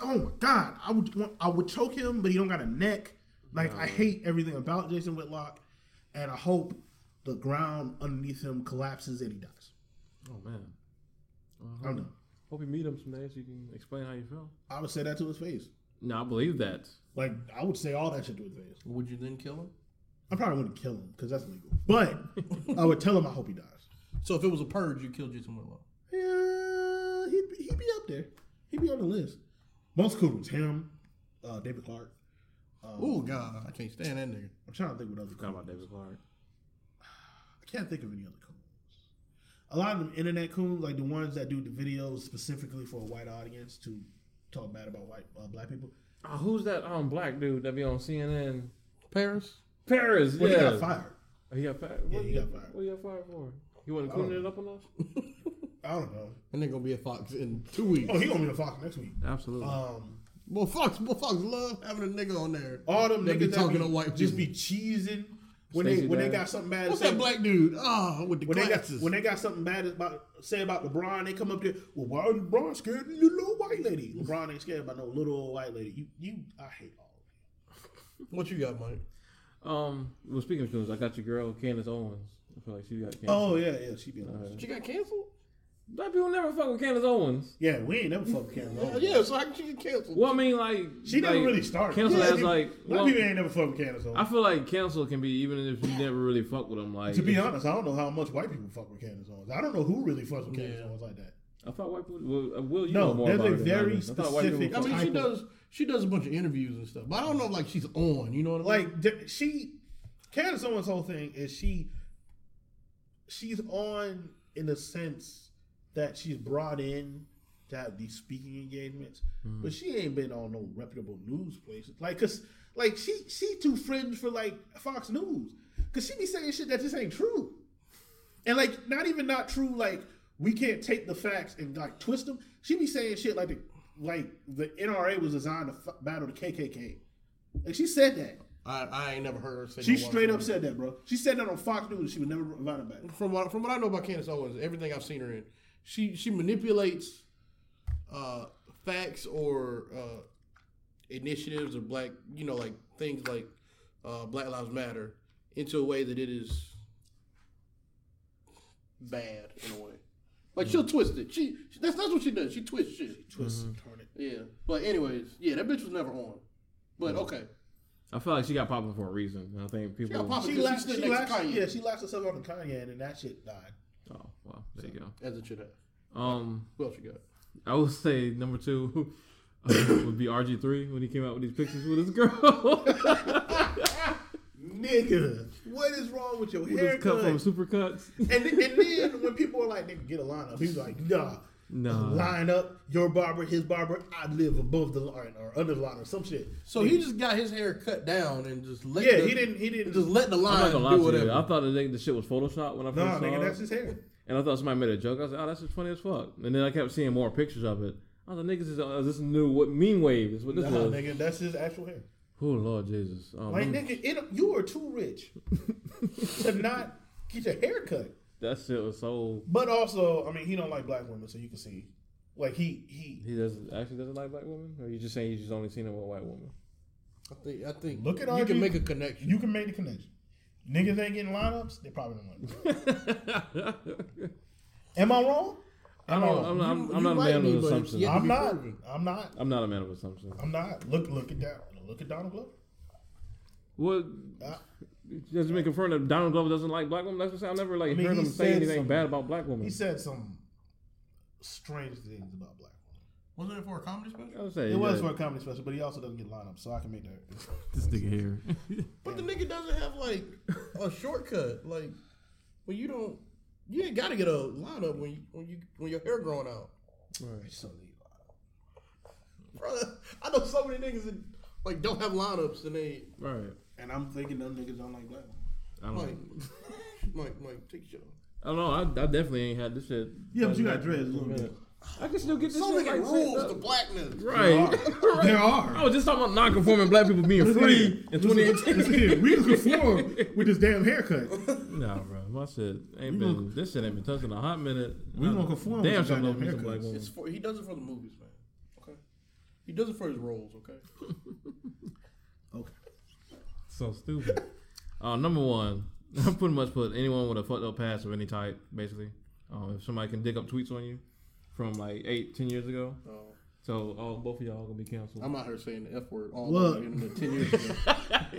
[SPEAKER 4] oh my god, I would want, I would choke him, but he don't got a neck. Like I hate everything about Jason Whitlock, and I hope the ground underneath him collapses and he dies.
[SPEAKER 3] Oh man.
[SPEAKER 4] I don't know.
[SPEAKER 3] Hope you meet him someday so you can explain how you feel.
[SPEAKER 4] I would say that to his face.
[SPEAKER 3] No, I believe that.
[SPEAKER 4] Like I would say all that shit to his face.
[SPEAKER 1] Would you then kill him?
[SPEAKER 4] I probably wouldn't kill him because that's legal. But I would tell him I hope he dies.
[SPEAKER 1] So if it was a purge, you killed Jason Whitlow.
[SPEAKER 4] Yeah, he'd, be- he'd be up there. He'd be on the list. Most cool ones: him, uh, David Clark.
[SPEAKER 1] Oh God, I can't stand that nigga.
[SPEAKER 4] I'm trying to think what other.
[SPEAKER 3] Forgot
[SPEAKER 4] Cool.
[SPEAKER 3] about David Clark.
[SPEAKER 4] I can't think of any other cool ones. A lot of them internet coons, like the ones that do the videos specifically for a white audience to talk bad about white uh, black people.
[SPEAKER 3] Oh, who's that um black dude that be on CNN?
[SPEAKER 1] Paris.
[SPEAKER 3] Paris.
[SPEAKER 4] Well,
[SPEAKER 3] yeah.
[SPEAKER 4] he got fired.
[SPEAKER 3] Oh, he got fired.
[SPEAKER 4] Yeah,
[SPEAKER 3] what
[SPEAKER 4] he got fired. Oh.
[SPEAKER 3] What he got fired for? He wasn't
[SPEAKER 4] don't
[SPEAKER 3] cleaning it
[SPEAKER 4] know.
[SPEAKER 3] up enough.
[SPEAKER 4] I don't know.
[SPEAKER 1] And they're gonna be a fox in two weeks.
[SPEAKER 4] Oh, he gonna be a Fox next week.
[SPEAKER 3] Absolutely.
[SPEAKER 4] Um,
[SPEAKER 1] Well, Fox, well, Fox love having a nigga on there.
[SPEAKER 4] all them
[SPEAKER 1] They
[SPEAKER 4] niggas
[SPEAKER 1] be
[SPEAKER 4] that
[SPEAKER 1] talking
[SPEAKER 4] be,
[SPEAKER 1] to white
[SPEAKER 4] just
[SPEAKER 1] people.
[SPEAKER 4] be cheesing when
[SPEAKER 3] Stacey
[SPEAKER 4] they when they
[SPEAKER 3] Dash.
[SPEAKER 4] got something bad
[SPEAKER 1] What's
[SPEAKER 4] to say.
[SPEAKER 1] that black dude? Ah, with the
[SPEAKER 4] when they got
[SPEAKER 1] glasses.
[SPEAKER 4] when they got something bad about say about LeBron, they come up there. Well, why is LeBron scared of the little old white [LAUGHS] lady? LeBron ain't scared about no little old white lady. You you, I hate all of you.
[SPEAKER 1] what you got, Mike?
[SPEAKER 3] um. Well, speaking of tunes, I got your girl Candace Owens. I feel like she got. Candace.
[SPEAKER 4] Oh yeah, yeah, she been. honest.
[SPEAKER 1] She got canceled.
[SPEAKER 3] Black people never fuck with Candace Owens.
[SPEAKER 4] Yeah, we ain't never fucked Candace Owens.
[SPEAKER 1] yeah, so how can she get canceled?
[SPEAKER 3] Well, I mean, like
[SPEAKER 4] she never
[SPEAKER 3] like,
[SPEAKER 4] really started.
[SPEAKER 3] Cancel
[SPEAKER 4] yeah,
[SPEAKER 3] as
[SPEAKER 4] she-
[SPEAKER 3] like.
[SPEAKER 4] black
[SPEAKER 3] Well,
[SPEAKER 4] people ain't never fucked Candace
[SPEAKER 3] I
[SPEAKER 4] Owens.
[SPEAKER 3] feel like cancel can be even if you never really fuck with them. Like [LAUGHS]
[SPEAKER 4] To be
[SPEAKER 3] if-
[SPEAKER 4] honest, I don't know how much white people fuck with Candace Owens. I don't know who really fucks with Candace
[SPEAKER 1] Yeah.
[SPEAKER 4] Owens like that.
[SPEAKER 3] I thought white people. Well, uh, Will you
[SPEAKER 4] No,
[SPEAKER 3] know more
[SPEAKER 4] there's
[SPEAKER 3] about
[SPEAKER 4] a
[SPEAKER 3] it than I do.
[SPEAKER 4] very
[SPEAKER 3] I thought white
[SPEAKER 4] specific-
[SPEAKER 3] people-
[SPEAKER 1] I mean, she
[SPEAKER 4] Type of-
[SPEAKER 1] does. She does a bunch of interviews and stuff, but I don't know if like she's on. You know what I mean?
[SPEAKER 4] Like th- she, Candace Owens' whole thing is she, she's on in the sense that she's brought in to have these speaking engagements,
[SPEAKER 1] Hmm.
[SPEAKER 4] but she ain't been on no reputable news places. Like, cause like she she too fringe for like Fox News, cause she be saying shit that just ain't true, and like not even not true. Like we can't take the facts and like twist them. She be saying shit like the like the NRA was designed to f- battle the KKK. Like she said that.
[SPEAKER 1] I, I ain't never heard her say.
[SPEAKER 4] She
[SPEAKER 1] no one
[SPEAKER 4] straight up
[SPEAKER 1] thing.
[SPEAKER 4] said that, bro. She said that on Fox News. She was never invited back.
[SPEAKER 1] From what from what I know about Candace Owens, everything I've seen her in, she she manipulates uh, facts or uh, initiatives or black you know like things like uh, Black Lives Matter into a way that it is bad in a way. Like
[SPEAKER 4] Mm.
[SPEAKER 1] she'll twist it. She, she that's that's what she does. She twists shit.
[SPEAKER 4] Twist and turn it.
[SPEAKER 1] Yeah. But anyways, yeah, that bitch was never on. But okay.
[SPEAKER 3] I feel like she got popular for a reason. and I think people.
[SPEAKER 1] got popular-
[SPEAKER 4] She
[SPEAKER 1] Because
[SPEAKER 4] lashed,
[SPEAKER 1] she stood
[SPEAKER 4] she
[SPEAKER 1] next to
[SPEAKER 4] lashed-
[SPEAKER 1] Kanye.
[SPEAKER 4] yeah, she lashed herself on to Kanye, and then that shit died.
[SPEAKER 3] Oh wow, there you go.
[SPEAKER 1] As it should have.
[SPEAKER 3] Um,
[SPEAKER 1] Who else you got?
[SPEAKER 3] I would say number two [LAUGHS] uh, would be RG three when he came out with these pictures with his girl. [LAUGHS]
[SPEAKER 4] Nigga, what is wrong with your
[SPEAKER 3] with his cut from
[SPEAKER 4] haircut?
[SPEAKER 3] Supercuts.
[SPEAKER 4] And, th- and then when people are like, "Nigga, get a line up," he's like, "Nah,
[SPEAKER 3] No,
[SPEAKER 4] line up. Your barber, his barber. I live above the line or under the line or some shit."
[SPEAKER 1] So he just got his hair cut down and just let
[SPEAKER 4] Yeah,
[SPEAKER 1] the-
[SPEAKER 4] he didn't. He didn't.
[SPEAKER 1] just let the
[SPEAKER 3] I'm
[SPEAKER 1] line
[SPEAKER 3] not
[SPEAKER 1] do
[SPEAKER 3] gonna lie to
[SPEAKER 1] whatever.
[SPEAKER 3] you. I thought the, nigga- the shit was Photoshop when I first
[SPEAKER 4] Nah,
[SPEAKER 3] saw
[SPEAKER 4] nigga,
[SPEAKER 3] it.
[SPEAKER 4] that's his hair.
[SPEAKER 3] And I thought somebody made a joke. I was like, oh, that's just funny as fuck. And then I kept seeing more pictures of it. I was like, niggas is uh, this new what meme wave is what this
[SPEAKER 4] Nah,
[SPEAKER 3] was.
[SPEAKER 4] nigga, that's his actual hair.
[SPEAKER 3] Oh Lord Jesus. Um,
[SPEAKER 4] Like, nigga, it, you are too
[SPEAKER 1] [LAUGHS]
[SPEAKER 4] rich to not get your hair cut.
[SPEAKER 3] that shit was so.
[SPEAKER 4] But also, I mean, he don't like black women, so you can see, like he he.
[SPEAKER 3] He doesn't actually doesn't like black women. Or are you just saying he's just only seen it with a white woman?
[SPEAKER 1] I think I think
[SPEAKER 4] Look at
[SPEAKER 1] you
[SPEAKER 4] RG.
[SPEAKER 1] can make a connection.
[SPEAKER 4] You can make the connection. Niggas ain't getting lineups. They probably don't like. it.
[SPEAKER 3] [LAUGHS]
[SPEAKER 4] Am I wrong?
[SPEAKER 3] I don't. I'm not, I'm,
[SPEAKER 1] You- you
[SPEAKER 3] I'm not a man
[SPEAKER 1] like me,
[SPEAKER 3] of
[SPEAKER 1] but
[SPEAKER 3] assumptions.
[SPEAKER 1] yeah.
[SPEAKER 4] I'm
[SPEAKER 1] You
[SPEAKER 4] not.
[SPEAKER 1] proven.
[SPEAKER 4] I'm not.
[SPEAKER 3] I'm not a man of assumptions.
[SPEAKER 4] I'm not. Look look at that. Look at Donald Glover.
[SPEAKER 3] What?
[SPEAKER 4] Uh,
[SPEAKER 3] Has been confirmed that Donald Glover doesn't like black women. That's what I'm saying. I never like
[SPEAKER 4] mean,
[SPEAKER 3] heard
[SPEAKER 4] he
[SPEAKER 3] him say
[SPEAKER 4] said
[SPEAKER 3] anything
[SPEAKER 4] something.
[SPEAKER 3] bad about black women.
[SPEAKER 4] He said some strange things about black women.
[SPEAKER 1] Wasn't it for a comedy special?
[SPEAKER 3] I would say
[SPEAKER 4] It was for
[SPEAKER 3] yeah,
[SPEAKER 4] a comedy special, but he also doesn't get lineups, so I can make that.
[SPEAKER 3] this nigga here.
[SPEAKER 1] But the nigga doesn't have like a shortcut. Like when you don't, you ain't got to get a lineup when you when you when your hair growing out.
[SPEAKER 4] [LAUGHS] So leave.
[SPEAKER 1] Bro, I know so many niggas that like don't have lineups and they
[SPEAKER 3] right.
[SPEAKER 4] And I'm thinking them niggas don't like black women.
[SPEAKER 3] I
[SPEAKER 1] like [LAUGHS]
[SPEAKER 3] don't.
[SPEAKER 1] like like take your shit off.
[SPEAKER 3] I don't know. I, I definitely ain't had this shit.
[SPEAKER 4] Yeah, but you got dreads a little bit.
[SPEAKER 3] I can still get this
[SPEAKER 1] So
[SPEAKER 3] shit
[SPEAKER 1] many
[SPEAKER 3] like
[SPEAKER 1] rules
[SPEAKER 3] set
[SPEAKER 1] to
[SPEAKER 3] up.
[SPEAKER 1] blackness.
[SPEAKER 3] Right. [LAUGHS] Oh,
[SPEAKER 4] There are.
[SPEAKER 3] I was just talking about non-conforming black people being free in 2018.
[SPEAKER 4] Listen here, we just conform with this damn haircut.
[SPEAKER 3] Nah, bro, my shit ain't been. This shit ain't been touched in a hot minute.
[SPEAKER 4] We gonna conform
[SPEAKER 3] Damn,
[SPEAKER 4] with the
[SPEAKER 3] sure love me
[SPEAKER 4] goddamn
[SPEAKER 3] some black
[SPEAKER 4] haircuts.
[SPEAKER 3] woman.
[SPEAKER 1] It's for he does it for the movies, man. Okay, he does it for his roles. Okay,
[SPEAKER 4] Okay.
[SPEAKER 3] So stupid. [LAUGHS] uh, number one, [LAUGHS] I pretty much put anyone with a fucked up past of any type, basically. Um, if somebody can dig up tweets on you from like eight, ten years ago,
[SPEAKER 1] Oh.
[SPEAKER 3] So all both of y'all gonna be canceled.
[SPEAKER 1] I'm out here saying the F word all
[SPEAKER 4] Look.
[SPEAKER 1] over the internet 10
[SPEAKER 4] [LAUGHS]
[SPEAKER 1] years ago.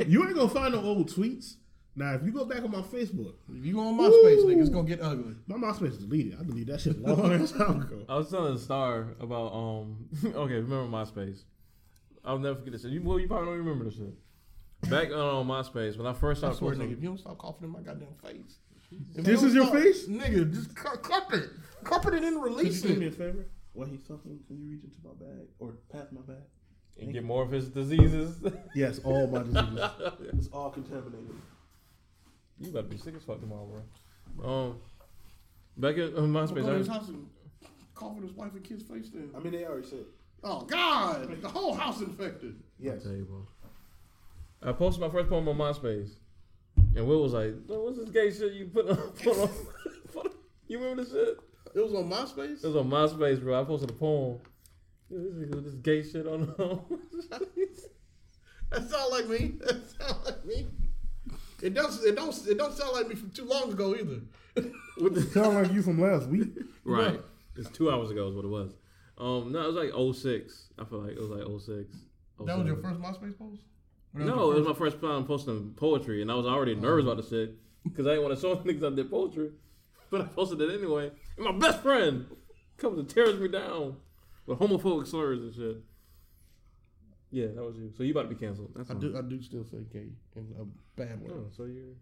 [SPEAKER 4] You ain't gonna find no old tweets. Now, if you go back on my Facebook,
[SPEAKER 1] if you go on MySpace,
[SPEAKER 4] Woo.
[SPEAKER 1] nigga, it's going to get ugly.
[SPEAKER 4] my MySpace is deleted. I deleted that shit a long [LAUGHS] time ago.
[SPEAKER 3] I was telling Star about um. [LAUGHS] okay, remember MySpace? I'll never forget this. shit. You well, you probably don't remember this shit. Back on MySpace, when I first
[SPEAKER 1] I
[SPEAKER 3] started
[SPEAKER 1] swear,
[SPEAKER 3] posting-
[SPEAKER 1] nigga, if you don't stop coughing in my goddamn face. If
[SPEAKER 4] This
[SPEAKER 1] you
[SPEAKER 4] is
[SPEAKER 1] don't
[SPEAKER 4] your face?
[SPEAKER 1] Nigga, just cu- cup it. Cup it and then
[SPEAKER 6] Could
[SPEAKER 1] release
[SPEAKER 6] you do me a
[SPEAKER 1] it.
[SPEAKER 6] favor? While he's talking, can you reach into my bag or pat my bag?
[SPEAKER 3] and get more of his diseases. [LAUGHS]
[SPEAKER 4] Yes, all my diseases.
[SPEAKER 6] [LAUGHS] It's all contaminated.
[SPEAKER 3] you about to be sick as fuck tomorrow, bro. Um, back at on
[SPEAKER 1] I'm gonna go to his
[SPEAKER 3] MySpace, I,
[SPEAKER 1] house and cough in his wife and kid's face then.
[SPEAKER 6] I mean, they already said.
[SPEAKER 1] Oh, God. The whole house infected.
[SPEAKER 6] Yes.
[SPEAKER 3] tell you, bro. I posted my first poem on MySpace, and Will was like, "Yo, "What's this gay shit you put on?" [LAUGHS] Put on put on- you remember this shit?
[SPEAKER 1] It was on MySpace?
[SPEAKER 3] It was on MySpace, bro. I posted a poem. Yo, This nigga with this gay shit on. [LAUGHS]
[SPEAKER 1] That sound like me. [LAUGHS] That sound like me. It does. It don't. It don't sound like me from too long ago either.
[SPEAKER 4] Sound like you from last week.
[SPEAKER 3] right. It's two hours ago is what it was. Um, no, it was like 06. I feel like it was like 06.
[SPEAKER 1] That was
[SPEAKER 3] 07.
[SPEAKER 1] your first MySpace post. Or that
[SPEAKER 3] No,
[SPEAKER 1] your
[SPEAKER 3] it was
[SPEAKER 1] first-
[SPEAKER 3] my first time posting poetry, and I was already nervous about the shit because I didn't want to show [LAUGHS] niggas I did poetry, but I posted it anyway. And my best friend comes and tears me down with homophobic slurs and shit. Yeah, that was you. So you about to be canceled. That's
[SPEAKER 1] I
[SPEAKER 3] all.
[SPEAKER 1] do. I do still say gay in a bad way.
[SPEAKER 3] Oh, so you're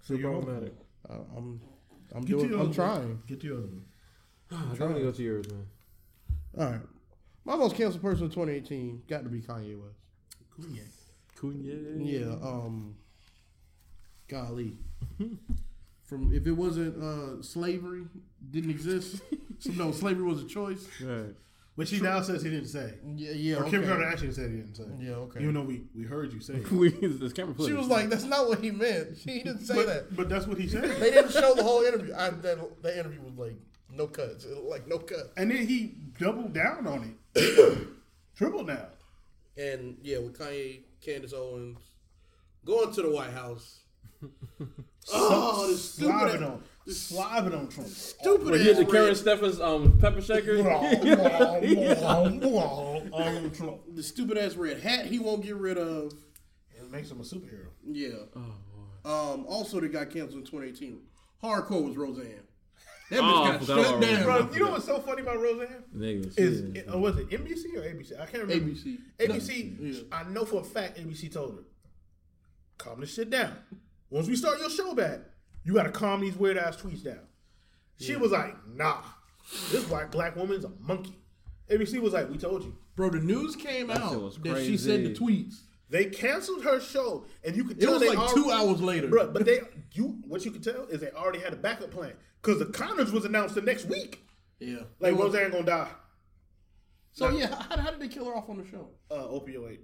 [SPEAKER 4] So you're
[SPEAKER 3] problematic.
[SPEAKER 1] I, Uh, I'm. I'm
[SPEAKER 4] Get
[SPEAKER 1] doing.
[SPEAKER 4] your
[SPEAKER 1] I'm
[SPEAKER 4] other-
[SPEAKER 1] trying.
[SPEAKER 4] Get to your other one.
[SPEAKER 3] I'm trying to go to yours, man.
[SPEAKER 1] All right. My most canceled person in 2018 got to be Kanye West.
[SPEAKER 3] Kunye.
[SPEAKER 1] Yeah. Um. Golly. [LAUGHS] From if it wasn't uh, slavery didn't exist, [LAUGHS] so no slavery was a choice.
[SPEAKER 3] Right. [LAUGHS]
[SPEAKER 4] Which he now says he didn't say.
[SPEAKER 1] Yeah. Yeah.
[SPEAKER 4] Or
[SPEAKER 1] Okay.
[SPEAKER 4] Kim Kardashian said he didn't say.
[SPEAKER 1] Yeah. Okay.
[SPEAKER 4] Even though we, we heard you say
[SPEAKER 1] [LAUGHS]
[SPEAKER 4] it.
[SPEAKER 3] We, this camera footage.
[SPEAKER 1] she was like, "That's not what he meant. [LAUGHS] She he didn't say
[SPEAKER 4] but,
[SPEAKER 1] that."
[SPEAKER 4] but that's what he said.
[SPEAKER 1] [LAUGHS] They didn't show the whole interview. I, that, that interview was like no cuts, It was, like no cuts.
[SPEAKER 4] and then he doubled down on it.
[SPEAKER 1] [COUGHS]
[SPEAKER 4] Triple down.
[SPEAKER 1] And yeah, with Kanye, Candace Owens going to the White [LAUGHS] House. oh, this
[SPEAKER 4] Slobbing
[SPEAKER 1] stupid,
[SPEAKER 4] on. Slobbing on Trump. [LAUGHS]
[SPEAKER 1] stupid
[SPEAKER 3] Well, here's
[SPEAKER 1] ass
[SPEAKER 3] a Karen
[SPEAKER 1] red,
[SPEAKER 3] Steffens um, pepper shaker. [LAUGHS]
[SPEAKER 4] All on
[SPEAKER 1] [LAUGHS]
[SPEAKER 4] Trump.
[SPEAKER 1] the stupid ass red hat he won't get rid of.
[SPEAKER 4] It makes him a superhero.
[SPEAKER 1] Yeah. um, also, that got canceled in 2018. Hardcore was Roseanne. That
[SPEAKER 3] Oh,
[SPEAKER 1] bitch
[SPEAKER 3] I
[SPEAKER 1] got
[SPEAKER 3] forgot about
[SPEAKER 1] shut down.
[SPEAKER 4] Bro,
[SPEAKER 3] Roseanne.
[SPEAKER 4] you know what's so funny about Roseanne?
[SPEAKER 3] Niggas.
[SPEAKER 4] Is
[SPEAKER 3] yeah.
[SPEAKER 4] it, uh, was it NBC or ABC? I can't remember.
[SPEAKER 1] ABC.
[SPEAKER 4] ABC.
[SPEAKER 1] No. Yeah.
[SPEAKER 4] I know for a fact NBC told her, calm this shit down. Once we start your show back, you gotta calm these weird ass tweets down. She was like, nah, this white black woman's a monkey. ABC was like, we told you.
[SPEAKER 1] Bro, the news came
[SPEAKER 3] shit
[SPEAKER 1] out
[SPEAKER 3] was
[SPEAKER 1] that she said the
[SPEAKER 3] crazy.
[SPEAKER 1] tweets.
[SPEAKER 4] They canceled her show, and you could
[SPEAKER 1] It
[SPEAKER 4] tell
[SPEAKER 1] was
[SPEAKER 4] they
[SPEAKER 1] like
[SPEAKER 4] already-
[SPEAKER 1] two hours later.
[SPEAKER 4] Bro, but they you what you could tell is they already had a backup plan because the Connors was announced the next week.
[SPEAKER 1] yeah.
[SPEAKER 4] Like
[SPEAKER 1] It was-
[SPEAKER 4] Roseanne gonna die.
[SPEAKER 1] So yeah, how, how did they kill her off on the show?
[SPEAKER 4] Uh, opioid.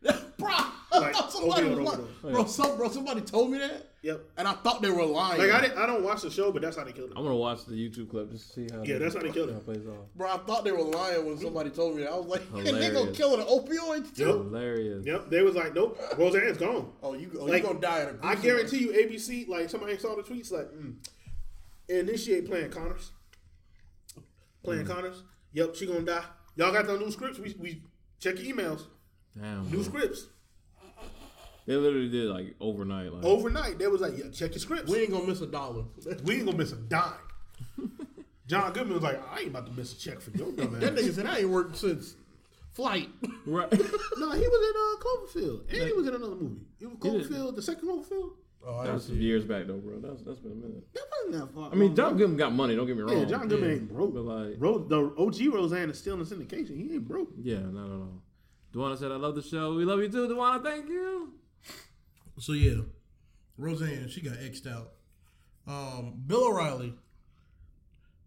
[SPEAKER 1] [LAUGHS] bro, I
[SPEAKER 4] Like,
[SPEAKER 1] thought [LAUGHS] somebody was
[SPEAKER 4] over and
[SPEAKER 1] lying.
[SPEAKER 4] over.
[SPEAKER 1] Bro, some, bro, somebody told me that,
[SPEAKER 4] Yep.
[SPEAKER 1] and I thought they were lying.
[SPEAKER 4] Like I didn't, I don't watch the show, but that's how they killed
[SPEAKER 3] I'm
[SPEAKER 4] him.
[SPEAKER 3] gonna watch the YouTube clip just to see how.
[SPEAKER 4] Yeah, that's how they killed
[SPEAKER 3] how it
[SPEAKER 4] him.
[SPEAKER 3] plays off.
[SPEAKER 1] bro, I thought they were lying when somebody told me that. I was like, [LAUGHS] and they gonna
[SPEAKER 3] Hilarious.
[SPEAKER 1] kill an opioid too?
[SPEAKER 3] Hilarious.
[SPEAKER 4] Yep, they was like, nope, Roseanne's gone.
[SPEAKER 1] Oh, you, oh,
[SPEAKER 4] Like,
[SPEAKER 1] you gonna die in a
[SPEAKER 4] I
[SPEAKER 1] gruesome
[SPEAKER 4] guarantee
[SPEAKER 1] way.
[SPEAKER 4] you, ABC like somebody saw the tweets like, mm, initiate Plan Connors, Plan Connors. Yep, she gonna die. Y'all got the new scripts? We, we check your emails.
[SPEAKER 3] Damn.
[SPEAKER 4] New
[SPEAKER 3] bro.
[SPEAKER 4] scripts
[SPEAKER 3] They literally did like overnight.
[SPEAKER 1] Oh.
[SPEAKER 3] Like
[SPEAKER 4] overnight. They was like, yeah, check your scripts.
[SPEAKER 1] We ain't gonna miss a dollar. [LAUGHS]
[SPEAKER 4] We ain't gonna miss a [LAUGHS] dime. John Goodman was like, I ain't about to miss a check for your dumb
[SPEAKER 1] that
[SPEAKER 4] ass.
[SPEAKER 1] nigga said I ain't worked since flight.
[SPEAKER 3] [LAUGHS]
[SPEAKER 1] [LAUGHS]
[SPEAKER 3] right.
[SPEAKER 4] no, he was in uh, Cloverfield, and he was in another movie. It was
[SPEAKER 3] did.
[SPEAKER 4] Cloverfield, the second Cloverfield.
[SPEAKER 1] Oh, I
[SPEAKER 3] that was years back though, bro. That's that's been a minute.
[SPEAKER 4] That wasn't that far.
[SPEAKER 3] I mean, John Goodman got money. Don't get me wrong.
[SPEAKER 4] yeah, John Goodman ain't broke.
[SPEAKER 3] But like,
[SPEAKER 4] Ro- the OG Roseanne is still in syndication. He ain't broke.
[SPEAKER 3] yeah, no, no, no. Duana said, "I love the show. We love you too, Duana. Thank you."
[SPEAKER 1] So yeah, Roseanne, she got xed out. Um, Bill O'Reilly.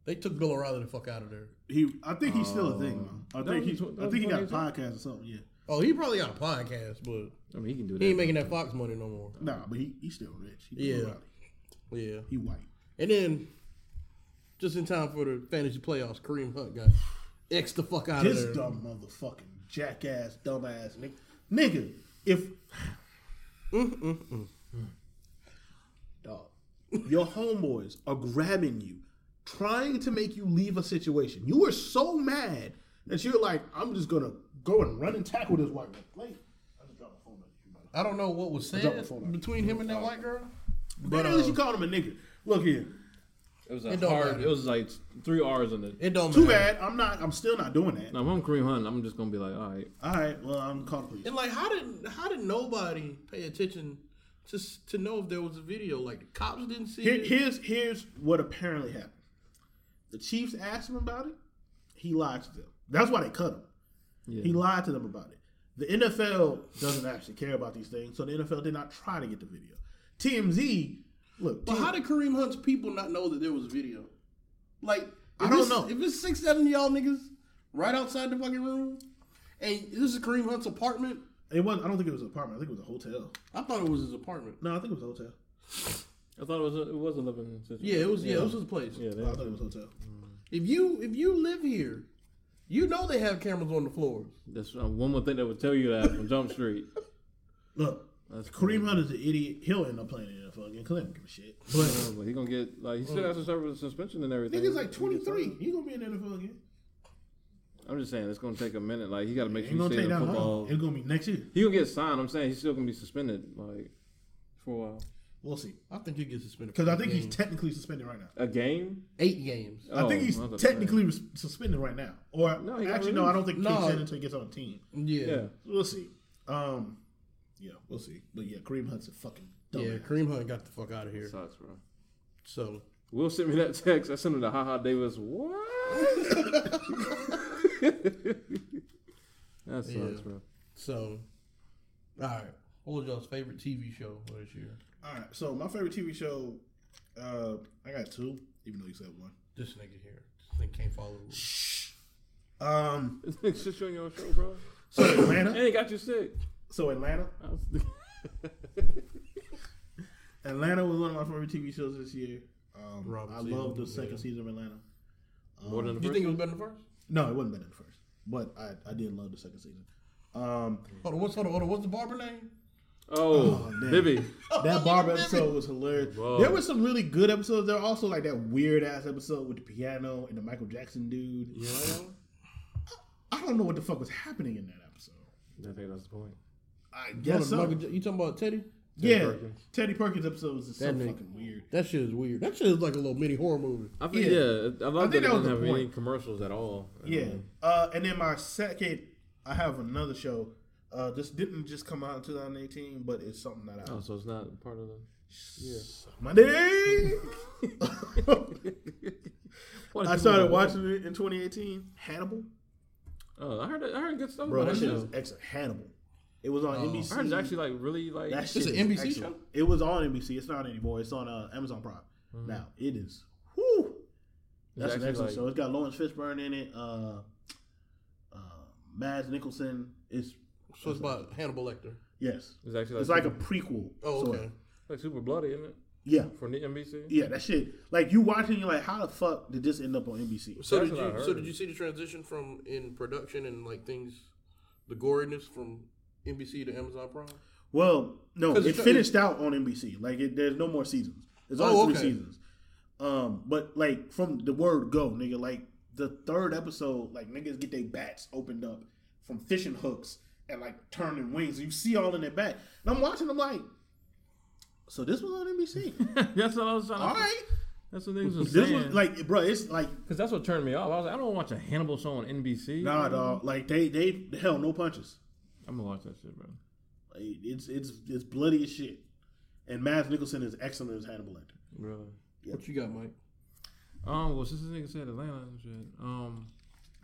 [SPEAKER 1] They took Bill O'Reilly the fuck out of there.
[SPEAKER 4] He, I think he's still a thing. Man. I
[SPEAKER 3] That
[SPEAKER 4] think
[SPEAKER 3] was-
[SPEAKER 4] he,
[SPEAKER 3] that
[SPEAKER 4] I
[SPEAKER 3] was
[SPEAKER 4] think he got
[SPEAKER 3] 2018?
[SPEAKER 4] a podcast or something. Yeah,
[SPEAKER 1] Oh, he probably got a podcast, but
[SPEAKER 3] I mean, he can do that.
[SPEAKER 1] he ain't making that Fox money no more.
[SPEAKER 4] nah, but he, he's still rich. He
[SPEAKER 1] Yeah.
[SPEAKER 4] O'Reilly.
[SPEAKER 1] Yeah.
[SPEAKER 4] he white.
[SPEAKER 1] And then, just in time for the fantasy playoffs, Kareem Hunt got X the fuck out
[SPEAKER 4] This
[SPEAKER 1] of there.
[SPEAKER 4] dumb motherfucking jackass, dumbass nigga. Nigga, if dog, your homeboys are grabbing you, trying to make you leave a situation. You were so mad And she was like, I'm just gonna go and run and tackle this white man. Like, I just dropped my phone.
[SPEAKER 1] I don't know what was
[SPEAKER 4] dropped my
[SPEAKER 1] said
[SPEAKER 4] phone.
[SPEAKER 1] between him and that white girl. uh,
[SPEAKER 4] But at least
[SPEAKER 1] um,
[SPEAKER 4] she called him a nigga. Look here.
[SPEAKER 3] It was a
[SPEAKER 1] It don't
[SPEAKER 3] hard.
[SPEAKER 1] matter.
[SPEAKER 3] It was like three R's in it.
[SPEAKER 1] It don't
[SPEAKER 4] Too
[SPEAKER 1] matter.
[SPEAKER 4] bad. I'm not. I'm still not doing that.
[SPEAKER 3] Now, if I'm Kareem Hunt, I'm just gonna be like, all right,
[SPEAKER 4] All right. Well, I'm calling police.
[SPEAKER 1] And like, how did how did nobody pay attention to s- to know if there was a video? Like the cops didn't see
[SPEAKER 4] Here,
[SPEAKER 1] it.
[SPEAKER 4] here's here's what apparently happened. The Chiefs asked him about it. He lied to them. That's why they cut him.
[SPEAKER 3] Yeah.
[SPEAKER 4] He lied to them about it. The NFL doesn't actually care about these things, so the NFL did not try to get the video. TMZ, look,
[SPEAKER 1] But
[SPEAKER 4] T-
[SPEAKER 1] how did Kareem Hunt's people not know that there was video? Like,
[SPEAKER 4] I
[SPEAKER 1] if
[SPEAKER 4] don't
[SPEAKER 1] it's-
[SPEAKER 4] know.
[SPEAKER 1] If it's six, seven of y'all niggas right outside the fucking room, and this is Kareem Hunt's apartment.
[SPEAKER 4] it was. I don't think it was an apartment. I think it was a hotel.
[SPEAKER 1] I thought it was his apartment.
[SPEAKER 4] No, I think it was a hotel.
[SPEAKER 3] I thought it was a, it was a living situation.
[SPEAKER 1] Yeah, it was. Yeah, it was his place.
[SPEAKER 3] Yeah,
[SPEAKER 4] I
[SPEAKER 3] they,
[SPEAKER 4] thought it was a hotel.
[SPEAKER 1] If you if you live here, you know they have cameras on the floors.
[SPEAKER 3] that's uh, one more thing that would tell you that from Jump Street.
[SPEAKER 4] Look,
[SPEAKER 3] That's
[SPEAKER 4] Kareem Hunt is an idiot. He'll end up playing in the NFL again because I don't give a shit.
[SPEAKER 3] Yeah, [LAUGHS]
[SPEAKER 4] But
[SPEAKER 3] but he gonna get like he
[SPEAKER 1] Mm.
[SPEAKER 3] still has to serve with a suspension and everything.
[SPEAKER 4] nigga's like 23. He gonna be in the NFL again.
[SPEAKER 3] I'm just saying it's gonna take a minute. Like he gotta make
[SPEAKER 4] He
[SPEAKER 3] sure
[SPEAKER 4] gonna
[SPEAKER 3] he stays
[SPEAKER 4] take
[SPEAKER 3] in
[SPEAKER 4] that long.
[SPEAKER 3] football.
[SPEAKER 4] It's gonna be next year.
[SPEAKER 3] He gonna get signed. I'm saying he's still gonna be suspended like for a while.
[SPEAKER 4] We'll see.
[SPEAKER 1] I think he gets suspended
[SPEAKER 4] Because I think he's technically suspended right now.
[SPEAKER 3] A game?
[SPEAKER 1] eight games.
[SPEAKER 4] I think
[SPEAKER 3] Oh,
[SPEAKER 4] he's
[SPEAKER 3] I thought-
[SPEAKER 4] technically res- suspended right now. Or
[SPEAKER 3] No, he got
[SPEAKER 4] actually, no, I don't think
[SPEAKER 1] No.
[SPEAKER 4] kicks in until he gets on the team.
[SPEAKER 1] Yeah,
[SPEAKER 3] Yeah.
[SPEAKER 1] yeah.
[SPEAKER 4] We'll see. Um, yeah, we'll see. But yeah, Kareem Hunt's a fucking dumb.
[SPEAKER 1] Kareem Hunt got the fuck out of here.
[SPEAKER 3] Sucks, bro.
[SPEAKER 1] So
[SPEAKER 3] Will sent me that text. I sent him to Haha Davis. What? [LAUGHS] that sucks,
[SPEAKER 1] Yeah.
[SPEAKER 3] bro.
[SPEAKER 1] so, all right. What was y'all's favorite TV show for this year?
[SPEAKER 4] All right, so my favorite TV show, uh, I got two, even though you said one.
[SPEAKER 1] This nigga here, this nigga can't follow. the rules.
[SPEAKER 4] Um,
[SPEAKER 3] This nigga shit you on your show, bro.
[SPEAKER 4] so
[SPEAKER 3] [LAUGHS]
[SPEAKER 4] Atlanta.
[SPEAKER 3] And he got you sick.
[SPEAKER 4] So Atlanta.
[SPEAKER 3] I was-
[SPEAKER 4] Atlanta was one of my favorite TV shows this year. Um,
[SPEAKER 1] Robert
[SPEAKER 4] I
[SPEAKER 1] Season,
[SPEAKER 4] love the
[SPEAKER 1] yeah.
[SPEAKER 4] second season of Atlanta.
[SPEAKER 3] More than the
[SPEAKER 1] You
[SPEAKER 3] first
[SPEAKER 1] think it was
[SPEAKER 3] one?
[SPEAKER 1] better than the first?
[SPEAKER 4] No, it wasn't better than the first, but I, I did love the second season. Um,
[SPEAKER 1] Hold on, what's hold on, hold on, what's the barber name?
[SPEAKER 3] Oh,
[SPEAKER 4] damn.
[SPEAKER 3] Bibby.
[SPEAKER 4] That barber episode was hilarious.
[SPEAKER 3] Whoa.
[SPEAKER 4] There were some really good episodes. There were also like that weird ass episode with the piano and the Michael Jackson dude.
[SPEAKER 3] Yeah.
[SPEAKER 4] I don't know what the fuck was happening in that episode.
[SPEAKER 3] I think that's the point.
[SPEAKER 4] I guess so.
[SPEAKER 1] Hold on, Michael J- you talking about Teddy?
[SPEAKER 4] yeah,
[SPEAKER 3] Perkins.
[SPEAKER 4] Teddy Perkins episode was just so
[SPEAKER 1] That nigga.
[SPEAKER 4] fucking weird.
[SPEAKER 1] That shit is weird. That shit is like a little mini horror movie.
[SPEAKER 3] I think
[SPEAKER 4] Yeah.
[SPEAKER 3] yeah. I love
[SPEAKER 4] think
[SPEAKER 3] that it
[SPEAKER 4] that was
[SPEAKER 3] didn't
[SPEAKER 4] the
[SPEAKER 3] have any
[SPEAKER 4] point.
[SPEAKER 3] commercials at all.
[SPEAKER 4] Yeah. Uh, and then my second, I have another show. Uh, this didn't just come out in 2018, but it's something that I
[SPEAKER 3] Oh, so it's not part of the.
[SPEAKER 4] my dick.
[SPEAKER 3] What
[SPEAKER 4] [LAUGHS] I
[SPEAKER 3] is it
[SPEAKER 4] started
[SPEAKER 3] about?
[SPEAKER 4] watching it in 2018. Hannibal.
[SPEAKER 3] Oh, I heard. I heard good stuff
[SPEAKER 4] Bro,
[SPEAKER 3] about that
[SPEAKER 4] that shit
[SPEAKER 3] show.
[SPEAKER 4] is excellent. Hannibal. It was on NBC.
[SPEAKER 3] I heard it's actually like really like.
[SPEAKER 4] That
[SPEAKER 1] It's
[SPEAKER 4] shit
[SPEAKER 1] an
[SPEAKER 4] is
[SPEAKER 1] NBC
[SPEAKER 4] excellent.
[SPEAKER 1] show?
[SPEAKER 4] It was on NBC. It's not anymore. It's on uh, Amazon Prime now. It is. Whoo! That's an
[SPEAKER 3] actually,
[SPEAKER 4] excellent
[SPEAKER 3] like-
[SPEAKER 4] show. It's got Lawrence Fishburne in it. Uh, uh, Mads Nicholson. It's
[SPEAKER 1] So it's about Hannibal Lecter.
[SPEAKER 4] yes.
[SPEAKER 3] it's actually like,
[SPEAKER 4] It's like a
[SPEAKER 3] super,
[SPEAKER 4] prequel.
[SPEAKER 1] Oh,
[SPEAKER 4] sorta.
[SPEAKER 1] okay.
[SPEAKER 3] like super bloody, isn't it?
[SPEAKER 4] Yeah.
[SPEAKER 3] For the
[SPEAKER 4] [LAUGHS]
[SPEAKER 3] NBC.
[SPEAKER 4] Yeah, that shit. Like you watching, you're like, how the fuck did this end up on NBC?
[SPEAKER 1] So
[SPEAKER 3] That's
[SPEAKER 1] did
[SPEAKER 3] what I
[SPEAKER 1] you? So
[SPEAKER 3] heard.
[SPEAKER 1] did you see the transition from in production and like things, the goriness from NBC to Amazon Prime?
[SPEAKER 4] Well, no,
[SPEAKER 1] 'Cause
[SPEAKER 4] it
[SPEAKER 1] it's-
[SPEAKER 4] finished out on NBC. Like it, there's no more seasons. There's
[SPEAKER 1] Oh, okay.
[SPEAKER 4] only three seasons. Um, but like from the word go, nigga, like the third episode, like niggas get their bats opened up from fishing hooks and like turning wings. You see all in their back. And I'm watching, I'm like, so this was on
[SPEAKER 1] [LAUGHS]
[SPEAKER 3] [LAUGHS]
[SPEAKER 4] NBC.
[SPEAKER 3] that's what I was trying. To,
[SPEAKER 4] all right.
[SPEAKER 3] That's what niggas was
[SPEAKER 4] This
[SPEAKER 3] saying.
[SPEAKER 4] was like, bro, it's like,
[SPEAKER 3] because that's what turned me off. I was like, I don't watch a Hannibal show on NBC.
[SPEAKER 4] nah, dog. Like they, they, hell, no punches.
[SPEAKER 3] I'm gonna watch that shit, bro.
[SPEAKER 4] Like, it's, it's, it's bloody as shit. And Mads Nicholson is excellent as Hannibal Lecter.
[SPEAKER 3] Really.
[SPEAKER 1] What you got, Mike?
[SPEAKER 3] Um. Well, since this nigga said Atlanta and shit, um,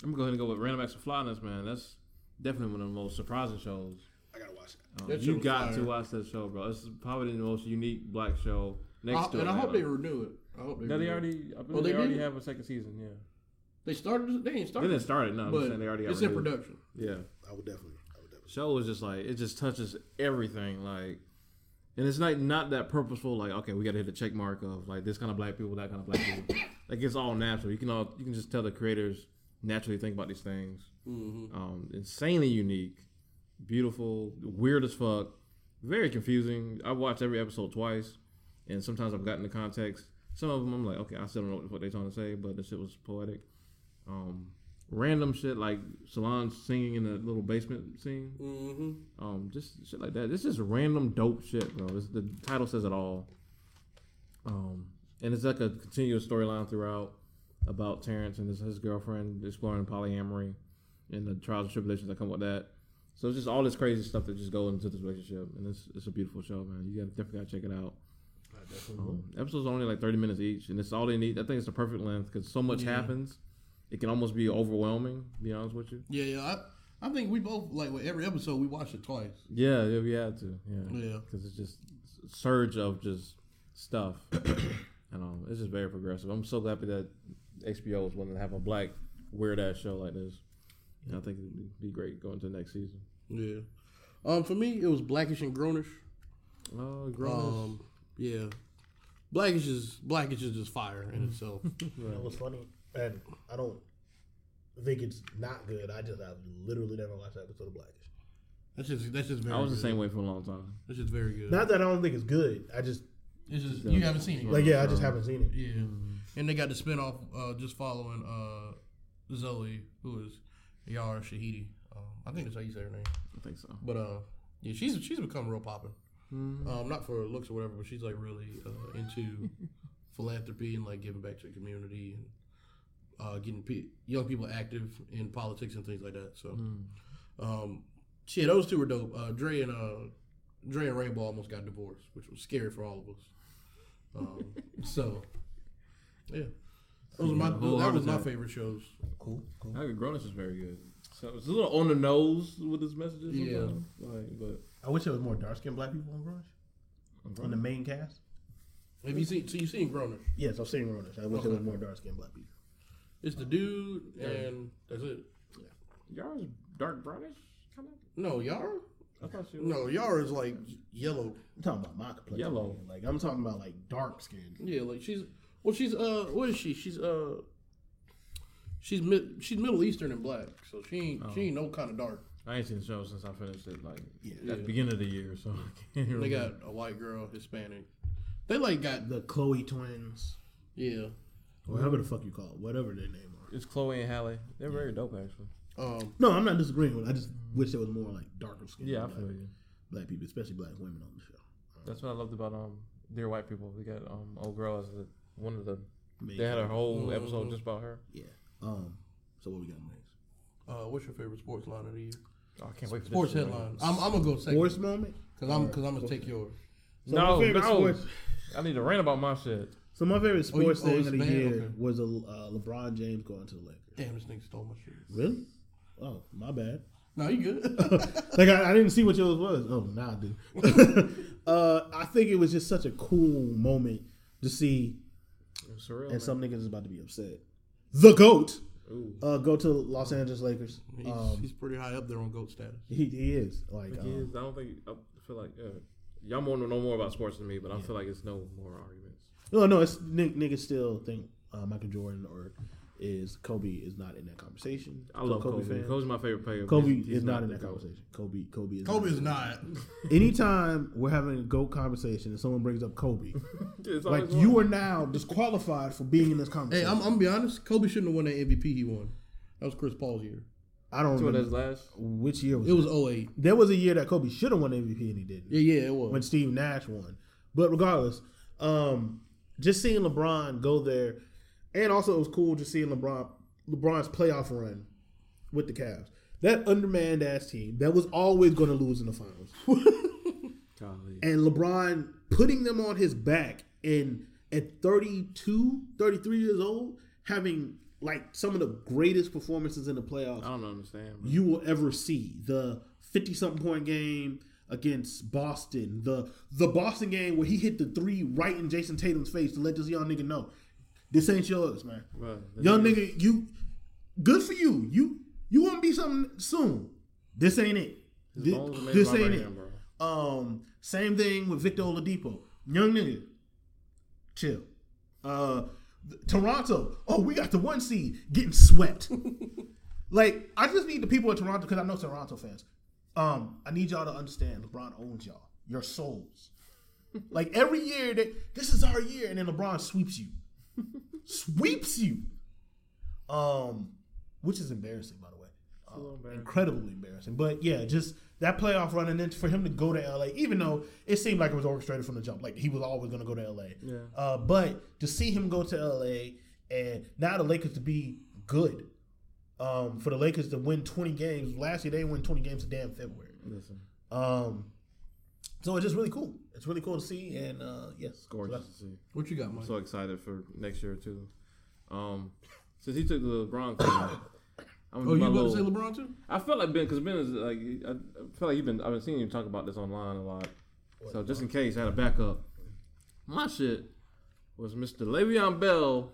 [SPEAKER 3] I'm gonna go ahead and go with Random Acts of Flyness, man. That's definitely one of the most surprising shows.
[SPEAKER 4] I gotta watch that.
[SPEAKER 3] Um,
[SPEAKER 1] That shit
[SPEAKER 3] you
[SPEAKER 1] was
[SPEAKER 3] got
[SPEAKER 1] fire.
[SPEAKER 3] to watch that show, bro. It's probably the most unique black show next
[SPEAKER 1] I,
[SPEAKER 3] to.
[SPEAKER 1] and I hope they
[SPEAKER 3] Atlanta.
[SPEAKER 1] renew it. I hope they.
[SPEAKER 3] No,
[SPEAKER 1] renew
[SPEAKER 3] they
[SPEAKER 1] it.
[SPEAKER 3] already. I believe
[SPEAKER 1] they
[SPEAKER 3] they, already
[SPEAKER 1] did?
[SPEAKER 3] have a second season. Yeah,
[SPEAKER 1] They started. They ain't
[SPEAKER 3] they
[SPEAKER 1] started.
[SPEAKER 3] didn't start it. No, I'm just
[SPEAKER 1] but
[SPEAKER 3] saying they already. got
[SPEAKER 1] it's in
[SPEAKER 3] renewed.
[SPEAKER 1] production.
[SPEAKER 3] Yeah,
[SPEAKER 4] I would definitely. I would definitely.
[SPEAKER 3] show is just like it just touches everything. Like, and it's like not that purposeful. Like, okay, we got to hit the check mark of like this kind of black people, that kind of black people. [COUGHS] like it's all natural. You can all you can just tell the creators naturally think about these things.
[SPEAKER 1] Mm-hmm.
[SPEAKER 3] Um, insanely unique, beautiful, weird as fuck, very confusing. I watched every episode twice, and sometimes I've gotten the context. Some of them I'm like, okay, I still don't know what the fuck they're trying to say, but the shit was poetic. Um, random shit like Solange singing in the little basement scene.
[SPEAKER 1] Mm-hmm.
[SPEAKER 3] Um, just shit like that. It's just random dope shit, bro. It's, the title says it all. Um, and it's like a continuous storyline throughout about Terrence and his, his girlfriend exploring polyamory and the trials and tribulations that come with that. So it's just all this crazy stuff that just goes into this relationship, and it's it's a beautiful show, man. You gotta, definitely gotta check it out.
[SPEAKER 1] Mm-hmm.
[SPEAKER 3] Um, episodes are only like thirty minutes each, and it's all they need. I think it's the perfect length because so much happens, it can almost be overwhelming. To be honest with you.
[SPEAKER 1] Yeah, yeah. I, I think we both like with every episode we watched it twice.
[SPEAKER 3] Yeah, yeah, we had to. Yeah,
[SPEAKER 1] Yeah.
[SPEAKER 3] because it's just a surge of just stuff,
[SPEAKER 1] [COUGHS]
[SPEAKER 3] and um, it's just very progressive. I'm so happy that HBO was willing to have a black weird ass show like this. And I think it'd be great going to the next season.
[SPEAKER 1] Yeah. Um, for me, it was Blackish and Grownish.
[SPEAKER 3] Oh, grown
[SPEAKER 1] Um, yeah. Blackish is Blackish is just fire in
[SPEAKER 3] [LAUGHS]
[SPEAKER 1] itself.
[SPEAKER 7] That was funny. And I don't think it's not good. I just I've literally never watched an episode of Blackish.
[SPEAKER 1] That's just that's just very.
[SPEAKER 3] I was the
[SPEAKER 1] good.
[SPEAKER 3] same way for a long time.
[SPEAKER 1] That's just very good.
[SPEAKER 7] Not that I don't think it's good. I just
[SPEAKER 1] it's just you haven't seen it. yet.
[SPEAKER 7] like yeah, I just haven't seen it.
[SPEAKER 1] Yeah. And they got the spinoff uh, just following uh, Zoe, who is Yara Shahidi. Um, I think that's how you say her name.
[SPEAKER 3] I think so.
[SPEAKER 1] But uh, yeah, she's she's become real poppin'. Um, not for her looks or whatever, but she's like really uh, into philanthropy and like giving back to the community and uh, getting pe- young people active in politics and things like that. So, um, yeah, those two were dope. Uh, Dre and uh, Dre and Rainbow almost got divorced, which was scary for all of us. Um, so, yeah, those are my
[SPEAKER 3] whole
[SPEAKER 1] that
[SPEAKER 3] heart
[SPEAKER 1] was my
[SPEAKER 3] attack.
[SPEAKER 1] favorite shows.
[SPEAKER 7] Cool, cool.
[SPEAKER 3] I think Grown-ups is very good. So it's a little on the nose with his messages.
[SPEAKER 1] Yeah.
[SPEAKER 3] sometimes. Like, but
[SPEAKER 4] I wish there was more dark skinned black people on Grunge. On the main cast?
[SPEAKER 1] Have you seen? So you seen Grownish?
[SPEAKER 4] Yes, I've seen Grunge. I wish there was more dark skinned black people.
[SPEAKER 1] It's the dude, and that's it.
[SPEAKER 3] Yara's dark brownish, kind
[SPEAKER 1] No, Yara.
[SPEAKER 3] of. I thought she was.
[SPEAKER 1] No, Yara is like yellow.
[SPEAKER 4] I'm talking about my complexion.
[SPEAKER 3] Yellow.
[SPEAKER 4] man. Like I'm talking about like dark skinned.
[SPEAKER 1] Yeah, like she's well, she's uh, what is she? She's uh, she's mid, she's Middle Eastern and black, so she ain't she ain't no kind of dark.
[SPEAKER 3] I ain't seen the show since I finished it, like at
[SPEAKER 1] Yeah.
[SPEAKER 3] the beginning of the year, so [LAUGHS] I can't remember.
[SPEAKER 1] They got a white girl, Hispanic. They like got
[SPEAKER 4] The Chloe twins.
[SPEAKER 1] yeah.
[SPEAKER 4] Or whatever the fuck you call it, whatever their name are.
[SPEAKER 3] It's Chloe and Halle. They're very dope, actually.
[SPEAKER 1] Um,
[SPEAKER 4] No, I'm not disagreeing with it. I just wish there was more like darker skinned
[SPEAKER 3] Yeah, I
[SPEAKER 4] black,
[SPEAKER 3] feel you.
[SPEAKER 4] black people, especially black women on the show.
[SPEAKER 3] That's what I loved about um Dear White People. They got um old girl as the, one of the.
[SPEAKER 4] Main
[SPEAKER 3] They had a
[SPEAKER 4] cast.
[SPEAKER 3] whole episode just about her.
[SPEAKER 4] Yeah. Um so what we got next?
[SPEAKER 1] uh, what's your favorite sports line of the year?
[SPEAKER 3] Oh, I can't wait for
[SPEAKER 1] Sports
[SPEAKER 3] this.
[SPEAKER 1] headline. I'm, I'm gonna go
[SPEAKER 4] Sports
[SPEAKER 1] second
[SPEAKER 4] moment?
[SPEAKER 1] because I'm because I'm gonna take yours.
[SPEAKER 4] So
[SPEAKER 3] No,
[SPEAKER 4] my favorite
[SPEAKER 3] no.
[SPEAKER 4] sports-
[SPEAKER 3] I need to rant about my shit.
[SPEAKER 4] So my favorite
[SPEAKER 1] Oh, you-
[SPEAKER 4] sports
[SPEAKER 1] oh,
[SPEAKER 4] thing
[SPEAKER 1] it's
[SPEAKER 4] of the
[SPEAKER 1] bad?
[SPEAKER 4] year
[SPEAKER 1] Okay.
[SPEAKER 4] was a uh, LeBron James going to the Lakers.
[SPEAKER 1] Damn, this nigga stole my shit.
[SPEAKER 4] Really? Oh, my bad.
[SPEAKER 1] No, you good? [LAUGHS]
[SPEAKER 4] like I, I didn't see what yours was. Oh, nah, I do. [LAUGHS] uh, I think it was just such a cool moment to see,
[SPEAKER 3] It was surreal. man.
[SPEAKER 4] and some niggas is about to be upset. The goat
[SPEAKER 3] Ooh.
[SPEAKER 4] uh, go to Los Angeles Lakers.
[SPEAKER 1] he's,
[SPEAKER 4] Um,
[SPEAKER 1] he's pretty high up there on goat status.
[SPEAKER 4] he, he is like
[SPEAKER 3] It
[SPEAKER 4] um,
[SPEAKER 3] is. I don't think I feel like uh, y'all more know more about sports than me, but I feel like it's no more arguments.
[SPEAKER 4] no no. It's n- niggas still think uh, Michael Jordan or is Kobe is not in that conversation.
[SPEAKER 3] I love Kobe.
[SPEAKER 4] fan.
[SPEAKER 3] Kobe's my favorite player. but
[SPEAKER 4] Kobe
[SPEAKER 3] he's- he's
[SPEAKER 4] is not, in
[SPEAKER 3] the
[SPEAKER 4] that
[SPEAKER 3] GOAT.
[SPEAKER 4] conversation. Kobe Kobe is
[SPEAKER 1] Kobe
[SPEAKER 4] not.
[SPEAKER 1] is not.
[SPEAKER 4] Anytime we're having a goat conversation and someone brings
[SPEAKER 1] [LAUGHS]
[SPEAKER 4] up Kobe,
[SPEAKER 3] It's uh,
[SPEAKER 4] like
[SPEAKER 3] always
[SPEAKER 4] you
[SPEAKER 3] one.
[SPEAKER 4] are now disqualified for being in this
[SPEAKER 1] hey,
[SPEAKER 4] conversation.
[SPEAKER 1] I'm, I'm gonna be honest. Kobe shouldn't have won that MVP he won. That was Chris Paul's year.
[SPEAKER 4] I don't
[SPEAKER 3] That's what
[SPEAKER 4] remember
[SPEAKER 3] that's last.
[SPEAKER 4] which year was
[SPEAKER 1] It was 08.
[SPEAKER 4] There was a year that Kobe should have won MVP and he didn't
[SPEAKER 1] Yeah, yeah, it was.
[SPEAKER 4] when Steve Nash won. But regardless, um, just seeing LeBron go there, and also it was cool just seeing LeBron LeBron's playoff run with the Cavs. That undermanned ass team that was always going to lose in the finals,
[SPEAKER 3] Golly.
[SPEAKER 4] and LeBron putting them on his back and at 32, 33 years old, having like some of the greatest performances in the playoffs
[SPEAKER 3] I don't understand. Bro.
[SPEAKER 4] you will ever see the 50 something point game against Boston, the the Boston game where he hit the three right in Jason Tatum's face to let this young nigga know this ain't yours, man.
[SPEAKER 3] Bro, that
[SPEAKER 4] Young
[SPEAKER 3] nigga-
[SPEAKER 4] nigga, you good for you. You you want to be something soon. This ain't it.
[SPEAKER 3] his
[SPEAKER 4] Thi-
[SPEAKER 3] bones are made
[SPEAKER 4] This
[SPEAKER 3] by
[SPEAKER 4] ain't
[SPEAKER 3] right
[SPEAKER 4] it.
[SPEAKER 3] hand, bro.
[SPEAKER 4] Um, same thing with Victor Oladipo. Young nigga, chill. Uh, th- Toronto. Oh, we got the one seed getting swept. like, I just need the people in Toronto because I know Toronto fans. Um, I need y'all to understand LeBron owns y'all, your souls. like every year that this is our year, and then LeBron sweeps you, sweeps you. Um, which is embarrassing, by the way. Uh, incredibly embarrassing. But yeah, just that playoff run, and then for him to go to LA, even though it seemed like it was orchestrated from the jump, like he was always going to go to LA. Yeah. Uh, but to see him go to LA, and now the Lakers to be good, um, for the Lakers to win 20 games last year, they didn't win 20 games to damn February.
[SPEAKER 3] Listen,
[SPEAKER 4] Um, so it's just really cool. It's really cool to see, and uh, yes,
[SPEAKER 3] it's gorgeous to see.
[SPEAKER 1] What you got,
[SPEAKER 3] I'm
[SPEAKER 1] Mike?
[SPEAKER 3] so excited for next year too. Um, since he took the LeBron thing, I'm gonna
[SPEAKER 1] Oh,
[SPEAKER 3] do
[SPEAKER 1] you
[SPEAKER 3] my
[SPEAKER 1] about to
[SPEAKER 3] little-
[SPEAKER 1] say LeBron too?
[SPEAKER 3] I felt like Ben because Ben is like I I feel like you've been I've been seeing you talk about this online a lot. so just in case, I had a backup. My shit was Mr. Le'Veon Bell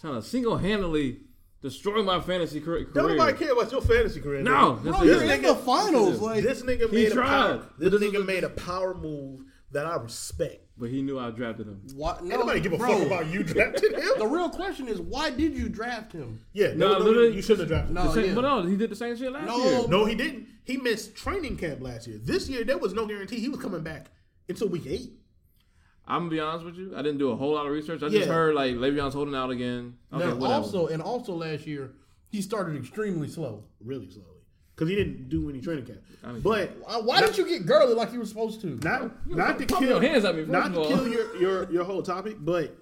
[SPEAKER 3] trying to single handedly destroy my fantasy car-
[SPEAKER 8] Don't nobody
[SPEAKER 3] career.
[SPEAKER 8] care about your fantasy career.
[SPEAKER 3] No,
[SPEAKER 8] nigga.
[SPEAKER 3] that's
[SPEAKER 1] Bro,
[SPEAKER 3] it.
[SPEAKER 1] you're in the finals.
[SPEAKER 3] This
[SPEAKER 1] Like,
[SPEAKER 8] this nigga
[SPEAKER 3] He
[SPEAKER 8] made a power,
[SPEAKER 3] tried.
[SPEAKER 8] this
[SPEAKER 3] This is-
[SPEAKER 8] nigga made a power move that I respect.
[SPEAKER 3] but he knew I drafted him.
[SPEAKER 1] why, no,
[SPEAKER 8] Nobody give a
[SPEAKER 1] Oh, bro,
[SPEAKER 8] fuck about you [LAUGHS] drafted
[SPEAKER 1] The
[SPEAKER 8] him.
[SPEAKER 1] real question is, why did you draft him?
[SPEAKER 8] yeah,
[SPEAKER 3] No,
[SPEAKER 8] no, no,
[SPEAKER 3] literally-
[SPEAKER 8] you shouldn't have drafted him.
[SPEAKER 1] No,
[SPEAKER 3] Same-
[SPEAKER 1] Oh, yeah.
[SPEAKER 3] But no, he did the same shit last
[SPEAKER 1] No.
[SPEAKER 3] year.
[SPEAKER 8] No, he didn't. He missed training camp last year. This year there was no guarantee he was coming back until week eight.
[SPEAKER 3] I'm gonna be honest with you. I didn't do a whole lot of research. I just
[SPEAKER 8] Yeah.
[SPEAKER 3] heard like Le'Veon's holding out again. Okay,
[SPEAKER 1] Now,
[SPEAKER 3] whatever.
[SPEAKER 1] also, and also last year, he started extremely slow.
[SPEAKER 8] Really slowly. Because he didn't do any training camp.
[SPEAKER 3] mean-
[SPEAKER 8] But
[SPEAKER 1] Why, why didn't you get Gurley like you were supposed to?
[SPEAKER 8] not not to
[SPEAKER 3] Pump
[SPEAKER 8] kill
[SPEAKER 3] your hands at me, first
[SPEAKER 8] not
[SPEAKER 3] of
[SPEAKER 8] to
[SPEAKER 3] all. [LAUGHS]
[SPEAKER 8] kill your, your your whole topic, but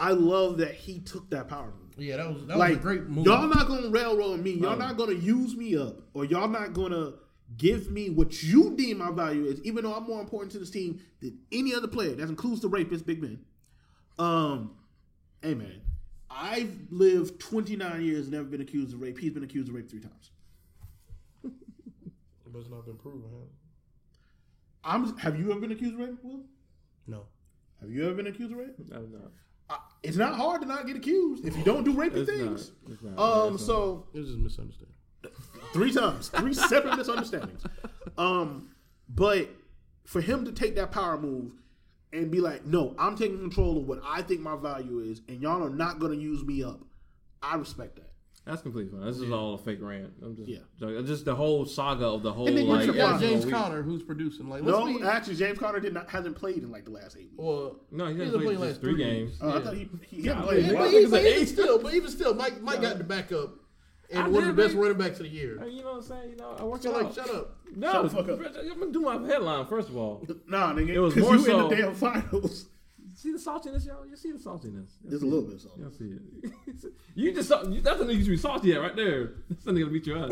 [SPEAKER 8] I love that he took that power move.
[SPEAKER 1] Yeah, that was that
[SPEAKER 8] like
[SPEAKER 1] was a great move.
[SPEAKER 8] y'all not gonna railroad me. Y'all
[SPEAKER 3] No.
[SPEAKER 8] not gonna use me up, or y'all not gonna give me what you deem my value is, even though I'm more important to this team than any other player. That includes the rapist, big man. Um, hey man, I've lived 29 years, and never been accused of rape. He's been accused of rape three times.
[SPEAKER 1] but it's not been proven. Huh?
[SPEAKER 8] I'm. Have you ever been accused of rape? Will?
[SPEAKER 1] No,
[SPEAKER 8] Have you ever been accused of rape?
[SPEAKER 3] I'm not.
[SPEAKER 8] I, it's not hard to not get accused if you don't do rapey
[SPEAKER 3] It's not.
[SPEAKER 8] things.
[SPEAKER 3] It's not.
[SPEAKER 8] Um,
[SPEAKER 3] It's not.
[SPEAKER 8] so
[SPEAKER 1] it was just a misunderstanding.
[SPEAKER 8] three times, three separate misunderstandings. Um, but for him to take that power move and be like, "No, I'm taking control of what I think my value is, and y'all are not going to use me up," I respect that.
[SPEAKER 3] That's completely fine. This is all a fake rant. I'm just,
[SPEAKER 8] Yeah.
[SPEAKER 3] joking. just the whole saga of the whole.
[SPEAKER 8] then you
[SPEAKER 3] like,
[SPEAKER 8] should
[SPEAKER 3] yeah,
[SPEAKER 8] find
[SPEAKER 1] Yeah,
[SPEAKER 8] Wow.
[SPEAKER 1] James
[SPEAKER 3] we-
[SPEAKER 1] Conner, who's producing, like let's
[SPEAKER 8] No,
[SPEAKER 1] be,
[SPEAKER 8] actually, James Conner did not hasn't played in like the last eight weeks.
[SPEAKER 1] well,
[SPEAKER 3] No, he
[SPEAKER 1] he's
[SPEAKER 3] hasn't
[SPEAKER 1] been
[SPEAKER 3] played
[SPEAKER 1] playing last
[SPEAKER 3] just three
[SPEAKER 1] three
[SPEAKER 3] games.
[SPEAKER 8] Uh, I thought he, he hadn't
[SPEAKER 3] Yeah,
[SPEAKER 8] played. in
[SPEAKER 1] Yeah,
[SPEAKER 8] a
[SPEAKER 1] but,
[SPEAKER 8] while.
[SPEAKER 3] Wow.
[SPEAKER 1] even, but even still, but even still, Mike Mike got the backup and
[SPEAKER 3] I
[SPEAKER 1] one of
[SPEAKER 3] did,
[SPEAKER 1] the best
[SPEAKER 3] man.
[SPEAKER 1] running backs of the year.
[SPEAKER 3] you know what I'm saying? You know, I work
[SPEAKER 1] So
[SPEAKER 3] it
[SPEAKER 1] like,
[SPEAKER 3] out.
[SPEAKER 1] shut up.
[SPEAKER 3] No,
[SPEAKER 8] Shut the fuck up.
[SPEAKER 3] Rich, I'm gonna do my headline first
[SPEAKER 1] [LAUGHS]
[SPEAKER 3] of all.
[SPEAKER 8] Nah, nigga,
[SPEAKER 3] It was
[SPEAKER 8] 'cause
[SPEAKER 3] more
[SPEAKER 8] you
[SPEAKER 3] so-
[SPEAKER 8] in the damn finals. [LAUGHS]
[SPEAKER 3] See the saltiness, y'all. You see the saltiness.
[SPEAKER 8] There's a little bit of something.
[SPEAKER 3] Y'all see it. [LAUGHS] you just saw- you, that's a nigga you should be salty at right there. That's a nigga to beat you up.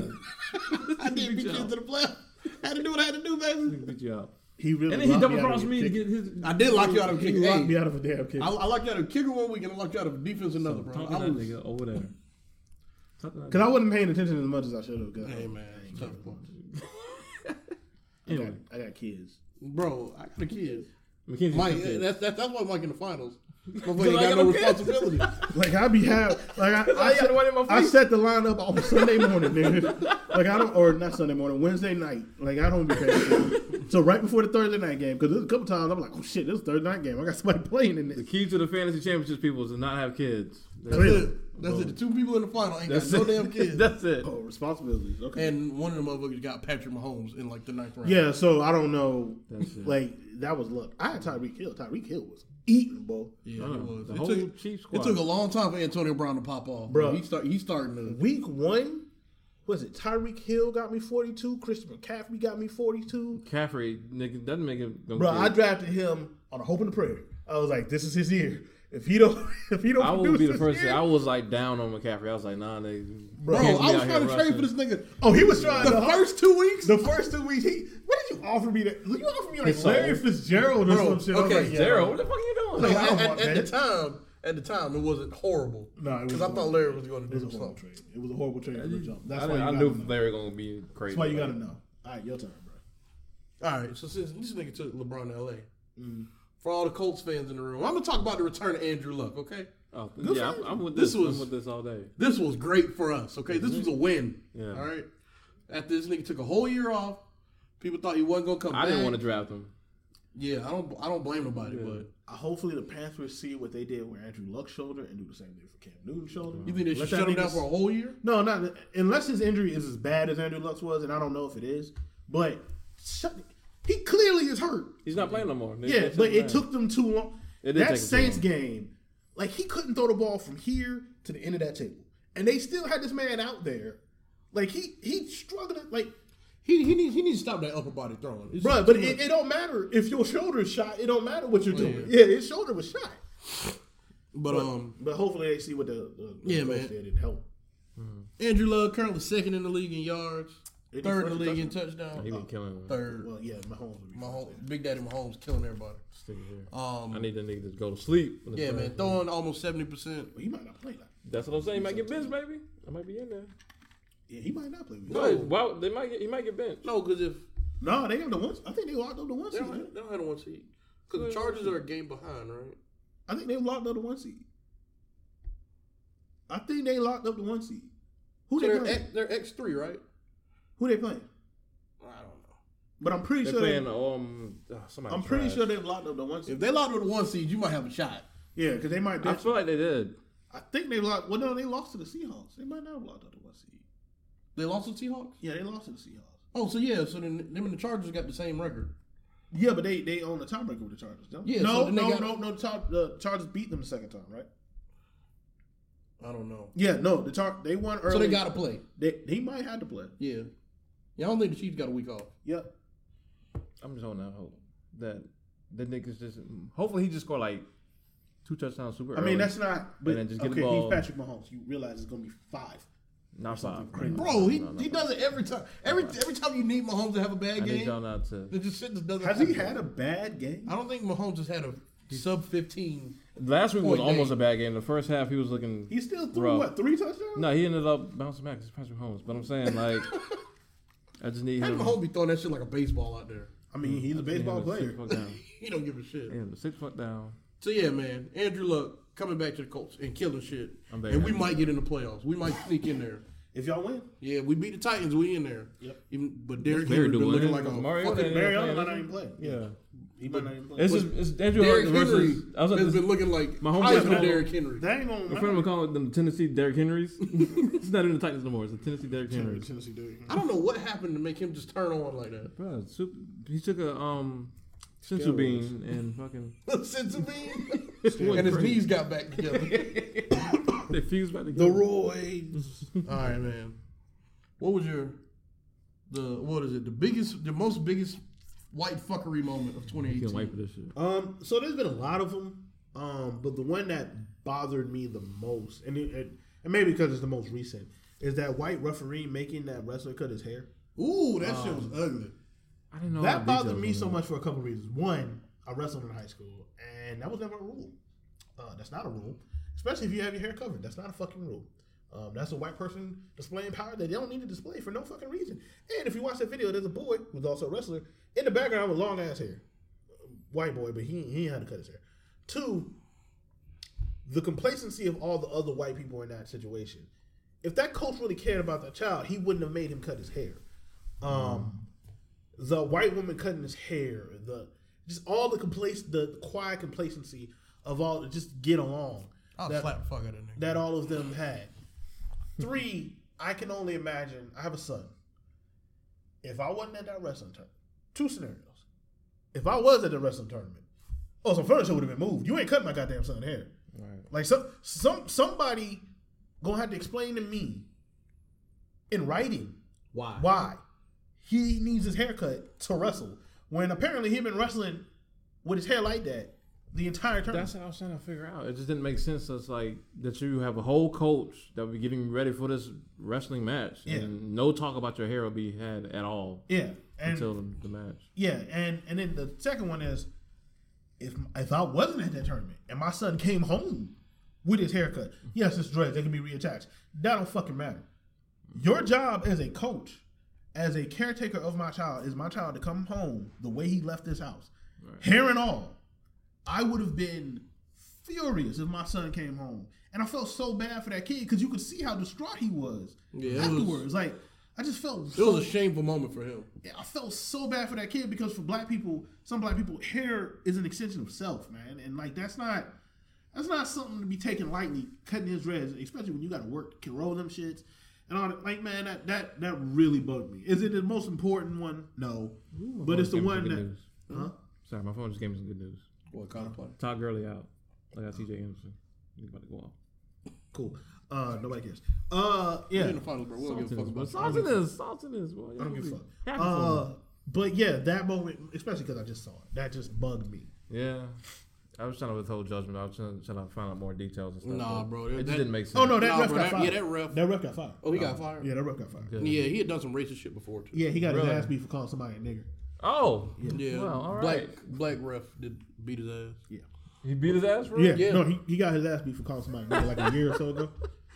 [SPEAKER 3] I did beat you up.
[SPEAKER 1] the playoff. [LAUGHS] Had to do what I had to do, baby.
[SPEAKER 3] Beat you up.
[SPEAKER 8] He really
[SPEAKER 3] And then he
[SPEAKER 8] locked
[SPEAKER 3] double
[SPEAKER 8] me out of
[SPEAKER 3] crossed
[SPEAKER 8] a
[SPEAKER 3] me to
[SPEAKER 8] kick.
[SPEAKER 3] get his.
[SPEAKER 1] I did lock you out of a
[SPEAKER 8] He
[SPEAKER 1] kick.
[SPEAKER 8] locked me
[SPEAKER 1] Hey,
[SPEAKER 8] out of a damn kick.
[SPEAKER 1] I, I locked you out of a kicker one week and I locked you out of defense another, bro.
[SPEAKER 3] Talk to
[SPEAKER 1] I
[SPEAKER 3] that
[SPEAKER 1] was-
[SPEAKER 3] nigga over there. Talk to that
[SPEAKER 4] because I wasn't paying attention as much as I should have. 'cause
[SPEAKER 1] [LAUGHS] Hey man, it's tough, bro.
[SPEAKER 3] nigga. Anyway,
[SPEAKER 8] I got kids. [LAUGHS]
[SPEAKER 1] Bro, I got a
[SPEAKER 3] [LAUGHS]
[SPEAKER 1] kid.
[SPEAKER 3] Mackenzie.
[SPEAKER 1] Mike,
[SPEAKER 3] Smith.
[SPEAKER 1] that's, that's that's why Mike in the
[SPEAKER 3] [LAUGHS]
[SPEAKER 1] finals. Motherfucker ain't
[SPEAKER 3] I
[SPEAKER 1] got
[SPEAKER 3] got
[SPEAKER 1] no
[SPEAKER 3] no kids. [LAUGHS]
[SPEAKER 1] responsibility.
[SPEAKER 4] Like I be have like I, I,
[SPEAKER 3] had one in my
[SPEAKER 4] set, I
[SPEAKER 3] face.
[SPEAKER 4] set the line up on Sunday morning, nigga. Like I don't or not Sunday morning, Wednesday night. Like I don't be paying attention. So right before the Thursday night game, because there's a couple times I'm like, oh shit, this is Thursday night game. I got somebody [LAUGHS] playing in
[SPEAKER 3] The
[SPEAKER 4] this.
[SPEAKER 3] key to the fantasy championships, people, is to not have kids.
[SPEAKER 1] That's it. That's it. The two people in the final ain't got no damn kids.
[SPEAKER 3] [LAUGHS] That's it.
[SPEAKER 4] Oh, responsibilities. Okay.
[SPEAKER 1] [LAUGHS] And one of the motherfuckers got Patrick Mahomes in like the ninth round.
[SPEAKER 4] Yeah, so I don't know.
[SPEAKER 3] That's it.
[SPEAKER 4] Like that was luck. I had Tyreek Hill. Tyreek Hill was eating, bro.
[SPEAKER 1] yeah,
[SPEAKER 3] I
[SPEAKER 1] it
[SPEAKER 3] know.
[SPEAKER 1] was.
[SPEAKER 3] Uh-huh. The
[SPEAKER 1] It
[SPEAKER 3] whole
[SPEAKER 1] took,
[SPEAKER 3] Chiefs
[SPEAKER 1] it
[SPEAKER 3] squad.
[SPEAKER 1] took a long time for Antonio Brown to pop off.
[SPEAKER 4] Bro.
[SPEAKER 1] he start he's starting to.
[SPEAKER 4] Week one, was it Tyreek Hill got me forty two? Christopher McCaffrey got me forty two.
[SPEAKER 3] Caffrey, nigga, doesn't make him. no
[SPEAKER 4] Bro, I
[SPEAKER 3] kid.
[SPEAKER 4] drafted him on a hope and a prayer. I was like, this is his year. If he don't, [LAUGHS] if he don't,
[SPEAKER 3] I will
[SPEAKER 4] produce
[SPEAKER 3] be the
[SPEAKER 4] this
[SPEAKER 3] first.
[SPEAKER 4] year-
[SPEAKER 3] I was like down on McCaffrey. I was like, nah, nigga.
[SPEAKER 1] Bro,
[SPEAKER 3] Can't be
[SPEAKER 1] I was
[SPEAKER 3] out
[SPEAKER 1] trying to
[SPEAKER 3] here
[SPEAKER 1] trade for this
[SPEAKER 3] rushing.
[SPEAKER 1] nigga
[SPEAKER 4] oh, he was trying
[SPEAKER 1] the
[SPEAKER 4] to-
[SPEAKER 1] first two weeks.
[SPEAKER 4] The first two weeks, he. What did you offer me? That you offered me like
[SPEAKER 3] His soul.
[SPEAKER 4] Larry Fitzgerald or
[SPEAKER 1] Bro,
[SPEAKER 4] some shit.
[SPEAKER 1] okay,
[SPEAKER 4] I was like,
[SPEAKER 3] Daryl, what the fuck are you doing?
[SPEAKER 1] No,
[SPEAKER 3] [LAUGHS]
[SPEAKER 4] I don't
[SPEAKER 1] at,
[SPEAKER 4] want
[SPEAKER 1] at- at
[SPEAKER 4] that.
[SPEAKER 1] the time, at the time, it wasn't horrible.
[SPEAKER 4] No, it was
[SPEAKER 1] because I thought
[SPEAKER 4] horrible.
[SPEAKER 1] Larry was going to
[SPEAKER 4] It was
[SPEAKER 1] do
[SPEAKER 4] a horrible
[SPEAKER 1] something.
[SPEAKER 4] trade. It was a horrible trade for the jump. That's
[SPEAKER 3] I,
[SPEAKER 4] why you
[SPEAKER 3] I
[SPEAKER 4] gotta
[SPEAKER 3] knew
[SPEAKER 4] know.
[SPEAKER 3] Larry gonna be crazy.
[SPEAKER 4] That's why you
[SPEAKER 3] about
[SPEAKER 4] gotta
[SPEAKER 3] it.
[SPEAKER 4] know. All right, your turn, bro.
[SPEAKER 1] All right, so since this nigga took LeBron to LA,
[SPEAKER 4] Mm.
[SPEAKER 1] for all the Colts fans in the room, I'm gonna talk about the return of Andrew Luck. Okay,
[SPEAKER 3] Oh, yeah, I'm, I'm with this.
[SPEAKER 1] This
[SPEAKER 3] I'm
[SPEAKER 1] was-
[SPEAKER 3] with this all day.
[SPEAKER 1] this was great for us. Okay, this was a win.
[SPEAKER 3] Yeah.
[SPEAKER 1] All right, after this nigga took a whole year off, people thought he wasn't gonna come
[SPEAKER 3] I
[SPEAKER 1] back.
[SPEAKER 3] didn't want to draft him.
[SPEAKER 1] Yeah, I don't. I don't blame nobody. But
[SPEAKER 4] Uh, Hopefully, the Panthers see what they did with Andrew Luck's shoulder and do the same thing for Cam Newton's shoulder.
[SPEAKER 1] you think they should
[SPEAKER 4] Let that
[SPEAKER 1] shut him
[SPEAKER 4] nigga
[SPEAKER 1] down for a whole year?
[SPEAKER 4] No, not unless his injury is as bad as Andrew Luck's was, and I don't know if it is. But shut it. He clearly is hurt.
[SPEAKER 3] He's not playing no more. They-
[SPEAKER 4] Yeah,
[SPEAKER 3] they
[SPEAKER 4] but
[SPEAKER 3] him
[SPEAKER 4] it
[SPEAKER 3] back.
[SPEAKER 4] took them too long.
[SPEAKER 3] It did take them
[SPEAKER 4] that
[SPEAKER 3] too
[SPEAKER 4] Saints
[SPEAKER 3] long.
[SPEAKER 4] game, like he couldn't throw the ball from here to the end of that table. and they still had this man out there. Like he he struggling like
[SPEAKER 1] He he needs he needs to stop that upper body throwing. It's
[SPEAKER 4] Bruh,
[SPEAKER 1] just
[SPEAKER 4] but
[SPEAKER 1] too
[SPEAKER 4] it,
[SPEAKER 1] much.
[SPEAKER 4] it don't matter if your shoulder's shot. It don't matter what you're
[SPEAKER 1] Yeah.
[SPEAKER 4] doing. Yeah, his shoulder was shot.
[SPEAKER 1] but um,
[SPEAKER 4] But hopefully they see what the, the
[SPEAKER 1] Yeah,
[SPEAKER 4] coach
[SPEAKER 1] man.
[SPEAKER 4] did and help.
[SPEAKER 1] Andrew Love currently second in the league in yards, third in the league in
[SPEAKER 3] He
[SPEAKER 1] touchdown,
[SPEAKER 3] been killing me.
[SPEAKER 1] third.
[SPEAKER 4] Well, yeah, Mahomes. Would be
[SPEAKER 1] Mahomes, Big Daddy Mahomes killing everybody.
[SPEAKER 3] Stick it here. I
[SPEAKER 1] Um,
[SPEAKER 3] need the nigga to go to sleep. when it's
[SPEAKER 1] yeah,
[SPEAKER 3] time.
[SPEAKER 1] man, throwing almost seventy percent.
[SPEAKER 4] Well, he might not play. Like,
[SPEAKER 3] That's what I'm saying. He might get benched, baby. I might be in there.
[SPEAKER 4] yeah, he might not play. with-
[SPEAKER 3] No, wow, they might get. He might get benched.
[SPEAKER 1] No, because if
[SPEAKER 4] No, they have the ones. I think they locked up the one
[SPEAKER 1] they
[SPEAKER 4] seed.
[SPEAKER 1] don't,
[SPEAKER 4] man.
[SPEAKER 1] have- they don't have the one seed, because the Chargers are a game behind, right?
[SPEAKER 4] I think they locked up the one seed. I think they locked up the one seed. Who
[SPEAKER 1] So
[SPEAKER 4] they
[SPEAKER 1] they're
[SPEAKER 4] playing?
[SPEAKER 1] X, they're X three, right?
[SPEAKER 4] Who they playing?
[SPEAKER 1] I don't know.
[SPEAKER 4] But I'm pretty
[SPEAKER 3] They're
[SPEAKER 4] sure.
[SPEAKER 3] playing
[SPEAKER 4] They,
[SPEAKER 3] um. ah, somebody.
[SPEAKER 4] I'm pretty
[SPEAKER 3] trash.
[SPEAKER 4] sure they've locked up the one seed.
[SPEAKER 1] If they locked with the one seed, you might have a shot.
[SPEAKER 4] Yeah, because they might.
[SPEAKER 3] I
[SPEAKER 4] I,
[SPEAKER 3] feel like they did.
[SPEAKER 4] I think they locked. Well, no, they lost to the Seahawks. They might not have locked up the one seed.
[SPEAKER 1] They lost to the Seahawks.
[SPEAKER 4] Yeah, they lost to the Seahawks.
[SPEAKER 1] Oh, so yeah, so then them and the Chargers got the same record.
[SPEAKER 4] Yeah, but they they own the tiebreaker with the Chargers. Don't they?
[SPEAKER 1] Yeah, so
[SPEAKER 4] no,
[SPEAKER 1] then they
[SPEAKER 4] no,
[SPEAKER 1] got-
[SPEAKER 4] no, no, The Char- the Chargers beat them the second time, right?
[SPEAKER 1] I don't know.
[SPEAKER 4] Yeah, no. The Char- they won early.
[SPEAKER 1] So they got to play.
[SPEAKER 4] They, he might have to play.
[SPEAKER 1] Yeah. Yeah, I don't think the Chiefs got a week off.
[SPEAKER 4] Yep.
[SPEAKER 3] I'm just holding out hope that the niggas just. Hopefully, he just score like two touchdowns super.
[SPEAKER 4] I mean, that's not. But
[SPEAKER 3] then just get the
[SPEAKER 4] okay,
[SPEAKER 3] ball.
[SPEAKER 4] he's Patrick Mahomes. You realize it's gonna be five.
[SPEAKER 3] not five.
[SPEAKER 1] Bro, he,
[SPEAKER 3] No, no,
[SPEAKER 1] he
[SPEAKER 3] no.
[SPEAKER 1] does it every time. Every every time you need Mahomes to have a
[SPEAKER 3] I
[SPEAKER 1] bad
[SPEAKER 3] need
[SPEAKER 1] game,
[SPEAKER 3] y'all not to.
[SPEAKER 1] it just shit just doesn't.
[SPEAKER 4] Has he
[SPEAKER 1] happen.
[SPEAKER 4] had a bad game?
[SPEAKER 1] I don't think Mahomes has had a sub fifteen.
[SPEAKER 3] Last week was
[SPEAKER 1] Point
[SPEAKER 3] almost
[SPEAKER 1] eight.
[SPEAKER 3] a bad game. The first half, he was looking.
[SPEAKER 4] He still threw
[SPEAKER 3] Bro.
[SPEAKER 4] what three touchdowns?
[SPEAKER 3] No, he ended up bouncing back. It's Patrick Mahomes, but I'm saying
[SPEAKER 4] [LAUGHS]
[SPEAKER 3] like, I just need
[SPEAKER 1] Patrick
[SPEAKER 3] him.
[SPEAKER 1] Mahomes be throwing that shit like a baseball out there.
[SPEAKER 4] I mean, he's a baseball
[SPEAKER 3] Him to
[SPEAKER 4] player.
[SPEAKER 3] Six foot down.
[SPEAKER 1] He don't give a shit.
[SPEAKER 3] Him to six foot down.
[SPEAKER 1] So yeah, man, Andrew Luck coming back to the Colts and killing shit,
[SPEAKER 3] I'm very
[SPEAKER 1] and we
[SPEAKER 3] happy.
[SPEAKER 1] might get in the playoffs. We might sneak in there.
[SPEAKER 4] If y'all win,
[SPEAKER 1] Yeah, we beat the Titans. We in there.
[SPEAKER 4] Yep.
[SPEAKER 1] Even, but Derrick
[SPEAKER 3] Barry
[SPEAKER 1] Henry been
[SPEAKER 3] doing
[SPEAKER 1] looking
[SPEAKER 3] it.
[SPEAKER 1] like a
[SPEAKER 3] Mariota
[SPEAKER 1] fucking.
[SPEAKER 3] ain't
[SPEAKER 4] Mariota
[SPEAKER 3] playing,
[SPEAKER 4] might
[SPEAKER 3] is
[SPEAKER 4] not
[SPEAKER 3] he?
[SPEAKER 4] even play.
[SPEAKER 3] Yeah,
[SPEAKER 4] He might not even play.
[SPEAKER 3] it's just it's Andrew Luck
[SPEAKER 1] Derrick Henry
[SPEAKER 3] versus. I was at
[SPEAKER 1] has
[SPEAKER 3] this,
[SPEAKER 1] been looking like
[SPEAKER 3] My homeboy
[SPEAKER 1] higher
[SPEAKER 3] Mahomes.
[SPEAKER 1] than Derrick Henry.
[SPEAKER 4] They ain't gonna
[SPEAKER 3] my friend would call it the Tennessee Derrick Henrys. [LAUGHS] it's not even the Titans no more. It's the Tennessee Derrick
[SPEAKER 4] win.
[SPEAKER 3] Henrys.
[SPEAKER 4] Tennessee do it.
[SPEAKER 1] I don't know what happened to make him just turn on like that. [LAUGHS]
[SPEAKER 3] Bro, super, he took a um sensu bean and fucking
[SPEAKER 1] Sense of being. and his knees got back
[SPEAKER 3] [LAUGHS]
[SPEAKER 1] together.
[SPEAKER 3] they fused back
[SPEAKER 9] The
[SPEAKER 3] together.
[SPEAKER 9] Roy's.
[SPEAKER 1] All right, man. What was your the what is it? The biggest, the most biggest white fuckery moment of
[SPEAKER 3] Can't
[SPEAKER 1] 2018.
[SPEAKER 3] wait for this shit.
[SPEAKER 4] Um, so there's been a lot of them, um, but the one that bothered me the most, and it, it, and maybe because it's the most recent, is that white referee making that wrestler cut his hair.
[SPEAKER 9] Ooh, that shit
[SPEAKER 1] Um,
[SPEAKER 9] was ugly.
[SPEAKER 3] I didn't know all the
[SPEAKER 4] that bothered
[SPEAKER 3] details
[SPEAKER 4] me
[SPEAKER 3] on
[SPEAKER 4] so
[SPEAKER 3] that.
[SPEAKER 4] much for a couple reasons. One, I wrestled in high school, and that was never a rule. Uh, that's not a rule, especially if you have your hair covered. That's not a fucking rule. Um, that's a white person displaying power that they don't need to display for no fucking reason. And if you watch that video, there's a boy who's also a wrestler in the background with long ass hair, white boy, but he he had to cut his hair. Two, the complacency of all the other white people in that situation. If that coach really cared about that child, he wouldn't have made him cut his hair. Um, the white woman cutting his hair, the just all the complac the quiet complacency of all just get along
[SPEAKER 1] I'll Oh, slap the fuck out of that nigga.
[SPEAKER 4] that all of them had. Three, I can only imagine. I have a son. If I wasn't at that wrestling tournament, two scenarios. If I was at the wrestling tournament, oh, some furniture would have been moved. You ain't cutting my goddamn son hair. Like some some somebody gonna have to explain to me in writing
[SPEAKER 1] Why?
[SPEAKER 4] why he needs his haircut to wrestle when apparently he been wrestling with his hair like that the entire tournament.
[SPEAKER 3] That's what I was trying to figure out. It just didn't make sense. It's like that you have a whole coach that will be getting ready for this wrestling match, and no talk about your hair will be had at all
[SPEAKER 4] yeah, and
[SPEAKER 3] until the, the match.
[SPEAKER 4] Yeah, and and then the second one is if if I wasn't at that tournament and my son came home with his haircut, yes, it's dreads. They can be reattached. That don't fucking matter. Your job as a coach, as a caretaker of my child, is my child to come home the way he left this house, hair and all. I would have been furious if my son came home, and I felt so bad for that kid because you could see how distraught he was
[SPEAKER 1] Yeah, it was-
[SPEAKER 4] afterwards. like I just felt
[SPEAKER 1] It was a shameful moment for him.
[SPEAKER 4] yeah, I felt so bad for that kid because for black people, some black people, hair is an extension of self, man, and like that's not that's not something to be taken lightly. Cutting his dreads, especially when you got to work, can roll them shits, and all that. Like man, that that that really bugged me. Is it the most important one? No, but it's the
[SPEAKER 3] Give me some
[SPEAKER 4] one
[SPEAKER 3] good
[SPEAKER 4] that.
[SPEAKER 3] news.
[SPEAKER 4] Huh?
[SPEAKER 3] Sorry, my phone just gave me some good news.
[SPEAKER 1] What kind of play?
[SPEAKER 3] Todd Gurley out. I got T.J. Anderson. He's about to go off.
[SPEAKER 4] Cool. Uh, nobody cares. Uh, yeah.
[SPEAKER 1] In the finals, bro. We don't give a fuck about that.
[SPEAKER 3] Saltiness, saltiness, saltiness, boy.
[SPEAKER 4] I don't give a fuck.
[SPEAKER 3] Happy for
[SPEAKER 4] Uh, but yeah, that moment, especially because I just saw it, that just bugged me.
[SPEAKER 3] me. Yeah. I was trying to withhold judgment. I was trying, trying to find out more details and stuff.
[SPEAKER 1] Nah,
[SPEAKER 3] but
[SPEAKER 1] bro,
[SPEAKER 3] It
[SPEAKER 1] that-
[SPEAKER 3] just didn't make sense.
[SPEAKER 4] Oh no, that
[SPEAKER 1] Nah,
[SPEAKER 4] ref
[SPEAKER 1] bro,
[SPEAKER 4] got
[SPEAKER 1] that-
[SPEAKER 4] fired.
[SPEAKER 1] yeah, that ref-
[SPEAKER 4] That ref got fired.
[SPEAKER 1] Oh, he got fired.
[SPEAKER 4] Yeah, that ref got fired. Yeah,
[SPEAKER 3] Yeah.
[SPEAKER 1] Yeah, he had done some racist shit before too.
[SPEAKER 4] he got
[SPEAKER 3] Really?
[SPEAKER 4] his ass beat for calling somebody a nigger.
[SPEAKER 3] Oh,
[SPEAKER 1] Yeah,
[SPEAKER 3] Well, all
[SPEAKER 1] black
[SPEAKER 3] right.
[SPEAKER 1] black ref did beat his ass.
[SPEAKER 3] He beat his ass for
[SPEAKER 4] Yeah,
[SPEAKER 3] it?
[SPEAKER 1] Yeah.
[SPEAKER 4] no, he, he got his ass beat for calling somebody a nigger like a year or so ago.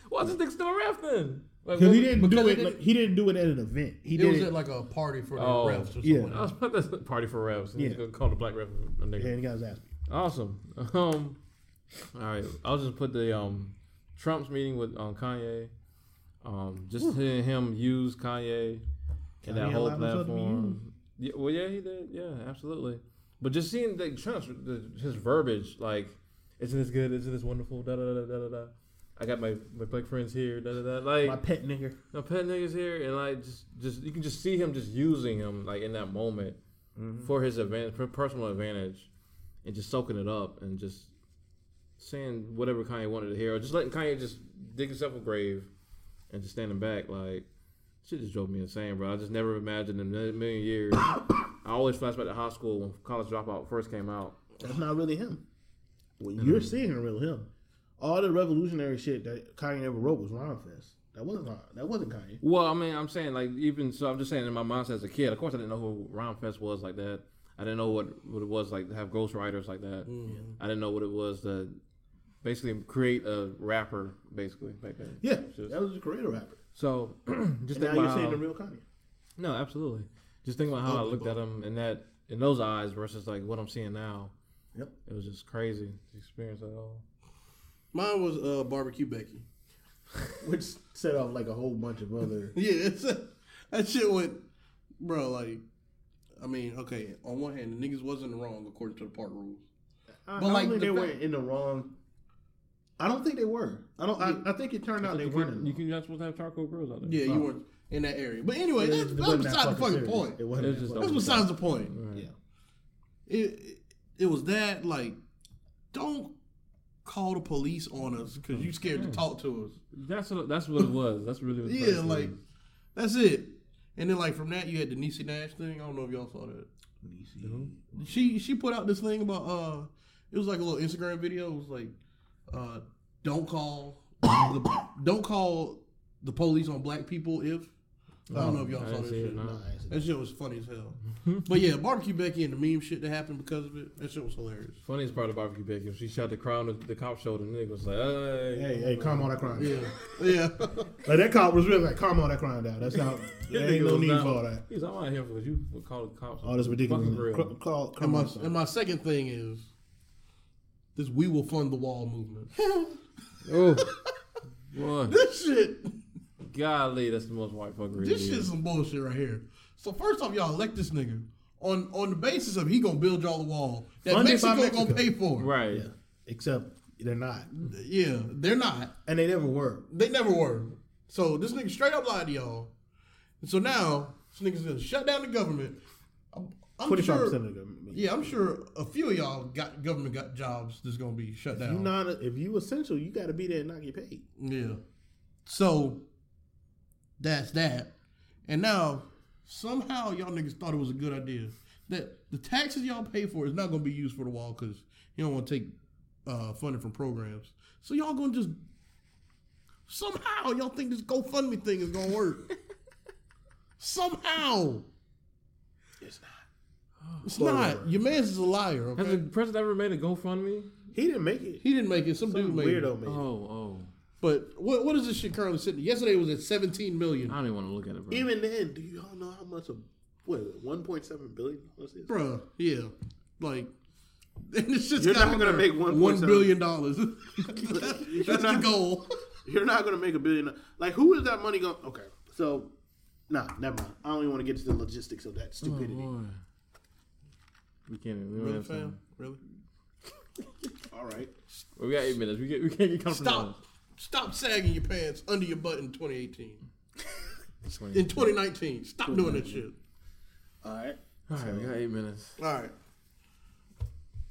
[SPEAKER 3] Why is this nigga still a ref then? Like,
[SPEAKER 4] Because
[SPEAKER 3] what-
[SPEAKER 4] he didn't
[SPEAKER 1] Because
[SPEAKER 4] do
[SPEAKER 1] they
[SPEAKER 4] it.
[SPEAKER 1] didn't-
[SPEAKER 4] like, he didn't do it at an event. He
[SPEAKER 1] It
[SPEAKER 4] did
[SPEAKER 1] was
[SPEAKER 4] it,
[SPEAKER 1] at like a party for the
[SPEAKER 3] Oh,
[SPEAKER 1] refs or something.
[SPEAKER 4] yeah.
[SPEAKER 1] like
[SPEAKER 3] I was about to say party for refs. Yeah.
[SPEAKER 4] Yeah.
[SPEAKER 3] Gonna call the black ref a nigga.
[SPEAKER 4] and he got his ass beat.
[SPEAKER 3] Awesome. [LAUGHS] Um, all right. I'll just put the um, Trump's meeting with um, Kanye. Um, just hearing him use Kanye and that
[SPEAKER 4] Kanye
[SPEAKER 3] whole
[SPEAKER 4] allowed himself to be
[SPEAKER 3] platform. Yeah, well, yeah, he did. Yeah, absolutely. But just seeing the Trump's the, his verbiage, like, isn't this good? Isn't this wonderful? Da da da da da da. I got my, my black friends here. Da da da. Like
[SPEAKER 4] My pet nigger.
[SPEAKER 3] no pet niggas here, and like just just you can just see him just using him like in that moment for his advantage, for personal advantage, and just soaking it up and just saying whatever Kanye wanted to hear, or just letting Kanye just dig himself a grave and just standing back like. Shit just drove me insane, bro. I just never imagined in a million million years. [COUGHS] I always flash back to high school when College Dropout first came out.
[SPEAKER 4] That's not really him. What you're seeing is real him. All the revolutionary shit that Kanye ever wrote was Ron Fest. That wasn't Ron- that wasn't Kanye.
[SPEAKER 3] Well, I mean, I'm saying like even so, I'm just saying in my mindset as a kid. Of course, I didn't know who Ron Fest was like that. I didn't know what, what it was like to have ghostwriters like that. I didn't know what it was to basically create a rapper basically back then.
[SPEAKER 4] Yeah, that was a creator rapper.
[SPEAKER 3] So [CLEARS THROAT] just
[SPEAKER 4] Now
[SPEAKER 3] think
[SPEAKER 4] you're
[SPEAKER 3] about
[SPEAKER 4] seeing
[SPEAKER 3] how-
[SPEAKER 4] the real Kanye.
[SPEAKER 3] no, absolutely. Just think about how I looked at him in that in those eyes versus like what I'm seeing now.
[SPEAKER 4] Yep.
[SPEAKER 3] It was just crazy to experience that all.
[SPEAKER 1] Mine was uh, barbecue Becky.
[SPEAKER 4] Which set off like a whole bunch of other.
[SPEAKER 1] [LAUGHS] Yeah, that's, that shit went, bro. Like, I mean, okay. On one hand, the niggas wasn't wrong according to the park rules.
[SPEAKER 4] I, I
[SPEAKER 1] But,
[SPEAKER 4] don't
[SPEAKER 1] like,
[SPEAKER 4] think
[SPEAKER 1] the
[SPEAKER 4] they
[SPEAKER 1] fa-
[SPEAKER 4] were in the wrong. I don't think they were. I don't. I, I think it turned out they
[SPEAKER 3] You
[SPEAKER 4] weren't.
[SPEAKER 3] can,
[SPEAKER 4] in
[SPEAKER 3] you
[SPEAKER 4] the
[SPEAKER 3] can, you're not supposed to have charcoal grills out there.
[SPEAKER 1] Yeah, you weren't in that area. But anyway,
[SPEAKER 4] wrong. It
[SPEAKER 1] that's,
[SPEAKER 4] wasn't
[SPEAKER 1] that's
[SPEAKER 4] that
[SPEAKER 1] beside the fucking
[SPEAKER 4] serious.
[SPEAKER 1] point.
[SPEAKER 4] It wasn't.
[SPEAKER 3] It was
[SPEAKER 4] that
[SPEAKER 3] just
[SPEAKER 4] fucking
[SPEAKER 1] That's
[SPEAKER 3] over.
[SPEAKER 1] besides
[SPEAKER 4] serious.
[SPEAKER 1] the point.
[SPEAKER 3] Right.
[SPEAKER 4] Yeah.
[SPEAKER 1] It, it it was that like, don't call the police on us because you scared
[SPEAKER 4] Mm.
[SPEAKER 1] to talk to us.
[SPEAKER 3] That's what that's what it was. That's really what it
[SPEAKER 1] Yeah,
[SPEAKER 3] was.
[SPEAKER 1] like that's it. And then like from that you had the Niecy Nash thing. I don't know if y'all saw that. Mm-hmm. She she put out this thing about uh it was like a little Instagram video. It was like uh don't call [COUGHS] the, don't call the police on black people if I don't know if y'all
[SPEAKER 3] Oh, I
[SPEAKER 1] saw
[SPEAKER 3] didn't
[SPEAKER 1] that
[SPEAKER 3] see it,
[SPEAKER 1] shit.
[SPEAKER 3] no.
[SPEAKER 1] That shit was funny as
[SPEAKER 3] [LAUGHS]
[SPEAKER 1] hell. but yeah, barbecue Becky and the meme shit that happened because of it. That shit was hilarious.
[SPEAKER 3] Funniest part of barbecue bacon, she shot the crown of the cop's shoulder, and the nigga was like, hey.
[SPEAKER 4] Hey, hey, calm all that crying.
[SPEAKER 1] Yeah, [LAUGHS] yeah.
[SPEAKER 4] Like that cop was really like, calm all that crying down. That's not. there ain't no
[SPEAKER 3] was
[SPEAKER 4] need
[SPEAKER 3] down.
[SPEAKER 4] for all that.
[SPEAKER 3] He's like, I'm out here because you would call the cops.
[SPEAKER 4] All this
[SPEAKER 3] Fucking
[SPEAKER 4] ridiculous.
[SPEAKER 3] grill.
[SPEAKER 4] Cr- Call,
[SPEAKER 1] and
[SPEAKER 4] come
[SPEAKER 1] my
[SPEAKER 4] on, son.
[SPEAKER 1] and my second thing is this: we will fund the wall [LAUGHS] movement.
[SPEAKER 3] Oh, boy.
[SPEAKER 1] this shit.
[SPEAKER 3] Golly, that's the most white fuckery.
[SPEAKER 1] This
[SPEAKER 3] it
[SPEAKER 1] shit's
[SPEAKER 3] is.
[SPEAKER 1] some bullshit right here. So first off, y'all elect this nigga on on the basis of he gonna build y'all a wall that
[SPEAKER 4] Funded by
[SPEAKER 1] Mexico, gonna
[SPEAKER 4] Mexico.
[SPEAKER 1] pay for.
[SPEAKER 3] Right.
[SPEAKER 4] Yeah. Except they're not,
[SPEAKER 1] Yeah, they're not.
[SPEAKER 4] and they never were.
[SPEAKER 1] They never were. So this nigga straight up lied to y'all. And so now this nigga's gonna shut down the government. I'm, I'm
[SPEAKER 4] Twenty-five
[SPEAKER 1] sure.
[SPEAKER 4] percent of them.
[SPEAKER 1] Yeah, I'm sure a few of y'all got government got jobs that's gonna be shut
[SPEAKER 4] You
[SPEAKER 1] down.
[SPEAKER 4] not if you essential, you got to be there and not get paid.
[SPEAKER 1] Yeah. So that's that. And now somehow y'all niggas thought it was a good idea that the taxes y'all pay for is not going to be used for the wall because you don't want to take uh, funding from programs. So y'all going to just somehow y'all think this GoFundMe thing is going to work. somehow. It's not. It's not. Your man's is a liar.
[SPEAKER 3] Has
[SPEAKER 1] Okay?
[SPEAKER 3] the president ever made a GoFundMe?
[SPEAKER 4] He didn't make it.
[SPEAKER 1] He didn't make it. Some, dude made it. Um,
[SPEAKER 3] Oh,
[SPEAKER 4] Weirdo man.
[SPEAKER 3] oh.
[SPEAKER 1] But what what is this shit currently sitting? Yesterday it was at seventeen million.
[SPEAKER 3] I don't even want to look at it, bro.
[SPEAKER 4] Even then, do y'all know how much of what one point seven billion dollars [LAUGHS] is?
[SPEAKER 1] Bruh, yeah. Like [LAUGHS] and it's just
[SPEAKER 4] You're not gonna make
[SPEAKER 1] one
[SPEAKER 4] 1.7.
[SPEAKER 1] billion dollars. [LAUGHS] That's the goal.
[SPEAKER 4] You're not gonna make a billion. Like who is that money going? Okay, so nah, never mind. I don't even want to get to the logistics of that
[SPEAKER 3] Oh,
[SPEAKER 4] stupidity.
[SPEAKER 3] boy. We can't even. We, don't
[SPEAKER 1] Really,
[SPEAKER 3] have time.
[SPEAKER 1] fam? Really?
[SPEAKER 4] All right,
[SPEAKER 3] Well, we got eight minutes. We, get, we can't get comfortable.
[SPEAKER 1] Stop stop sagging your pants under your butt in twenty eighteen. In twenty nineteen. Stop doing that shit.
[SPEAKER 4] all right.
[SPEAKER 3] All right, we got eight minutes.
[SPEAKER 1] All right.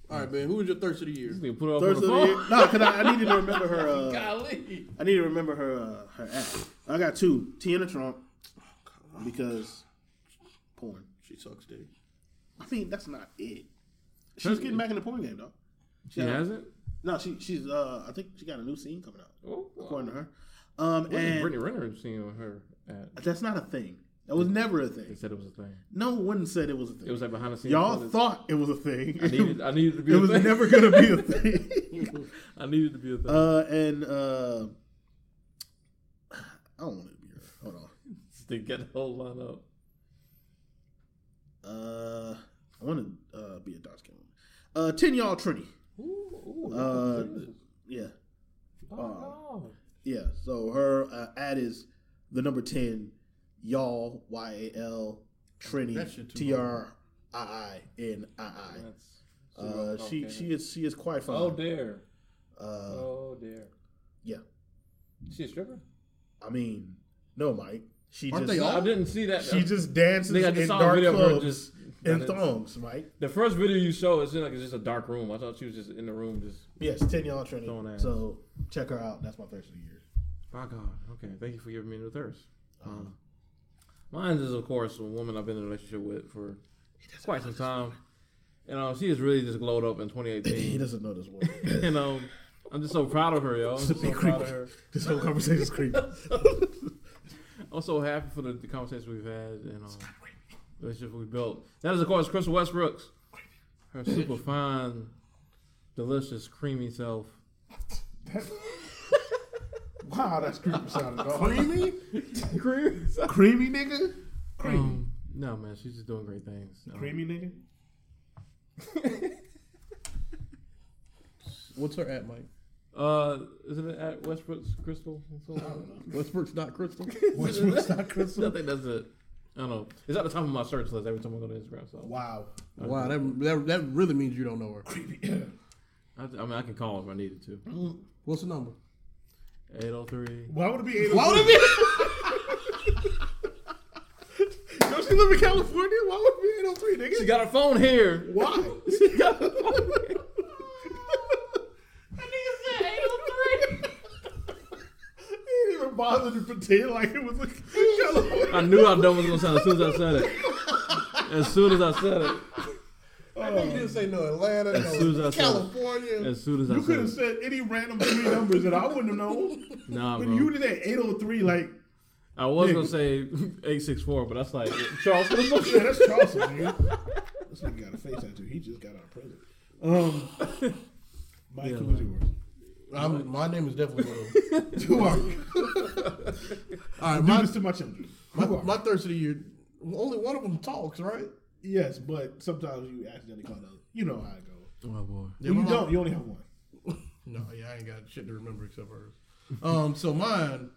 [SPEAKER 1] All right, man. Who was your thirst of the year?
[SPEAKER 3] This nigga put it up
[SPEAKER 4] Thirst of
[SPEAKER 3] on the
[SPEAKER 4] the
[SPEAKER 3] phone. [LAUGHS]
[SPEAKER 4] year? No, because I, I need to remember her. Uh,
[SPEAKER 3] Golly.
[SPEAKER 4] I need to remember her. Uh, her act. I got two. Tiana Trump because porn.
[SPEAKER 1] She sucks dick.
[SPEAKER 4] I mean, that's not it. She's getting back in the porn game though.
[SPEAKER 3] She hasn't?
[SPEAKER 4] No, she she's. Uh, I think she got a new scene coming out
[SPEAKER 3] Oh,
[SPEAKER 4] according to her. Um, and
[SPEAKER 3] Brittany Renner seen on her ad.
[SPEAKER 4] that's not a thing. That was never a
[SPEAKER 3] They
[SPEAKER 4] thing.
[SPEAKER 3] said it was a thing.
[SPEAKER 4] No one said it was a
[SPEAKER 3] It
[SPEAKER 4] thing.
[SPEAKER 3] was like behind the scenes.
[SPEAKER 4] Y'all
[SPEAKER 3] footage.
[SPEAKER 4] thought it was a thing.
[SPEAKER 3] I
[SPEAKER 4] [LAUGHS]
[SPEAKER 3] needed, I needed to be
[SPEAKER 4] it
[SPEAKER 3] a [LAUGHS]
[SPEAKER 4] was
[SPEAKER 3] thing.
[SPEAKER 4] never gonna be a thing. [LAUGHS]
[SPEAKER 3] I needed to be a thing.
[SPEAKER 4] Uh, and uh, I don't want it to be her. Hold on.
[SPEAKER 3] to get the whole line up.
[SPEAKER 4] Uh, I want to uh, be a dark skin woman. Uh, ten y'all Trini.
[SPEAKER 3] Ooh, ooh,
[SPEAKER 4] Uh,
[SPEAKER 3] Jesus.
[SPEAKER 4] yeah,
[SPEAKER 3] oh, no.
[SPEAKER 4] yeah. So her uh, ad is the number ten y'all Y A L
[SPEAKER 1] That shit
[SPEAKER 4] Trini
[SPEAKER 1] too
[SPEAKER 4] T R I I N I I.
[SPEAKER 3] That's
[SPEAKER 4] Uh,
[SPEAKER 3] zero
[SPEAKER 4] she
[SPEAKER 3] cocaine.
[SPEAKER 4] she is she is quite fine.
[SPEAKER 3] Oh dear.
[SPEAKER 4] Uh,
[SPEAKER 3] Oh dear.
[SPEAKER 4] yeah.
[SPEAKER 3] She a stripper?
[SPEAKER 4] I mean, no, Mike. She
[SPEAKER 1] Aren't
[SPEAKER 4] just
[SPEAKER 1] they all?
[SPEAKER 3] I didn't see that.
[SPEAKER 4] she just dances
[SPEAKER 3] Nigga, I just
[SPEAKER 4] in
[SPEAKER 3] saw a
[SPEAKER 4] dark
[SPEAKER 3] video of her
[SPEAKER 4] clubs
[SPEAKER 3] just-
[SPEAKER 4] in
[SPEAKER 3] that is-
[SPEAKER 4] thongs, Mike.
[SPEAKER 3] the first video you show is in like it's just a dark room. I thought she was just in the room just
[SPEAKER 4] Yes, ten y'all
[SPEAKER 3] Throwing
[SPEAKER 4] Trini.
[SPEAKER 3] ass.
[SPEAKER 4] So check her out. That's my thirst of the year.
[SPEAKER 3] By God. Okay. Thank you for giving me the thirst. Um, mine is, of course, a woman I've been in a relationship with for quite some time. You know, she has really just glowed up in
[SPEAKER 4] He
[SPEAKER 3] 2018.
[SPEAKER 4] doesn't know this word.
[SPEAKER 3] you know, I'm just so proud of her, yo. I'm just so proud of her.
[SPEAKER 4] this whole conversation is creepy.
[SPEAKER 3] I'm so happy for the, the conversation we've had and um, the relationship we built. That is, of course, Crystal Westbrooks. Her super fine, delicious, creamy self.
[SPEAKER 2] Wow, that's creepy sounding. Creamy?
[SPEAKER 3] Creamy?
[SPEAKER 2] Creamy nigga?
[SPEAKER 3] Um, no, man, she's just doing great things. Um,
[SPEAKER 2] Creamy nigga?
[SPEAKER 1] What's her at, Mike?
[SPEAKER 3] Uh, isn't it at Westbrook's Crystal? or something?
[SPEAKER 1] Westbrook's not Crystal.
[SPEAKER 2] Westbrook's not Crystal?
[SPEAKER 3] I think that's it. I don't know. It's at the top of my search list every time I go to Instagram. So
[SPEAKER 2] Wow.
[SPEAKER 1] [LAUGHS] wow, that, that that really means you don't know her.
[SPEAKER 3] I, I mean, I can call if I needed to.
[SPEAKER 1] What's the number?
[SPEAKER 3] 803.
[SPEAKER 2] Why would it be 803?
[SPEAKER 1] [LAUGHS] Why would it
[SPEAKER 2] Don't she live in California? Why would it be 803, nigga?
[SPEAKER 3] She got her phone here.
[SPEAKER 2] Why?
[SPEAKER 3] She got her phone here.
[SPEAKER 2] [LAUGHS] He didn't even bother to pretend like it was a California.
[SPEAKER 3] I knew how dumb it was gonna sound as soon as I said it. As soon as I said it.
[SPEAKER 1] You didn't say no Atlanta,
[SPEAKER 3] As soon as I said it.
[SPEAKER 1] California.
[SPEAKER 3] As soon as
[SPEAKER 2] You
[SPEAKER 3] I
[SPEAKER 2] could
[SPEAKER 3] said
[SPEAKER 2] have
[SPEAKER 3] it.
[SPEAKER 2] said any random three numbers and I wouldn't have known.
[SPEAKER 3] Nah,
[SPEAKER 2] When you
[SPEAKER 3] bro.
[SPEAKER 2] did that 803, like,
[SPEAKER 3] I was gonna say 864, but that's like Charleston.
[SPEAKER 2] yeah, that's Charleston, nigga. This nigga got a face tattoo. He just got out of prison. Um, Mike, who was yours?
[SPEAKER 1] I'm, my name is definitely. Will.
[SPEAKER 2] Who are you?
[SPEAKER 1] All right,
[SPEAKER 2] Do
[SPEAKER 1] my,
[SPEAKER 2] this to my children.
[SPEAKER 1] my
[SPEAKER 2] Who are you?
[SPEAKER 1] my thirst of the year. Only one of them talks, right?
[SPEAKER 2] Yes, but sometimes you accidentally call the other. You know how it goes.
[SPEAKER 3] Oh boy.
[SPEAKER 2] When
[SPEAKER 1] Yeah, my
[SPEAKER 2] you
[SPEAKER 1] mom-
[SPEAKER 2] don't, you only have one.
[SPEAKER 1] No, yeah, I ain't got shit to remember except for [LAUGHS] hers. Um, so mine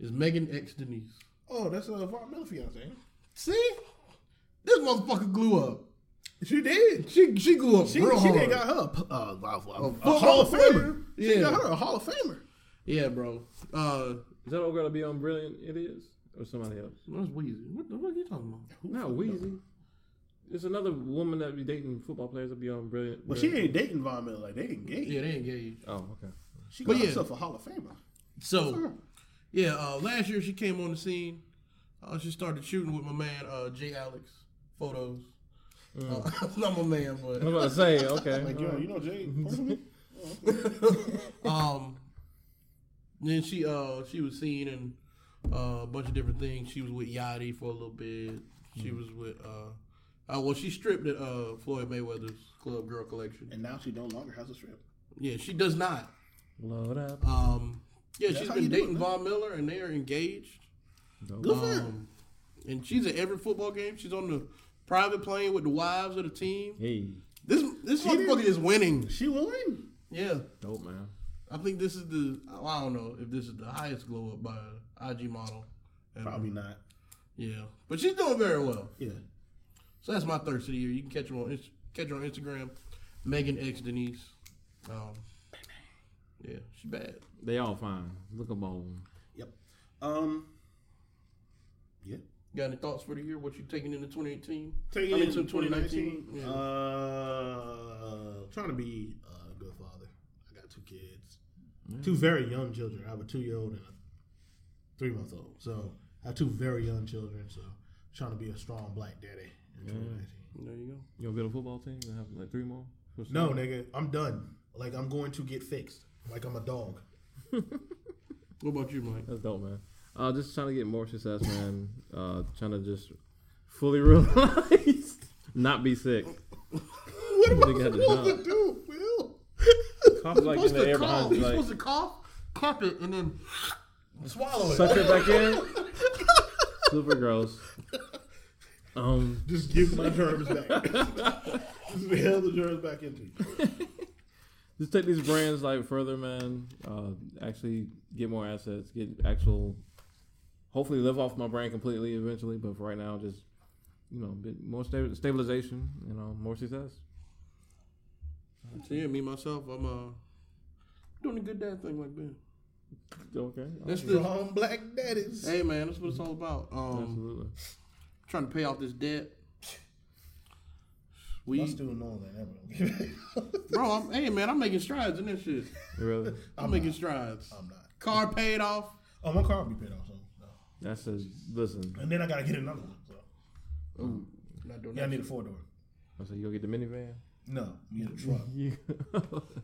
[SPEAKER 1] is Megan X Denise.
[SPEAKER 2] Oh, that's
[SPEAKER 4] uh,
[SPEAKER 2] a Von Miller fiance.
[SPEAKER 1] See, this motherfucker glue up.
[SPEAKER 2] She did.
[SPEAKER 1] She she glue up
[SPEAKER 2] She,
[SPEAKER 1] real
[SPEAKER 2] she
[SPEAKER 1] hard.
[SPEAKER 2] did got her a, p- uh, a- a- a
[SPEAKER 1] football
[SPEAKER 2] Hall of
[SPEAKER 1] player?
[SPEAKER 2] Famer. She
[SPEAKER 1] Yeah.
[SPEAKER 2] got her a Hall of Famer.
[SPEAKER 1] yeah, bro. Uh,
[SPEAKER 3] Is that old girl to be on Brilliant Idiots? Or somebody else?
[SPEAKER 1] what's Weezy? What the fuck are you talking about?
[SPEAKER 3] Not Weezy. There's another woman that be dating football players that be on Brilliant.
[SPEAKER 4] Well, she ain't dating Von Miller. Like they engaged.
[SPEAKER 1] Yeah, they engaged.
[SPEAKER 3] Oh, okay.
[SPEAKER 4] She
[SPEAKER 1] But
[SPEAKER 4] got
[SPEAKER 1] yeah. Oh.
[SPEAKER 4] herself a Hall of Famer.
[SPEAKER 1] So, yeah, uh, last year she came on the scene. Uh, she started shooting with my man uh, Jay Alex photos. Uh, [LAUGHS] not my man, but
[SPEAKER 3] I was about to say, okay.
[SPEAKER 2] You know, you know
[SPEAKER 1] [LAUGHS]
[SPEAKER 2] Jay personally.
[SPEAKER 1] Um, then she uh she was seen in uh, a bunch of different things. She was with Yachty for a little bit. She
[SPEAKER 4] Mm.
[SPEAKER 1] was with uh, uh, well she stripped at uh Floyd Mayweather's Club Girl Collection.
[SPEAKER 4] And now she no longer has a strip.
[SPEAKER 1] Yeah, she does not.
[SPEAKER 3] Load up.
[SPEAKER 1] Um, yeah, she's
[SPEAKER 4] how
[SPEAKER 1] been
[SPEAKER 4] you do it,
[SPEAKER 1] dating Von Miller and they are engaged.
[SPEAKER 4] Good for her.
[SPEAKER 1] Um, and she's at every football game. She's on the private plane with the wives of the team.
[SPEAKER 3] Hey,
[SPEAKER 1] This this motherfucker is winning.
[SPEAKER 4] She won.
[SPEAKER 1] Yeah.
[SPEAKER 3] dope man.
[SPEAKER 1] I think this is the I don't know if this is the highest glow up by a IG model. ever.
[SPEAKER 4] Probably not.
[SPEAKER 1] um, Yeah, but she's doing very well.
[SPEAKER 4] Yeah.
[SPEAKER 1] So that's my thirst of the year. You can catch her on Inst- catch her on Instagram, Megan X Denise. Um, yeah, she bad.
[SPEAKER 3] They all fine. Look them all.
[SPEAKER 4] Yep. Um. Yeah.
[SPEAKER 1] Got any thoughts for the year? What you taking into 2018?
[SPEAKER 4] Taking
[SPEAKER 1] I mean,
[SPEAKER 4] into
[SPEAKER 1] to 2019.
[SPEAKER 4] 2019.
[SPEAKER 1] Yeah.
[SPEAKER 4] Uh, trying to be a good father. I got two kids, two very young children. I have a two-year-old and a three-month-old. So I have two very young children. So trying to be a strong black daddy in 2019.
[SPEAKER 1] there you go.
[SPEAKER 3] You gonna build a football team and have like three more? What's
[SPEAKER 4] No, nigga, I'm done. Like I'm going to get fixed. Like I'm a dog.
[SPEAKER 1] What about you, Mike?
[SPEAKER 3] That's dope, man. Uh, just trying to get more success, man. Uh, trying to just fully realize, [LAUGHS] not be sick.
[SPEAKER 4] What am
[SPEAKER 3] Nigga
[SPEAKER 4] I
[SPEAKER 3] had to
[SPEAKER 4] supposed
[SPEAKER 3] die.
[SPEAKER 4] to do, Will?
[SPEAKER 3] [LAUGHS] Cough like in the air
[SPEAKER 4] cough.
[SPEAKER 3] behind
[SPEAKER 4] He's
[SPEAKER 3] you, like
[SPEAKER 4] supposed to cough, cap it, and then swallow it.
[SPEAKER 3] suck it back in. Super
[SPEAKER 4] [LAUGHS]
[SPEAKER 3] gross. Um,
[SPEAKER 4] Just give my germs back. Just inhale the germs back into you.
[SPEAKER 3] just take these brands like further, man. Uh, actually get more assets, get actual. Hopefully, live off my brand completely eventually. But for right now, just you know, bit more sta- stabilization. You know, more success.
[SPEAKER 1] So yeah, me myself, I'm uh doing a good dad thing like Ben.
[SPEAKER 3] Okay.
[SPEAKER 1] That's the
[SPEAKER 4] Strong black daddies.
[SPEAKER 1] hey man, that's what it's all about. Um,
[SPEAKER 3] Absolutely.
[SPEAKER 1] trying to pay off this debt. We,
[SPEAKER 4] doing all that.
[SPEAKER 1] bro, I'm, hey man, I'm making strides in this shit.
[SPEAKER 3] Really.
[SPEAKER 1] I'm, making strides.
[SPEAKER 4] I'm not.
[SPEAKER 1] Car paid off.
[SPEAKER 4] Oh, my car will be paid off soon. So.
[SPEAKER 3] That's a listen.
[SPEAKER 4] And then I gotta get another one. So.
[SPEAKER 1] Not doing
[SPEAKER 4] Yeah, I
[SPEAKER 1] that.
[SPEAKER 4] need a four door.
[SPEAKER 3] I said you go get the minivan.
[SPEAKER 4] No, we need a truck.
[SPEAKER 3] [LAUGHS] You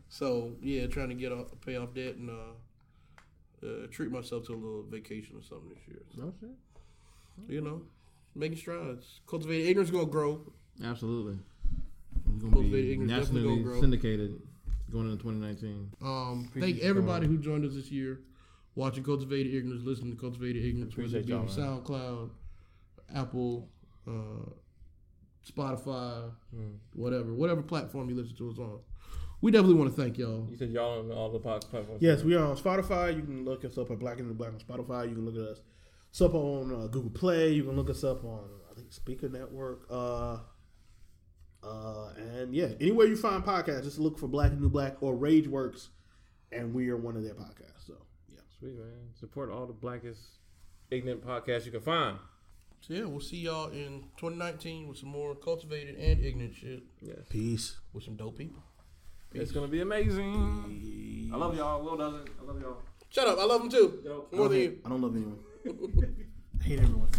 [SPEAKER 1] So yeah, trying to get off, pay off debt and uh, uh, treat myself to a little vacation or something this year. So,
[SPEAKER 3] no shit.
[SPEAKER 1] you know, making strides. Cultivated ignorance gonna grow.
[SPEAKER 3] Absolutely. We're gonna
[SPEAKER 1] Cultivated
[SPEAKER 3] be
[SPEAKER 1] ignorance definitely
[SPEAKER 3] nationally
[SPEAKER 1] gonna grow.
[SPEAKER 3] syndicated going into 2019.
[SPEAKER 1] Um,
[SPEAKER 3] Appreciate
[SPEAKER 1] thank
[SPEAKER 3] you,
[SPEAKER 1] everybody who joined us this year, watching Cultivated Ignorance, listening to Cultivated Ignorance, whether
[SPEAKER 3] Appreciate
[SPEAKER 1] it be on
[SPEAKER 3] y'all,
[SPEAKER 1] SoundCloud, Apple, uh, Spotify,
[SPEAKER 3] Mm.
[SPEAKER 1] whatever, whatever platform you listen to us on. We definitely want to thank y'all.
[SPEAKER 3] You said y'all on all the pod- platforms.
[SPEAKER 4] Yes, we are on Spotify. You can look us up at Black and the Black on Spotify. You can look at us us up on uh, Google Play. You can look us up on I think Speaker Network. Uh, uh, and yeah, anywhere you find podcasts, just look for Black and New Black or Rage Works, and we are one of their podcasts. So yeah,
[SPEAKER 3] Sweet man. Support all the blackest ignorant podcasts you can find.
[SPEAKER 1] So yeah, we'll see y'all in 2019 with some more cultivated and ignorant shit
[SPEAKER 3] Yes.
[SPEAKER 4] peace.
[SPEAKER 1] with some dope people.
[SPEAKER 3] It's gonna be amazing. I love y'all. Will doesn't. I love y'all.
[SPEAKER 1] Shut up, I love them too. More than you.
[SPEAKER 4] I don't love anyone. [LAUGHS] I hate everyone.